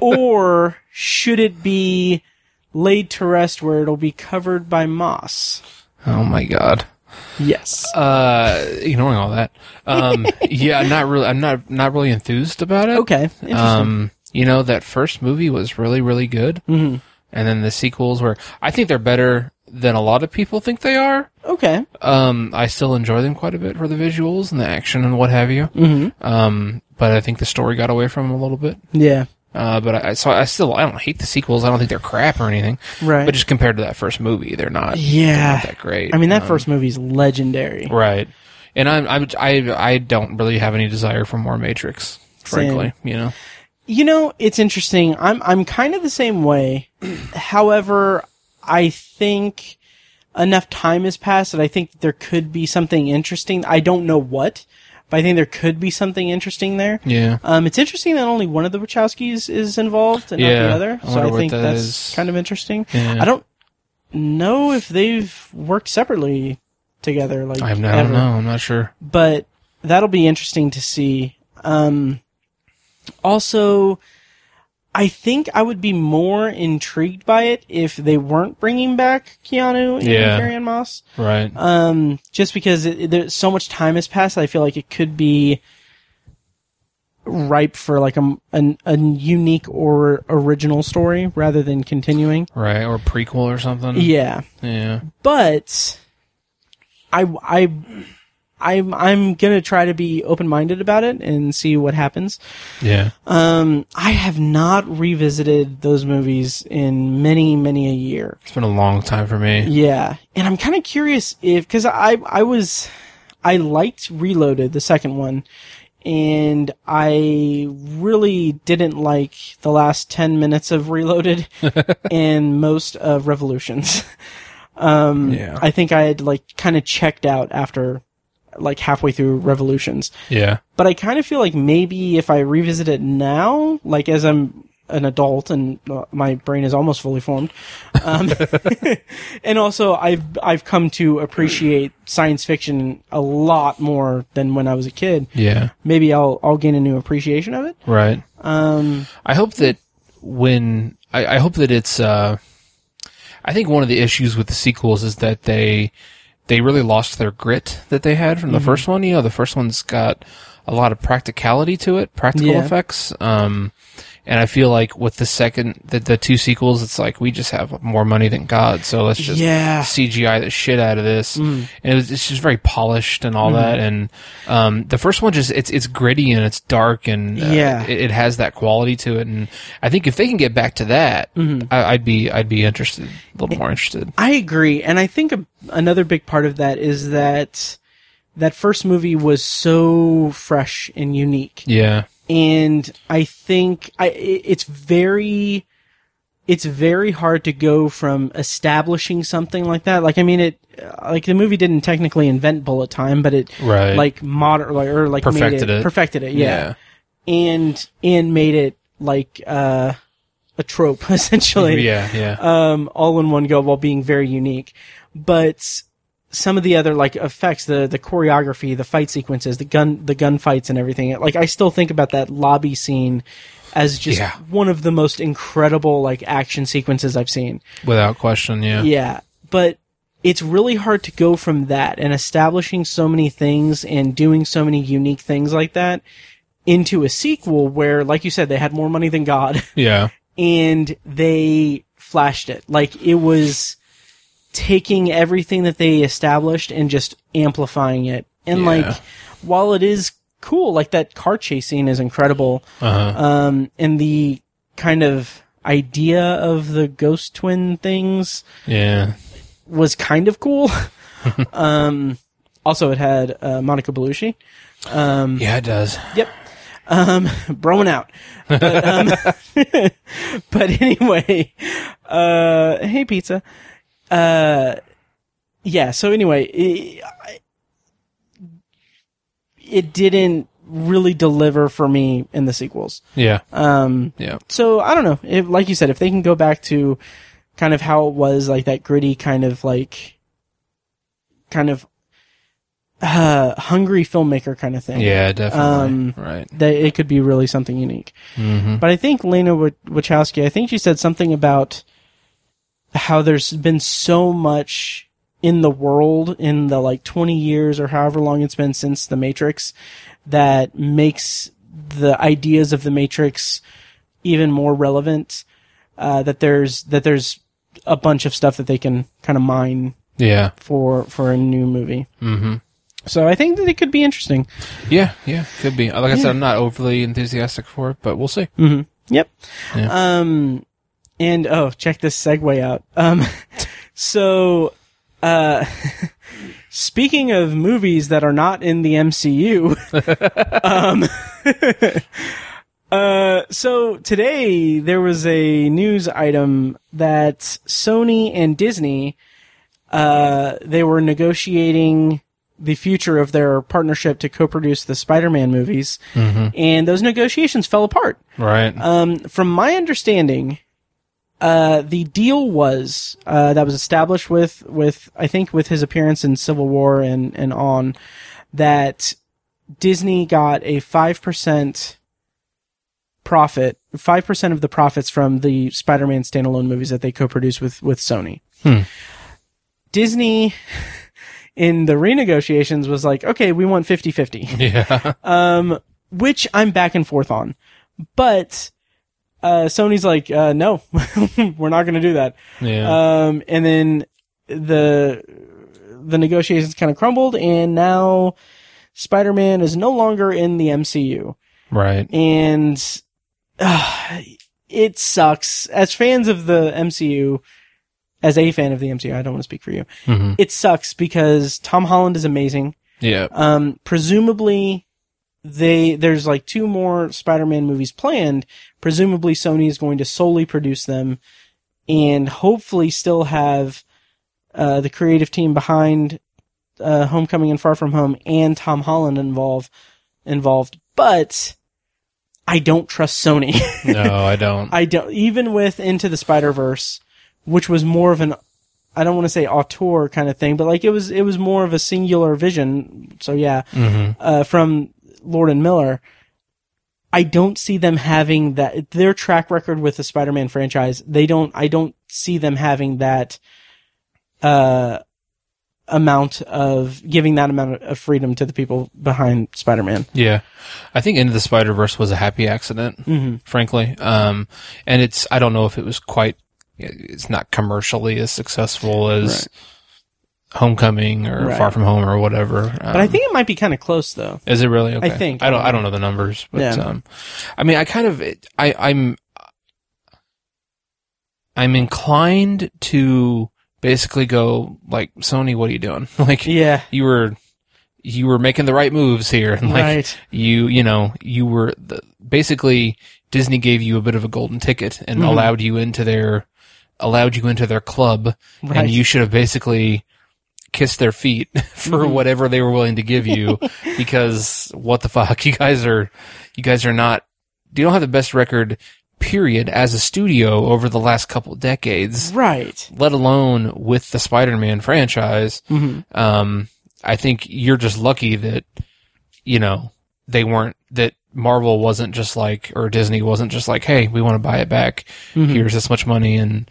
A: or should it be laid to rest where it'll be covered by Moss?
F: oh my god.
A: Yes.
F: Uh, ignoring all that.
A: [laughs]
F: Um, yeah, not really. I'm not not really enthused about it.
A: okay. Interesting.
F: Um, you know that first movie was really really good, mm-hmm. and then the sequels were. I think they're better than a lot of people think they are.
A: okay.
F: Um, I still enjoy them quite a bit for the visuals and the action and what have you. Mm-hmm. Um, but I think the story got away from them a little bit.
A: Yeah.
F: Uh, but I so I still I don't hate the sequels. I don't think they're crap or anything.
A: Right.
F: But just compared to that first movie, they're not. they're
A: Yeah.
F: not that great.
A: I mean, that
F: Um,
A: first movie's legendary.
F: Right. And I'm, I'm I I don't really have any desire for more Matrix, frankly. You know.
A: You know, it's interesting. I'm I'm kind of the same way. [clears throat] However, I think enough time has passed that I think there could be something interesting. I don't know what, but I think there could be something interesting there.
F: Yeah.
A: Um, it's interesting that only one of the Wachowskis is involved and not
F: Yeah.
A: the other. So
F: I wonder
A: I
F: what
A: think
F: that
A: that's
F: is.
A: kind of interesting.
F: Yeah.
A: I don't know if they've worked separately together. Like
F: I have no, I
A: ever
F: don't know. I'm not sure.
A: but that'll be interesting to see. Um, also, I think I would be more intrigued by it if they weren't bringing back Keanu and
F: Yeah.
A: Carrie Ann Moss.
F: Right.
A: Um, just because it, it- there's so much time has passed, I feel like it could be ripe for like a, an, a unique or original story rather than continuing.
F: right. Or prequel or something.
A: Yeah
F: Yeah.
A: but I I I'm I'm gonna try to be open minded about it and see what happens.
F: Yeah.
A: Um, I have not revisited those movies in many many a year.
F: It's been a long time for me.
A: Yeah, and I'm kind of curious if because I I was I liked Reloaded the second one, and I really didn't like the last ten minutes of Reloaded and most of Revolutions. Um,
F: Yeah.
A: I think I had like kind of checked out after like halfway through Revolutions,
F: Yeah.
A: but I kind of feel like maybe if I revisit it now, like as I'm an adult and uh, my brain is almost fully formed, um, [laughs] and also I've I've come to appreciate science fiction a lot more than when I was a kid.
F: Yeah.
A: Maybe I'll I'll gain a new appreciation of it.
F: Right.
A: Um,
F: I hope that when I, I hope that it's uh I think one of the issues with the sequels is that
A: Mm-hmm.
F: they they really lost their grit that they had from the first one. You know, the first one's got a a lot of practicality to it, practical
A: Yeah.
F: effects. Um, and I feel like with the second, the, the two sequels, it's like we just have more money than God, so let's just
A: Yeah.
F: CGI the shit out of this.
A: Mm-hmm.
F: And it was, it's just very polished and all that. And um, the first one just it's it's gritty and it's dark and uh,
A: Yeah.
F: it, it has that quality to it. And I think if they can get back to that,
A: Mm-hmm.
F: I, I'd be I'd be interested, a little more interested.
A: I agree, and I think a, another big part of that is that that first movie was so fresh and unique,
F: Yeah.
A: and I think I i- it's very it's very hard to go from establishing something like that. Like I mean, it like the movie didn't technically invent bullet time, but it
F: Right.
A: like modern like, or like
F: Perfected
A: made it,
F: it.
A: perfected it, yeah. and and made it like uh, a trope [laughs]
F: Yeah.
A: essentially,
F: Yeah. yeah.
A: um, all in one go while being very unique. But some of the other like effects, the the choreography, the fight sequences, the gun the gunfights and everything. Like I still think about that lobby scene as just
F: Yeah.
A: one of the most incredible like action sequences I've seen.
F: Without question. Yeah.
A: Yeah, but it's really hard to go from that and establishing so many things and doing so many unique things like that into a sequel where like you said they had more money than god
F: Yeah.
A: and they flashed it. Like it was taking everything that they established and just amplifying it. And
F: Yeah.
A: like while it is cool, like that car chase scene is incredible.
F: Uh-huh.
A: Um and the kind of idea of the ghost twin things
F: Yeah.
A: was kind of cool. [laughs] um also it had uh, Monica Bellucci.
F: Yeah. It does.
A: Yep. Um, broing out. But, um, [laughs] but anyway, uh, hey pizza. Uh, yeah. So anyway, it, it didn't really deliver for me in the sequels.
F: Yeah.
A: Um,
F: Yeah.
A: so I don't know. If, like you said, if they can go back to kind of how it was, like that gritty kind of like, kind of, uh, hungry filmmaker kind of thing
F: Yeah.
A: Um,
F: Definitely. right.
A: that it could be really something unique. But I think Lena Wa- Wachowski, I think she said something about how there's been so much in the world in the like 20 years or however long it's been since the Matrix that makes the ideas of the Matrix even more relevant. Uh, that there's that there's a bunch of stuff that they can kind of mine
F: Yeah.
A: for for a new movie. Mm-hmm. So I think that it could be interesting.
F: Yeah. Yeah. Could be. Like I said, I'm not overly enthusiastic for it, but we'll see.
A: Mm. Yep. Um, and oh, check this segue out. Um, [laughs] so, uh, [laughs] speaking of movies that are not in the MCU, um, [laughs] uh, so today there was a news item that Sony and Disney, uh, they were negotiating the future of their partnership to co-produce the Spider-Man movies, and those negotiations fell apart.
F: Right.
A: Um, from my understanding, uh, the deal was uh, that was established with with I think with his appearance in Civil War and and on that Disney got a five percent profit, five percent of the profits from the Spider-Man standalone movies that they co-produced with with Sony. Disney. [laughs] In the renegotiations was like, okay, we want 50 50 [laughs]
F: yeah.
A: which I'm back and forth on. But uh, Sony's like, uh, no, [laughs] we're not going to do that.
F: Yeah.
A: Um, and then the the negotiations kind of crumbled, and now Spider-Man is no longer in the MCU,
F: right.
A: and [sighs] uh, it sucks. As fans of the MCU, as a fan of the MCU, I don't want to speak for you.
F: Mhm.
A: It sucks because Tom Holland is amazing. [laughs]
F: Yeah.
A: Um, presumably, they there's like two more Spider-Man movies planned. Presumably, Sony is going to solely produce them, and hopefully, still have uh, the creative team behind uh, Homecoming and Far From Home and Tom Holland involved involved. But I don't trust Sony.
F: No, I don't.
A: I don't even with Into the Spider Verse, which was more of an I don't want to say auteur kind of thing, but like it was it was more of a singular vision. So yeah, uh, from Lord and Miller. I don't see them having that their track record with the Spider-Man franchise. They don't. I don't see them having that uh, amount of giving that amount of freedom to the people behind Spider-Man.
F: Yeah, I think Into the Spider Verse was a happy accident,
A: Mm-hmm.
F: frankly. Um, and it's I don't know if it was quite. It's not commercially as successful as Homecoming or
A: Right.
F: Far From Home or whatever. Um,
A: But I think it might be kind of close though.
F: Is it really? Okay.
A: think.
F: I don't. I don't know the numbers, but
A: Yeah.
F: um, I mean, I kind of. it- I I'm. I'm inclined to basically go like Sony. What are you doing? [laughs] Like,
A: Yeah.
F: you were, you were making the right moves here, [laughs] and like
A: Right.
F: you, you know, you were the, basically Disney gave you a bit of a golden ticket and
A: Mhm.
F: allowed you into their, allowed you into their club,
A: Right.
F: and you should have basically kiss their feet [laughs] for
A: Mm-hmm.
F: whatever they were willing to
A: [laughs]
F: give you because what the fuck [laughs] you guys are you guys are not you don't have the best record period as a studio over the last couple decades
A: Right.
F: let alone with the spider-man franchise
A: Mm-hmm.
F: um i think you're just lucky that you know they weren't that marvel wasn't just like or disney wasn't just like hey we want to buy it back here's this much money and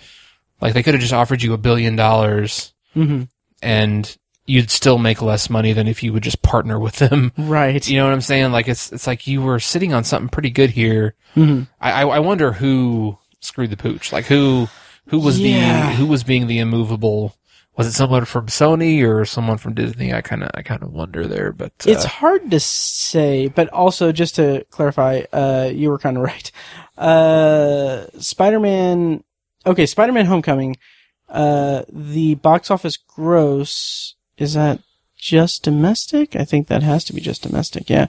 F: like they could have just offered you a billion dollars
A: hmm
F: and you'd still make less money than if you would just partner with them.
A: Right.
F: You know what I'm saying? Like it's it's like you were sitting on something pretty good here.
A: Mhm.
F: I, I I wonder who screwed the pooch. Like who who was
A: Yeah.
F: the who was being the immovable. Was it someone from Sony or someone from Disney? I kind of I kind of wonder there, but uh,
A: It's hard to say, but also just to clarify, uh, you were kind of [laughs] right. Uh, Spider-Man, okay, Spider-Man Homecoming, uh, the box office gross, is that just domestic? I think that has to be just domestic, yeah.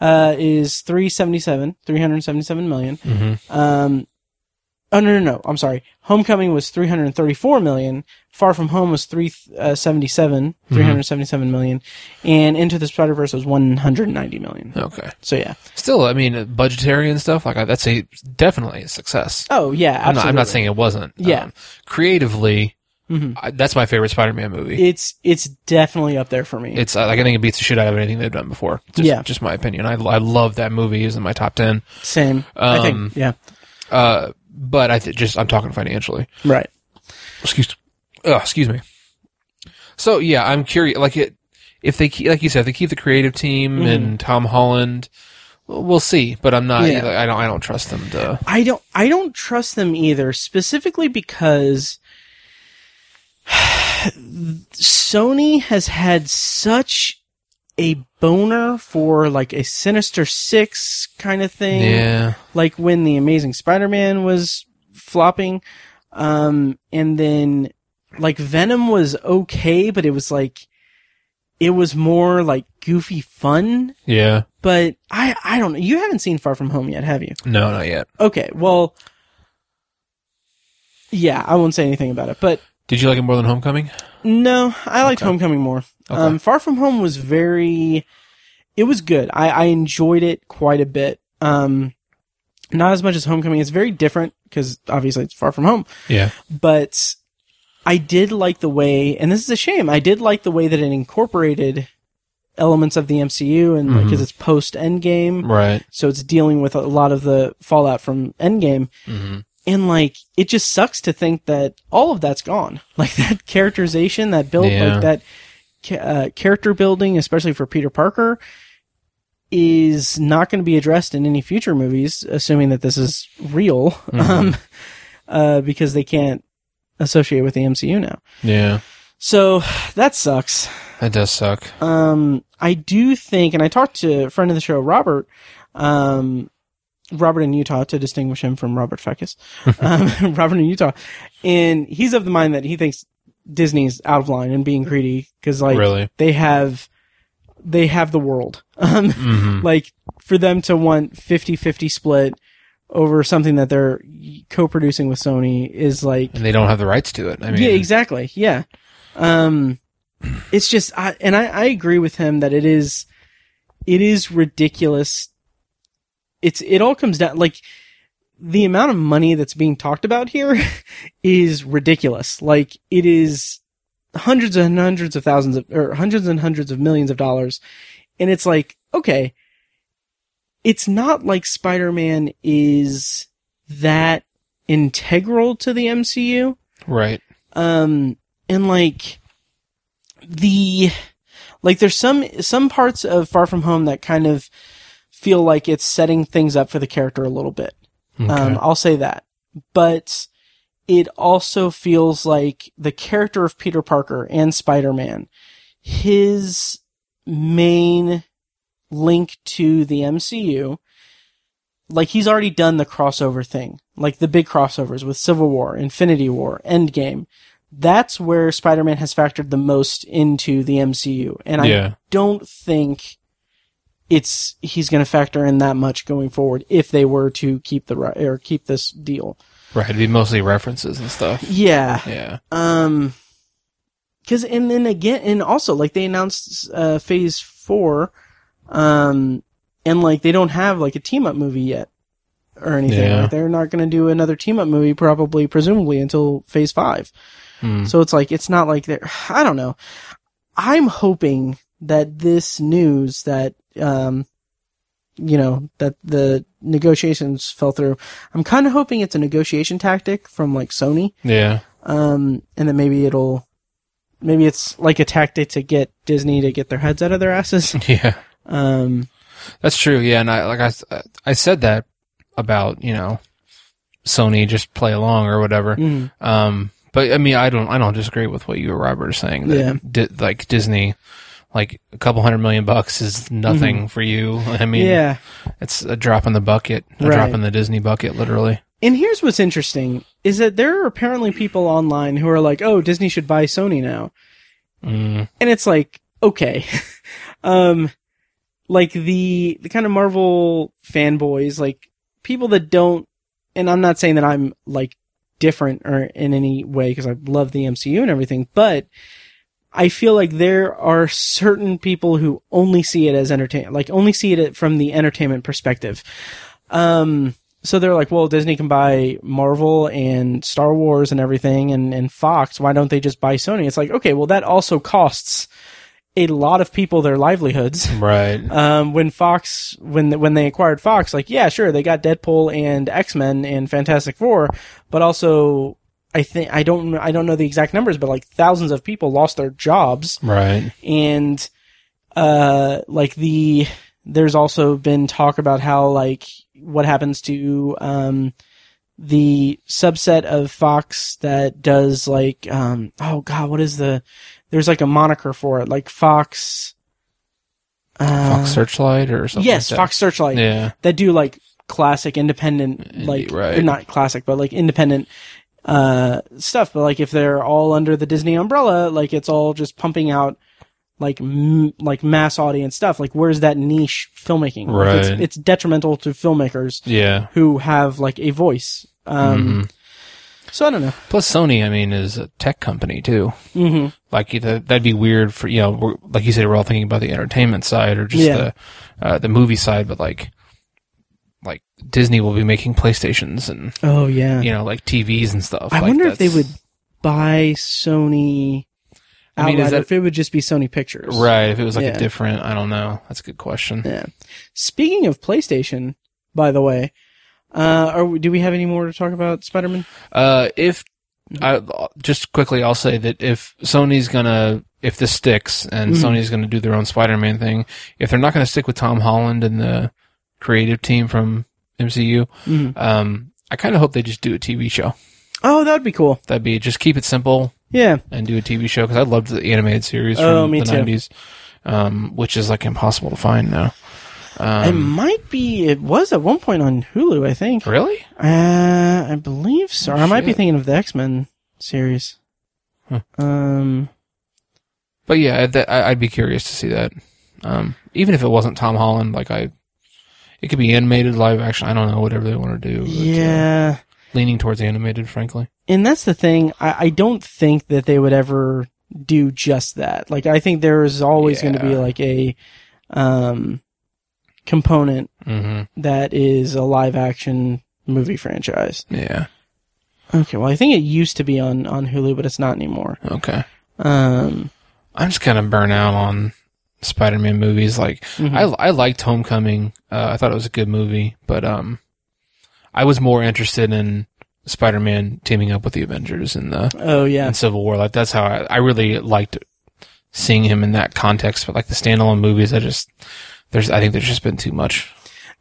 A: Uh, is 377, 377 million.
F: Mm-hmm.
A: Um, oh no, no, no. I'm sorry. Homecoming was 334 million. Far From Home was uh, 377,
F: Mm-hmm.
A: 377 million, and Into the Spider Verse was 190 million.
F: okay.
A: So yeah.
F: Still, I mean, uh, budgetary and stuff like I- that's a definitely a success.
A: Oh yeah. Absolutely.
F: I'm not, I'm not saying it wasn't. Um,
A: Yeah.
F: creatively,
A: Mhm.
F: I, that's my favorite Spider-Man movie.
A: it's it's definitely up there for me.
F: It's uh, like I think it beats the shit out of anything they've done before. Just,
A: Yeah.
F: just my opinion. I, I love that movie. It's in my top ten.
A: Same. I
F: Um,
A: think. Yeah.
F: Uh, but I th- just I'm talking financially.
A: Right.
F: Excuse. Uh, excuse me. So yeah, I'm curious. Like it, if they keep, like you said, if they keep the creative team and Tom Holland. We'll we'll see, but I'm not.
A: Yeah.
F: I don't. I don't trust them to.
A: I don't I don't trust them either, specifically because Sony has had such a boner for like a Sinister Six kind of thing.
F: Yeah.
A: Like when the Amazing Spider Man was flopping. Um and then like Venom was okay, but it was like it was more like goofy fun.
F: Yeah.
A: But I I don't know. You haven't seen Far From Home yet, have you?
F: No, not yet.
A: Okay, well, yeah, I won't say anything about it, but
F: Did you like it more than Homecoming?
A: no, I liked Homecoming more. Um, Far From Home was very, it was good. I, I enjoyed it quite a bit. Um, not as much as Homecoming. It's very different because obviously it's Far From Home,
F: Yeah.
A: but I did like the way, and this is a shame. I did like the way that it incorporated elements of the MCU, and because it's post Endgame,
F: Right.
A: so it's dealing with a lot of the fallout from Endgame. And like, it just sucks to think that all of that's gone. [laughs] Like that characterization, that build,
F: Yeah.
A: like that ca- uh, character building, especially for Peter Parker, is not going to be addressed in any future movies, assuming that this is real, [laughs] um, uh, because they can't associate with the MCU now.
F: Yeah.
A: So [sighs] that sucks.
F: That does suck.
A: Um, I do think, and I talked to a friend of the show, Robert, um, Robert in Utah, to distinguish him from Robert Feckus. um, [laughs] Robert in Utah, and he's of the mind that he thinks Disney's out of line and being greedy because, like,
F: Really?
A: they have they have the world. [laughs] Um,
F: Mhm.
A: like for them to want 50-50 split over something that they're co-producing with Sony is like
F: And they don't have the rights to it. I mean,
A: yeah, exactly. Yeah. Um, it's just, I, and I, I agree with him that it is, it is ridiculous. It's, it all comes down, like, the amount of money that's being talked about here [laughs] is ridiculous. Like, it is hundreds and hundreds of thousands of, or hundreds and hundreds of millions of dollars. And it's like, okay, it's not like Spider-Man is that integral to the MCU
F: Right.
A: um and like the like there's some some parts of Far From Home that kind of feel like it's setting things up for the character a little bit. Um, I'll say that, but it also feels like the character of Peter Parker and Spider Man, his main link to the MCU, like he's already done the crossover thing, like the big crossovers with Civil War, Infinity War, Endgame. That's where Spider Man has factored the most into the MCU, and I
F: Yeah.
A: don't think it's he's going to factor in that much going forward if they were to keep the ri- or keep this deal.
F: Right. It'd be mostly references and stuff.
A: Yeah.
F: Yeah.
A: Um, cause, and then again, and also, like, they announced, uh, phase four, um, and, like, they don't have, like, a team up movie yet or anything.
F: Yeah.
A: Like, they're not gonna do another team up movie probably, presumably, until phase five.
F: Hmm.
A: So it's like, it's not like they're, [sighs] I don't know. I'm hoping that this news that, um, you know, that the negotiations fell through. I'm kind of hoping it's a negotiation tactic from like Sony
F: Yeah.
A: um, and then maybe it'll maybe it's like a tactic to get Disney to get their heads out of their
F: [laughs]
A: asses.
F: [laughs] Yeah.
A: Um,
F: That's true. Yeah, and I like I I said that about you know Sony just play along or whatever.
A: mm,
F: Um, but I mean I don't I don't disagree with what you or Robert are saying. That
A: Yeah.
F: Di- like Disney, like a couple hundred million bucks is nothing for you. I mean,
A: Mm-hmm. yeah.
F: it's a drop in the bucket, a
A: Right.
F: drop in the Disney bucket, literally.
A: And here's what's interesting is that there are apparently people online who are like, "Oh, Disney should buy Sony now,"
F: Mm,
A: and it's like, okay, [laughs] um, like the the kind of Marvel fanboys, like people that don't, and I'm not saying that I'm like different or in any way because I love the MCU and everything, but I feel like there are certain people who only see it as entertain, like only see it from the entertainment perspective. Um, so they're like, well, Disney can buy Marvel and Star Wars and everything and, and Fox. Why don't they just buy Sony? It's like, okay, well, that also costs a lot of people their livelihoods [laughs]
F: right.
A: um, when Fox when when they acquired Fox, like yeah, sure, they got Deadpool and X Men and Fantastic Four, but also I think I don't I don't know the exact numbers, but like thousands of people lost their jobs
F: Right.
A: and uh like the there's also been talk about how like what happens to um the subset of Fox that does like um oh god what is the there's like a moniker for it like Fox uh,
F: Fox Searchlight or something.
A: yes
F: like that.
A: Fox Searchlight
F: Yeah.
A: that do like classic independent like
F: right.
A: or not classic but like independent uh stuff but like if they're all under the Disney umbrella like it's all just pumping out like m- like mass audience stuff like where's that niche filmmaking Like,
F: Right.
A: it's, it's detrimental to filmmakers
F: Yeah.
A: who have like a voice
F: Mm-hmm.
A: um so I don't know
F: Plus Sony, I mean, is a tech company too.
A: hmm
F: like you- that- that'd be weird for you know we're, like you said we're all thinking about the entertainment side or just
A: Yeah.
F: the uh, the movie side but like like Disney will be making PlayStations and
A: oh yeah
F: you know like TVs and stuff
A: I
F: Like,
A: wonder if they
F: that's-
A: would buy Sony
F: I mean,
A: outright
F: is
A: or
F: that-
A: if it would just be Sony Pictures
F: right if it was like
A: Yeah.
F: a different I don't know that's a good question
A: Yeah. Speaking of PlayStation, by the way, uh, are we, do we have any more to talk about Spider-Man?
F: uh if I just quickly I'll say that if Sony's gonna if this sticks and
A: Mhm.
F: Sony's gonna do their own Spider-Man thing if they're not gonna stick with Tom Holland and the creative team from MCU
A: Mhm.
F: um I kind of hope they just do a TV show
A: Oh, that would be cool.
F: That'd be just keep it simple
A: Yeah.
F: and do a TV show because I loved the animated series from
A: Oh, me
F: the
A: too.
F: nineties, um, which is like impossible to find now.
A: it
F: Um,
A: might be, it was at one point on Hulu, I think.
F: really?
A: Uh, I believe so. Or I might be
F: Shit.
A: thinking of the X-Men series.
F: Huh.
A: Um,
F: But yeah, I'd, that, I- I'd be curious to see that. Um, even if it wasn't Tom Holland, like I, it could be animated, live action. I don't know, whatever they want to do. but, uh,
A: yeah.
F: leaning towards animated, frankly.
A: and that's the thing. I, I don't think that they would ever do just that. Like, I think there is always going to be
F: Yeah.
A: like a, um, component
F: hmm
A: that is a live action movie franchise.
F: Yeah.
A: Okay, well I think it used to be on on Hulu, but it's not anymore.
F: Okay.
A: Um,
F: I'm just kind of burnt out on Spider-Man movies. Like
A: Mhm.
F: I, I liked Homecoming. Uh, I thought it was a good movie, but um, I was more interested in Spider-Man teaming up with the Avengers and the
A: oh yeah,
F: and Civil War. Like that's how I, I really liked seeing him in that context. But like the standalone movies, I just there's I think there's just been too much.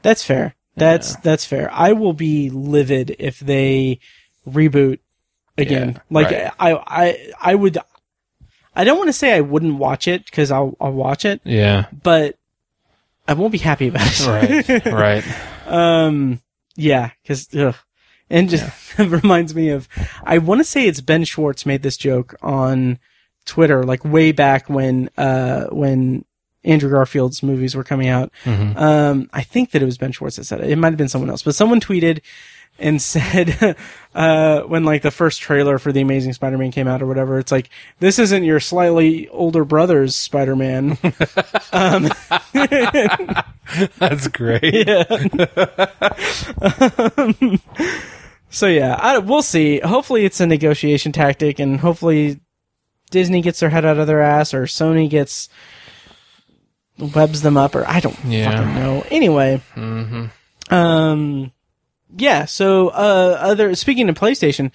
A: That's fair. That's that's fair. I will be livid if they reboot again.
F: Yeah,
A: like
F: right.
A: I, I I would I don't want to say I wouldn't watch it because I'll I'll watch it,
F: Yeah.
A: but I won't be happy about [laughs] it.
F: Right. [laughs] right.
A: Um, yeah, because and just [laughs] it reminds me of I want to say it's Ben Schwartz made this joke on Twitter like way back when uh when Andrew Garfield's movies were coming out.
F: Mhm.
A: Um, I think that it was Ben Schwartz that said it. It might have been someone else, but someone tweeted and [laughs] said uh, when like the first trailer for the Amazing Spider-Man came out or whatever, it's like this isn't your slightly older brother's Spider-Man. um,
F: That's great.
A: Um, so yeah, I, we'll see. Hopefully, it's a negotiation tactic, and hopefully, Disney gets their head out of their ass, or Sony gets webs them up, or I don't
F: Yeah.
A: fucking know. Anyway,
F: hmm
A: um, yeah. So, uh, other speaking of PlayStation,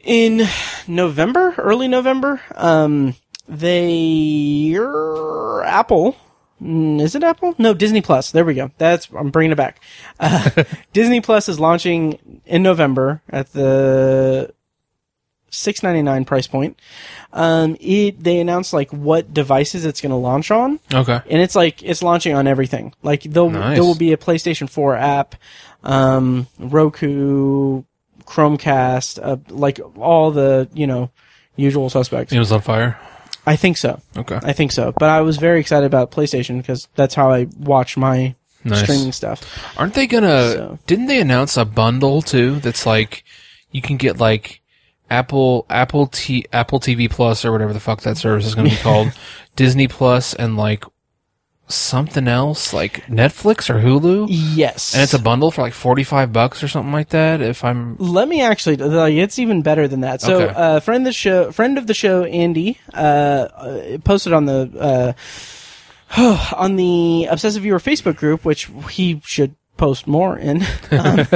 A: in November, early November, um, they er, Apple. mm, Is it Apple? No, Disney Plus. There we go. That's I'm bringing it back. Uh, Disney Plus is launching in November at the six ninety nine price point. Um, it they announced like what devices it's going to launch on
F: [laughs] Okay.
A: and it's like it's launching on everything. Like there'll
F: Nice.
A: there will be a PlayStation 4 app, um, Roku, Chromecast, uh, like all the you know usual suspects.
F: It was on fire.
A: I think so.
F: Okay.
A: I think so. But I was very excited about PlayStation because that's how I watch my
F: Nice.
A: streaming stuff.
F: Aren't they gonna?
A: So-
F: Didn't they announce a bundle too? That's like you can get like Apple Apple T Apple TV Plus or whatever the fuck that service is gonna [laughs] be called, Disney Plus and like something else like Netflix or Hulu,
A: Yes,
F: and it's a bundle for like forty five bucks or something like that. If I'm
A: Let me actually. Like, it's even better than that. So,
F: Okay.
A: uh, friend of the show, friend of the show, Andy, uh, uh, posted on the uh, [sighs] on the obsessive viewer Facebook group, which he should post more in. [laughs] um,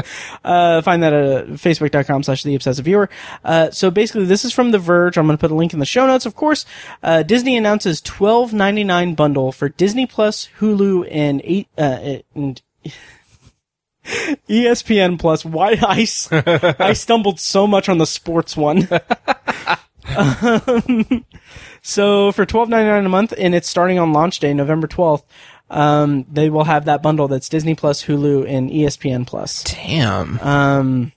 A: uh, find that at facebook.com slash the obsessive viewer. Uh, so basically, this is from The Verge. I'm going to put a link in the show notes, of course. Uh, Disney announces 12.99 bundle for Disney Plus, Hulu, and eight uh, and [laughs] E ESPN Plus. Why I, s- I stumbled so much on the sports one. [laughs] Um, so for twelve ninety nine a month, and it's starting on launch day, November twelfth. Um, they will have that bundle that's Disney Plus, Hulu, and E ESPN Plus,
F: damn,
A: um,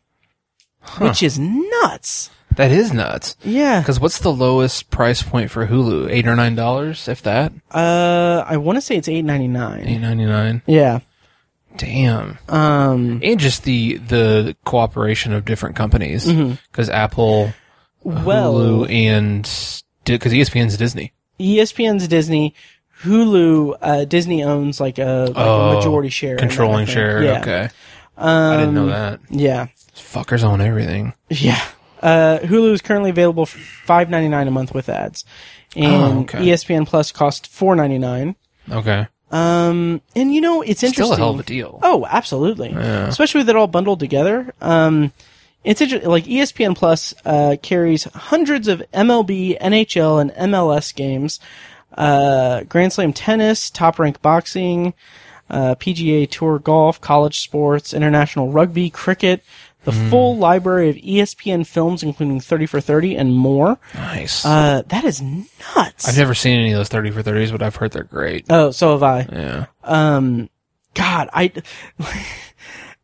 A: which is nuts.
F: that is nuts.
A: Yeah,
F: Because what's the lowest price point for Hulu? Eight or nine dollars, if that.
A: uh, I want to say it's eight ninety nine.
F: Eight ninety nine.
A: Yeah.
F: Damn.
A: Um,
F: and just the the cooperation of different companies because Apple,
A: Mm-hmm. well,
F: Uh, Hulu, and E because ESPN's Disney.
A: E ESPN's Disney, Hulu, uh, Disney owns like a, like a
F: Oh,
A: majority share, in that, I
F: controlling
A: think.
F: share.
A: Yeah. Um,
F: Okay, I didn't know that.
A: Yeah,
F: Fuckers on everything.
A: yeah. Uh, Hulu is currently available for five ninety nine a month with ads, and E
F: Oh, okay.
A: ESPN Plus costs four ninety nine.
F: Okay,
A: Um, and you know it's interesting.
F: still a hell of a deal.
A: Oh, absolutely.
F: Yeah.
A: Especially with it all bundled together. Um, it's inter- like E ESPN Plus uh, carries hundreds of MLB, NHL, and MLS games, uh, Grand Slam tennis, top rank boxing, uh, PGA Tour golf, college sports, international rugby, cricket, the full library of E ESPN films, including 30 for 30 and more.
F: Nice.
A: Uh, that is nuts.
F: I've never seen any of those thirty for thirties, but I've heard
A: [laughs]
F: they're great.
A: oh, so have I.
F: yeah.
A: um god i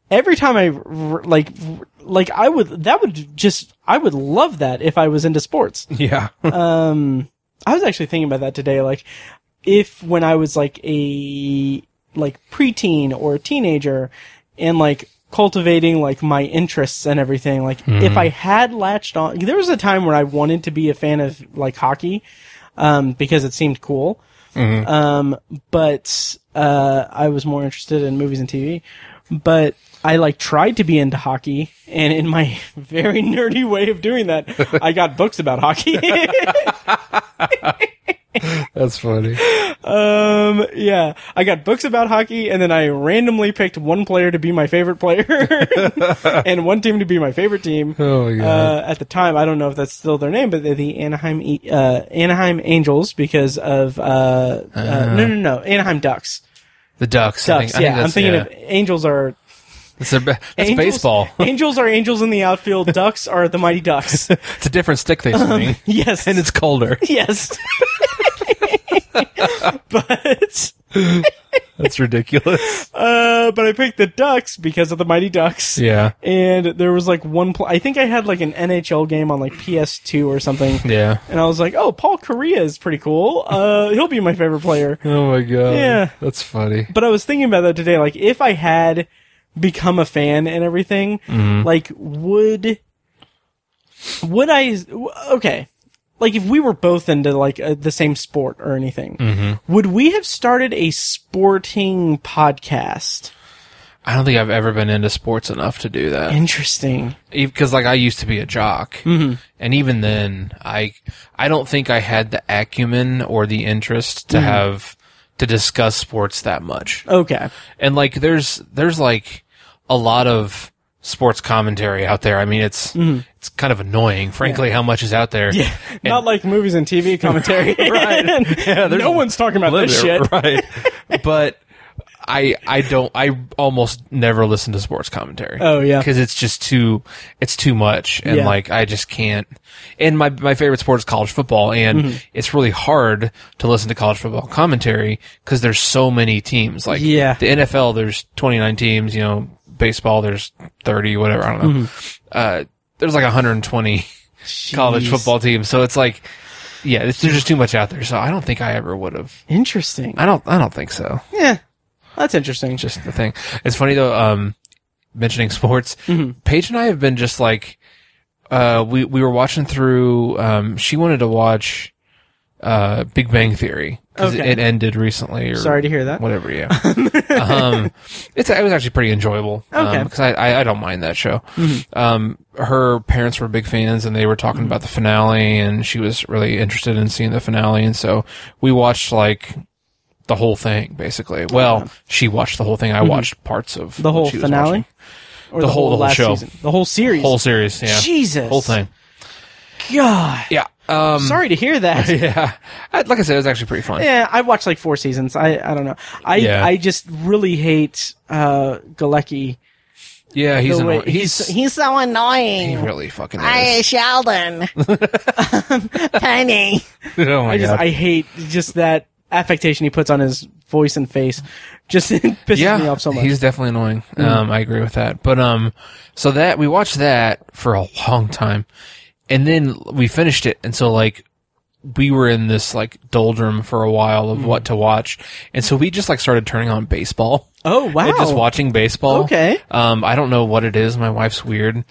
A: every time i r- like r- like i would that would just i would love that if i was into sports
F: Yeah.
A: um i was actually thinking about that today like if when i was like a like preteen or a teenager and like cultivating like my interests and everything like if i had latched on there was a time where i wanted to be a fan of like hockey um because it seemed cool um but uh i was more interested in movies and tv but I like tried to be into hockey, and in my [laughs] very [laughs] nerdy way of doing that, I got books about hockey.
F: That's funny.
A: Um, yeah, I got books about hockey, and then I randomly picked one player to be my favorite
F: [laughs]
A: player, and one team to be my favorite team.
F: Oh, my God.
A: Uh, at the time, I don't know if that's still their name, but they're the Anaheim E- uh, Anaheim Angels because of uh, uh, no no no Anaheim Ducks.
F: The Ducks. Ah. I think,
A: Ducks.
F: I think
A: yeah, I'm
F: that's,
A: thinking
F: yeah.
A: of Angels are
F: It's, a, that's
A: angels,
F: baseball.
A: [laughs]
F: [laughs]
A: angels are angels in the outfield. Ducks are the mighty ducks.
F: It's a different stick
A: [laughs]
F: they swing,
A: yes,
F: and it's colder. [laughs]
A: yes. [laughs] but
F: That's ridiculous.
A: uh, but I picked the Ducks because of the Mighty Ducks.
F: [laughs] Yeah,
A: And there was like one. Pl- I think I had like an NHL game on like PS2 or something.
F: yeah.
A: And I was like, oh, Paul Correa is pretty cool. Uh, he'll be my favorite player.
F: Oh my god.
A: Yeah.
F: that's funny.
A: But I was thinking about that today. Like, if I had become a fan and everything,
F: Mm-hmm.
A: like, would would I? w- Okay, like if we were both into like uh the same sport or anything,
F: Mm-hmm.
A: would we have started a sporting podcast?
F: I don't think I've ever been into sports enough to do that.
A: Interesting.
F: Because like I used to be a jock,
A: Mm-hmm.
F: and even then, I I don't think I had the acumen or the interest
A: Mm-hmm.
F: to have to discuss sports that much.
A: Okay.
F: and like there's there's like a lot of sports commentary out there. I mean, it's it's kind of annoying, frankly, how much is out there. Yeah,
A: Not like movies and TV commentary.
F: [laughs]
A: [laughs]
F: Right. Yeah, there's
A: no one's talking about this shit. [laughs]
F: right? [laughs] but I I don't I almost never listen to sports commentary.
A: Oh, yeah.
F: because it's just too it's too much, and
A: Yeah.
F: like I just can't. And my my favorite sport is college football, and
A: Mm-hmm.
F: it's really hard to listen to college football commentary because there's so many teams. Like
A: Yeah.
F: the NFL, there's 29 teams. You know, baseball, there's 30, whatever. I don't know. Uh, there's like 120 [laughs] college
A: Mm-hmm. Jeez.
F: football teams, so it's like. Yeah, it's, there's just too much out there, so I don't think I ever would have.
A: Interesting.
F: I don't. I don't think so.
A: Yeah, that's interesting.
F: Just the thing. It's funny though. Um, mentioning [laughs] sports,
A: Mm-hmm.
F: Paige and I have been just like, uh, we we were watching through. Um, she wanted to watch, uh, Big Bang Theory because
A: Okay.
F: it ended recently. Or
A: Sorry to hear that.
F: Whatever.
A: [laughs]
F: Yeah. um, it's it was actually pretty enjoyable.
A: Okay. Mm-hmm.
F: Because I, I I don't mind that show. Um, her parents were big fans and they were talking about the finale and she was really interested in seeing the finale and so we watched like the whole thing basically. Well, she watched the whole thing. I watched parts of
A: Mm-hmm. The
F: what
A: whole
F: she was
A: finale,
F: watching.
A: or
F: The whole- the whole
A: last
F: show.
A: season, the whole series,
F: whole series. Yeah.
A: Jesus.
F: Whole thing.
A: God.
F: Yeah. Um,
A: Sorry to hear that.
F: [laughs] Yeah. I- Like I said, it was actually pretty fun.
A: Yeah, I watched like four seasons. I I don't know. I
F: Yeah.
A: I just really hate uh Galecki.
F: Yeah. He's
A: The way-
F: annoying. He's,
J: He's so
F: he
J: annoying.
F: really fucking
J: Hey,
F: [laughs] is.
K: [laughs]
J: Sheldon. [laughs] Penny.
F: oh my
A: I just
F: god.
A: I hate just that affectation he puts on his voice and face. Just [laughs] it pisses
F: yeah,
A: me off so much. Mm.
F: he's definitely annoying. Um, I agree with that. But um, so that we watched that for a long time, and then we finished it, and so like we were in this like doldrum for a while
A: Mm-hmm.
F: of what to watch, and so we just like started turning on baseball.
A: oh wow.
F: And just watching baseball.
A: Okay.
F: Um, I don't know what it is. My wife's
A: [laughs]
F: weird, and,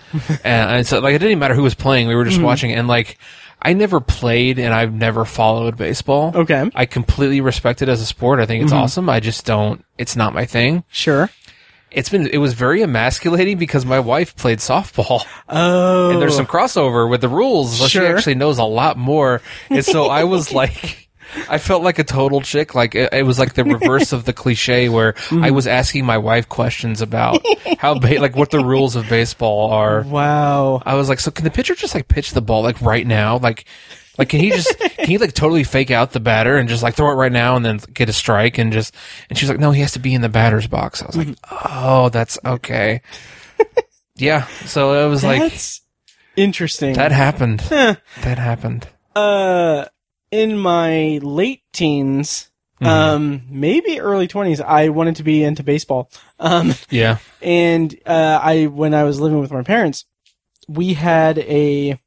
F: and so like it didn't even matter who was playing. We were
A: Mm-hmm.
F: just watching, and like I never played, and I've never followed baseball.
A: Okay. Mm-hmm.
F: I completely respect it as a sport. I think it's awesome. I just don't. It's not my thing.
A: Sure.
F: It's been. It was very emasculating because my wife played softball, [laughs]
A: Oh.
F: and there's some crossover with the rules. So She
A: Sure.
F: actually knows a lot more, and so I
A: [laughs]
F: was like. I felt like a total chick. Like it, it was like the reverse of the cliche where I
A: Mm-hmm.
F: was asking my wife questions about
A: [laughs]
F: how, ba- like, what the rules of baseball are.
A: Oh, wow.
F: I was like, so can the pitcher just like pitch the ball like right now? Like, like can he just can he like totally fake out the batter and just like throw it right now and then get a strike and just? And she's like, no, he has to be in the batter's box. I was like,
A: Mm-hmm.
F: oh, that's okay. yeah. So it was like
A: That's interesting.
F: that happened.
A: [laughs]
F: that happened.
A: uh in my late teens
F: Mm-hmm.
A: um maybe early 20s I wanted to be into baseball. Um
F: Yeah.
A: and uh, I when I was living with my parents, we had a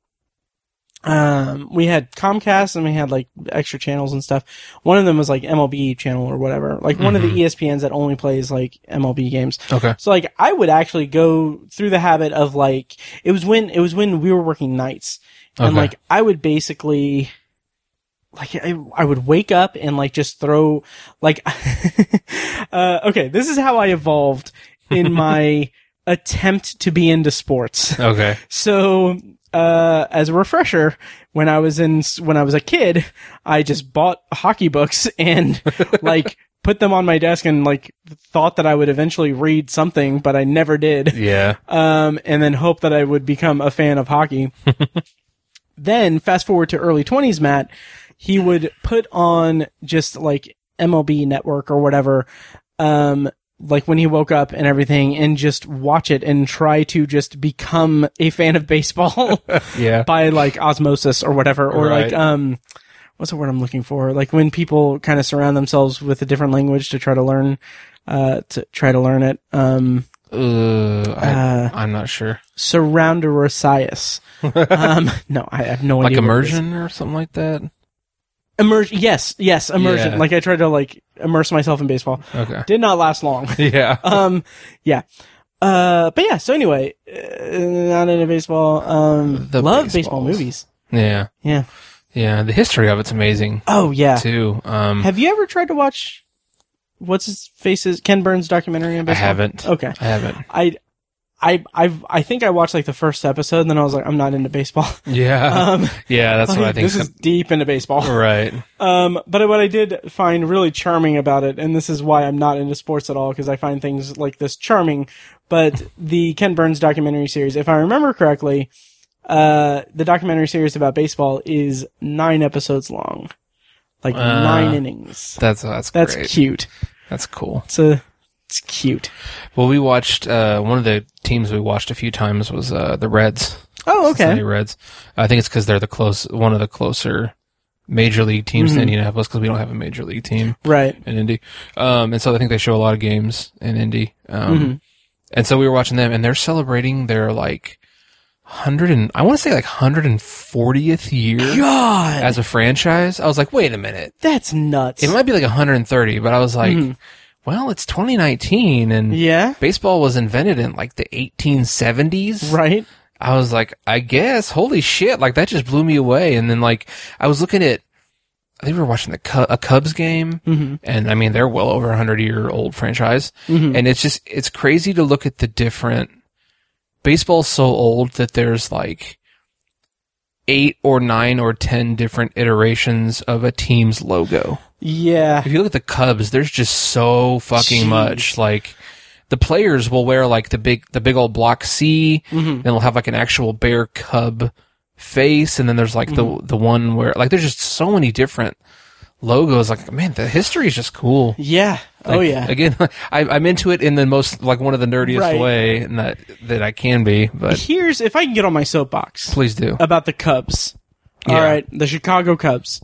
A: um, we had Comcast and we had like extra channels and stuff. One of them was like MLB channel or whatever, like one of the
F: Mm-hmm.
A: E ESPNs that only plays like MLB games.
F: Okay.
A: So like I would actually go through the habit of like it was when it was when we were working nights and
F: Okay.
A: like I would basically like I, I would wake up and like just throw like [laughs] uh okay this is how I
F: [laughs]
A: evolved in my attempt to be into sports.
F: Okay.
A: So uh, as a refresher, when I was in when I was a kid, I just bought hockey books and like put them on my desk and like thought that I would eventually read something, but I never did.
F: Yeah.
A: Um, and then hope that I would become a fan of hockey. then fast forward to early 20s, Matt, he would put on just like MLB network or whatever. Um, like when he woke up and everything and just watch it and try to just become a fan of baseball [laughs]
F: Yeah.
A: by like osmosis or whatever or like
F: Right.
A: um what's the word I'm looking for like when people kind of surround themselves with a different language to try to learn uh to try to learn it um
F: Uh, I,
A: Uh,
F: I'm not sure. [laughs]
A: surroundorosias um no I have no
F: Like
A: idea what it is.
F: immersion or something like that.
A: immersion yes yes immersion
F: Yeah.
A: like I tried to like immerse myself in baseball
F: Okay.
A: did not last long
F: [laughs] Yeah.
A: um, yeah. Uh, but yeah. So anyway, uh, not into baseball. Um,
F: The
A: love
F: baseballs.
A: baseball movies.
F: yeah.
A: Yeah.
F: Yeah. The history of it's amazing
A: Oh yeah.
F: too. Um,
A: Have you ever tried to watch what's his face's Ken Burns documentary on
F: I
A: baseball?
F: haven't.
A: Okay.
F: I haven't.
A: I, I, I've, I think I watched like the first episode, and then I was like, I'm not into baseball.
F: Yeah.
A: Um,
F: [laughs] yeah. That's what I
A: [laughs] like,
F: think.
A: This is deep into baseball.
F: right.
A: Um, but what I did find really charming about it, and this is why I'm not into sports at all, because I find things like this charming. But the Ken Burns documentary series, if I remember correctly, uh, the documentary series about baseball is nine episodes long, like
F: Uh,
A: nine innings.
F: That's that's
A: That's
F: great.
A: cute.
F: That's cool.
A: It's a, it's cute.
F: Well, we watched uh, one of the teams we watched a few times was uh, the Reds.
A: Oh,
F: Cincinnati
A: okay.
F: Reds. I think it's because they're the close one of the closer major league teams
A: Mhm.
F: to Indianapolis because we don't have a major league team
A: Right.
F: in Indy. Um, and so I think they show a lot of games in Indy. Um,
A: Mm-hmm.
F: and so we were watching them and they're celebrating their like hundred and I want to say like hundred and fortieth year
A: God,
F: as a franchise. I was like, wait a minute,
A: that's nuts.
F: it might be like hundred and thirty, but I was like, well, it's twenty nineteen and
A: Mm-hmm. yeah.
F: baseball was invented in like the eighteen seventies,
A: Right.
F: I was like, I guess, holy shit, like that just blew me away. And then like, I was looking at, I think we were watching the Cu- a Cubs game,
A: Mm-hmm.
F: and I mean they're well over a hundred year old franchise, and it's just it's crazy to look at the different. Baseball's so old that there's like eight or nine or ten different iterations of a team's logo.
A: Yeah.
F: If you look at the Cubs, there's just so fucking
A: Jeez.
F: much. Like the players will wear like the big the big old block C,
A: Mm-hmm.
F: and they'll have like an actual bear cub face, and then there's like
A: Mm-hmm.
F: the the one where like there's just so many different logos. Like man, the history is just cool.
A: Yeah. oh
F: Like,
A: yeah.
F: Again, [laughs] I, I'm into it in the most like one of the nerdiest
A: Right.
F: way and that that I can be,
A: [laughs]
F: but
A: Here's if I can get on my soapbox.
F: please do.
A: about the Cubs. All
F: Yeah.
A: right, the Chicago
F: [laughs]
A: Cubs.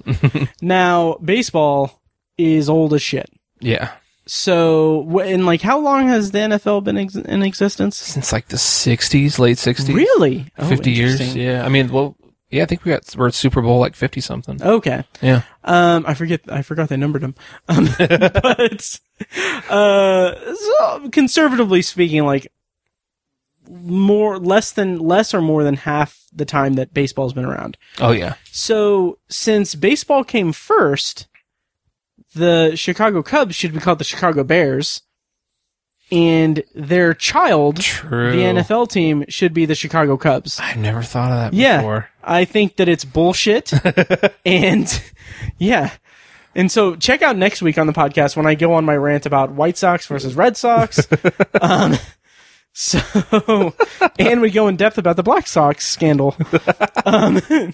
A: now, baseball is old as shit.
F: yeah,
A: So, wh- and like, how long has the NFL been ex- in existence?
F: since like the '60s, late '60s,
A: Really, Oh,
F: fifty years.
A: interesting.
F: Yeah, I mean, well, yeah, I think we got we're at Super Bowl like fifty something.
A: Okay,
F: Yeah.
A: um, I forget, I forgot they numbered them.
F: [laughs]
A: Um, but uh, so conservatively speaking, like more, less than, less or more than half the time that baseball's been around.
F: Oh yeah.
A: So, since baseball came first, the Chicago Cubs should be called the Chicago Bears, and their child,
F: True.
A: the NFL team, should be the Chicago Cubs.
F: I've never thought of that
A: Yeah.
F: before.
A: I think that it's
F: [laughs]
A: bullshit, and yeah. And so, check out next week on the podcast when I go on my rant about White Sox versus Red
F: [laughs]
A: Sox. um, so, and we go in depth about the Black Sox scandal. Um, [laughs]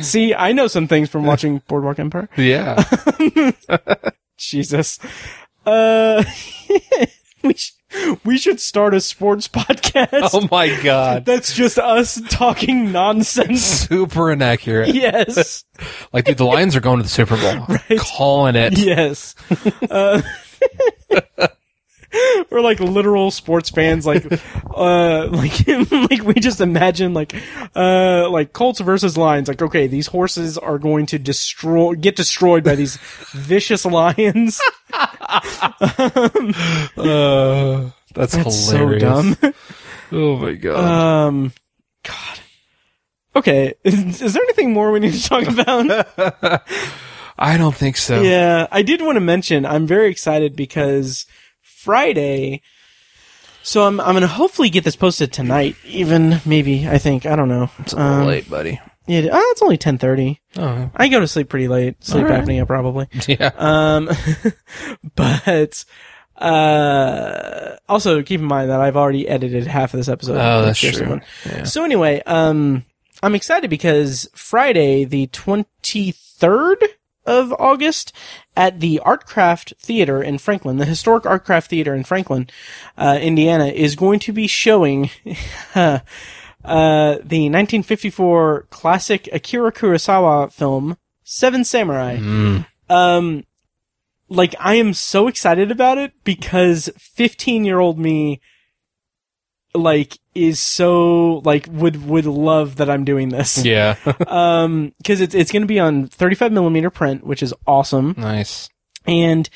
A: see, I know some things from watching Boardwalk Empire.
F: [laughs] Yeah.
A: Jesus. Uh, [laughs] we, sh- we should start a sports podcast.
F: oh my god.
A: That's just us talking
F: [laughs]
A: nonsense.
F: Super inaccurate.
A: yes.
F: Like dude, the Lions are going to the Super
A: [laughs]
F: Bowl. Calling it.
A: Yes. Uh, [laughs] we're like literal sports fans, like, uh, [laughs] like, like we just imagine like, uh, like Colts versus Lions. Like, okay, these horses are going to destroy, get destroyed by these vicious [laughs] lions.
F: Uh, that's,
A: That's so
F: hilarious.
A: dumb.
F: Oh my god.
A: Um, God. [laughs] Okay, is, is there anything more we need to talk about? Uh,
F: I don't think so.
A: yeah, I did want to mention I'm very excited because Friday So I'm I'm gonna hopefully get this posted tonight. Even maybe I think I don't know. It's um,
F: late, buddy.
A: Yeah, oh, it's only ten thirty.
F: Oh.
A: I go to sleep pretty late. Sleep
F: All right.
A: apnea probably.
F: Yeah.
A: Um, [laughs] but uh, also keep in mind that I've already edited half of this episode.
F: Oh, that's
A: Here's
F: true.
A: one.
F: Yeah.
A: So anyway, um, I'm excited because Friday, the 23rd of August, at the Artcraft Theater in Franklin, the historic Artcraft Theater in Franklin, uh, Indiana, is going to be showing. [laughs] uh, the 1954 classic Akira Kurosawa film Seven Samurai.
F: Mm.
A: Um, like I am so excited about it because 15 year old me, like, is so like would would love that I'm doing this. [laughs]
F: Yeah. [laughs]
A: Um, because it's it's going to be on 35 millimeter print, which is awesome,
F: nice.
A: and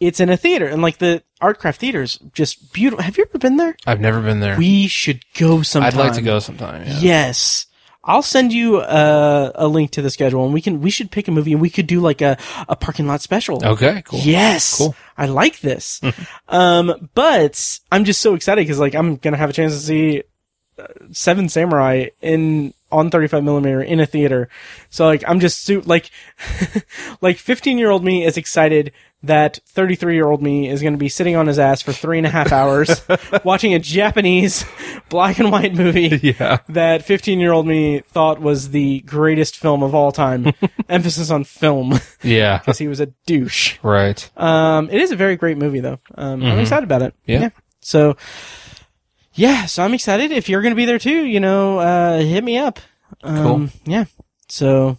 A: it's in a theater, and like the Artcraft Theater is just beautiful. Have you ever been there?
F: I've never been there.
A: We should go sometime.
F: I'd like to go sometime. Yeah.
A: Yes. I'll send you uh, a, a link to the schedule and we can we should pick a movie and we could do like a, a parking lot special.
F: Okay. Cool.
A: Yes.
F: Cool.
A: I like this. um but I'm just so excited cuz like I'm going to have a chance to see uh, Seven Samurai in on 35 millimeter in a theater. So like I'm just su- like [laughs] like 15 year old me is excited that 33 year old me is going to be sitting on his ass for three and a half
F: [laughs]
A: hours watching a Japanese [laughs] black and white movie
F: [laughs] [laughs] Yeah.
A: that 15 year old me thought was the greatest film of all
F: [laughs]
A: time. Emphasis on film
F: Yeah. [laughs]
A: because he was a douche.
F: right.
A: Um, it is a very great movie though. Um, I'm excited about it.
F: Yeah.
A: So, yeah. So I'm excited. If you're going to be there too, you know, uh, hit me up. Um, Yeah. So,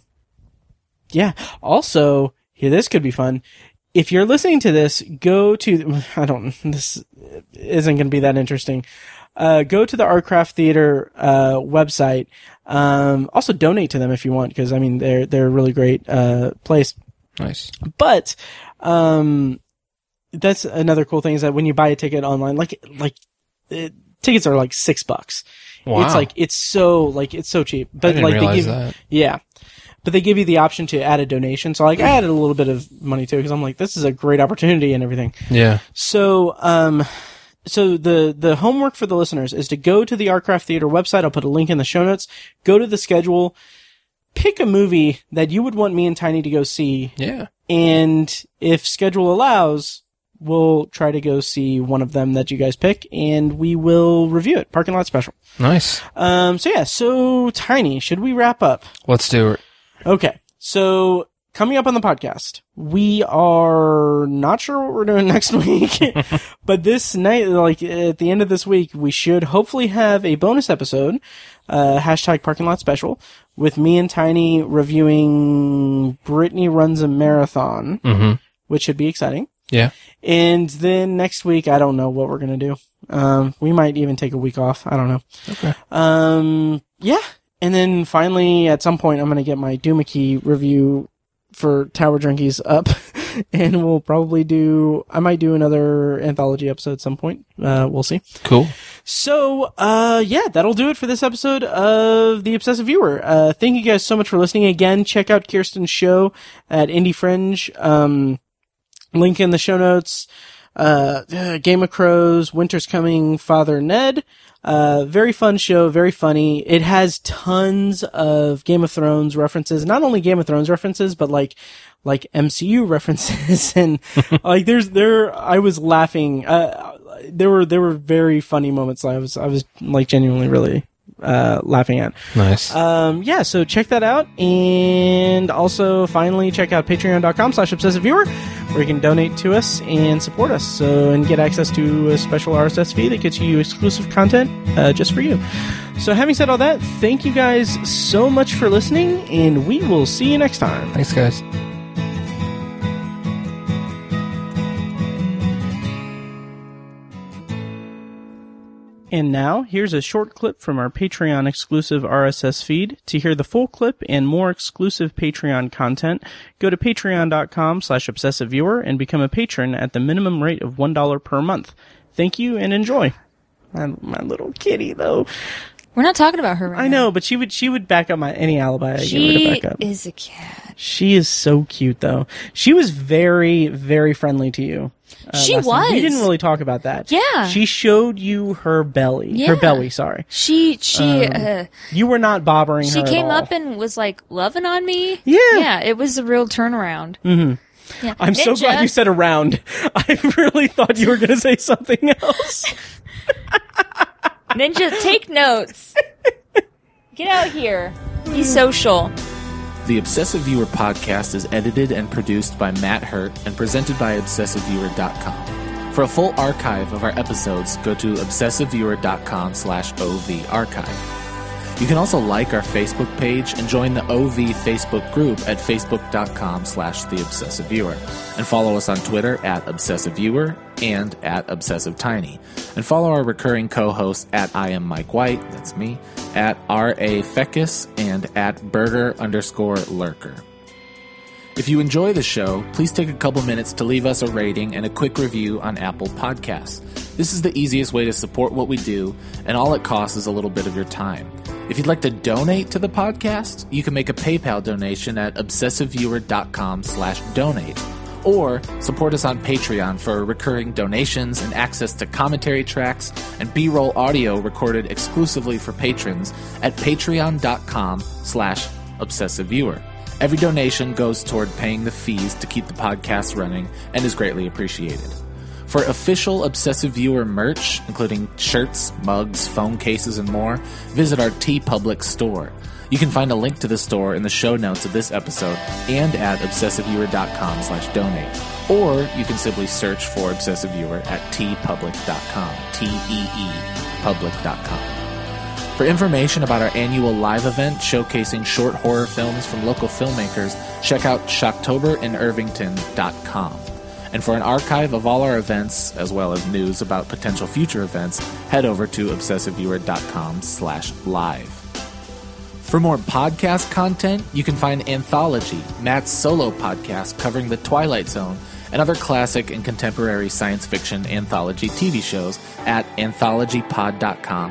A: yeah. Also, here this could be fun. If you're listening to this, go to. [laughs] I don't. This isn't going to be that interesting. Uh, go to the Artcraft Theater uh, website. Um, also, donate to them if you want, because I mean they're they're a really great uh, place.
F: Nice.
A: But um, that's another cool thing is that when you buy a ticket online, like like uh tickets are like six bucks.
F: Wow.
A: It's like it's so like it's so cheap, but
F: I didn't
A: like
F: realize
A: they give
F: that.
A: yeah, but they give you the option to add a donation. So like I added a little bit of money too because I'm like this is a great opportunity and everything.
F: Yeah.
A: So, um, so the the homework for the listeners is to go to the Artcraft Theater website. I'll put a link in the show notes. Go to the schedule, pick a movie that you would want me and Tiny to go see,
F: Yeah.
A: and if schedule allows, we'll try to go see one of them that you guys pick, and we will review it. Parking lot special.
F: Nice.
A: Um, so yeah, so Tiny, should we wrap up?
F: Let's do it.
A: Okay. So coming up on the podcast, we are not sure what we're doing [laughs] next week, but this night, like at the end of this week, we should hopefully have a bonus episode, uh, hashtag parking lot special with me and Tiny reviewing Brittany runs a marathon,
F: Mhm.
A: which should be exciting.
F: Yeah.
A: And then next week, I don't know what we're gonna do. Um, we might even take a week off. I don't know.
F: Okay.
A: Um, yeah. And then finally, at some point, I'm going to get my Doomickey review for Tower Junkies up. [laughs] and we'll probably do, I might do another anthology episode at some point. Uh, we'll see.
F: Cool.
A: So, uh, yeah, that'll do it for this episode of The Obsessive Viewer. Uh, thank you guys so much for listening. Again, check out Kirsten's show at Indie Fringe. Um, link in the show notes. Uh, uh, Game of Crows, Winter's Coming, Father Ned. Uh, very fun show, very funny. It has tons of Game of Thrones references, not only Game of Thrones references, but like, like MCU [laughs] references and like there's there, I was laughing. Uh, there were, there were very funny moments. I was, I was like genuinely really, uh, laughing at.
F: Nice.
A: Um, yeah, so check that out. And also, finally, check out patreon.com slash obsessive viewer, where you can donate to us and support us. So, and get access to a special RSS feed that gets you exclusive content uh, just for you. So, having said all that, thank you guys so much for listening, and we will see you next time.
F: Thanks, guys.
A: And now, here's a short clip from our Patreon exclusive RSS feed. To hear the full clip and more exclusive Patreon content, go to patreon.com slash obsessiveviewer and become a patron at the minimum rate of $1 per month. Thank you and enjoy. My, my little kitty, though.
B: We're not talking about her right
A: I know, but she would she would back up my any alibi. I gave
B: now.
A: her
B: She
A: to back up.
B: is a cat.
A: She is so cute, though. She was very, very friendly to you. uh,
B: She
A: last time. We
B: was.
A: didn't really talk about that.
B: Yeah.
A: She showed you her belly. Her
B: Yeah.
A: belly. Sorry.
B: She she
A: Um,
B: uh,
A: You were not bobbering
B: she
A: her.
B: came up and was like loving on me.
A: Yeah.
B: yeah. It was a real turnaround.
A: hmm
B: Yeah.
A: I'm so
B: Ninja.
A: glad you said around. [laughs] I really thought you were going to say something else.
B: Ninja,
A: [laughs]
B: take notes. Get out here. Be social.
K: The Obsessive Viewer podcast is edited and produced by Matt Hurt and presented by ObsessiveViewer.com. For a full archive of our episodes, go to ObsessiveViewer.com slash OV archive. You can also like our Facebook page and join the OV Facebook group at Facebook.com slash The Obsessive Viewer. And follow us on Twitter at Obsessive Viewer and at Obsessive Tiny. And follow our recurring co-hosts at I am Mike White, that's me, at R.A. Fecus, and at Burger underscore Lurker. If you enjoy the show, please take a couple minutes to leave us a rating and a quick review on Apple Podcasts. This is the easiest way to support what we do, and all it costs is a little bit of your time. If you'd like to donate to the podcast, you can make a PayPal donation at obsessiveviewer.com slash donate, or support us on Patreon for recurring donations and access to commentary tracks and B-roll audio recorded exclusively for patrons at patreon.com slash obsessiveviewer. Every donation goes toward paying the fees to keep the podcast running and is greatly appreciated. For official Obsessive Viewer merch, including shirts, mugs, phone cases, and more, visit our T Public store. You can find a link to the store in the show notes of this episode and at obsessiveviewer.com slash donate. Or you can simply search for Obsessive Viewer at tpublic.com. T-E-E public.com. For information about our annual live event showcasing short horror films from local filmmakers, check out shocktoberinirvington.com. And for an archive of all our events, as well as news about potential future events, head over to obsessiveviewer.com slash live. For more podcast content, you can find Anthology, Matt's solo podcast covering The Twilight Zone and other classic and contemporary science fiction anthology TV shows at anthologypod.com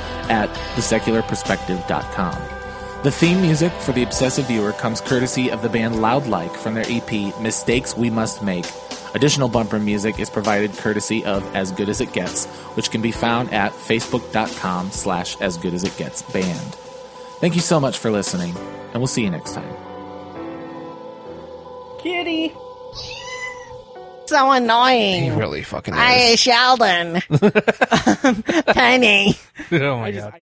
K: at thesecularperspective.com. The theme music for The Obsessive Viewer comes courtesy of the band Loud Like from their EP Mistakes We Must Make. Additional bumper music is provided courtesy of As Good As It Gets, which can be found at facebook.com slash as good as it gets band. Thank you so much for listening, and we'll see you next time.
A: Kitty.
J: So annoying.
F: He [laughs] really fucking
J: Hey, Sheldon. Tiny.
F: oh my god.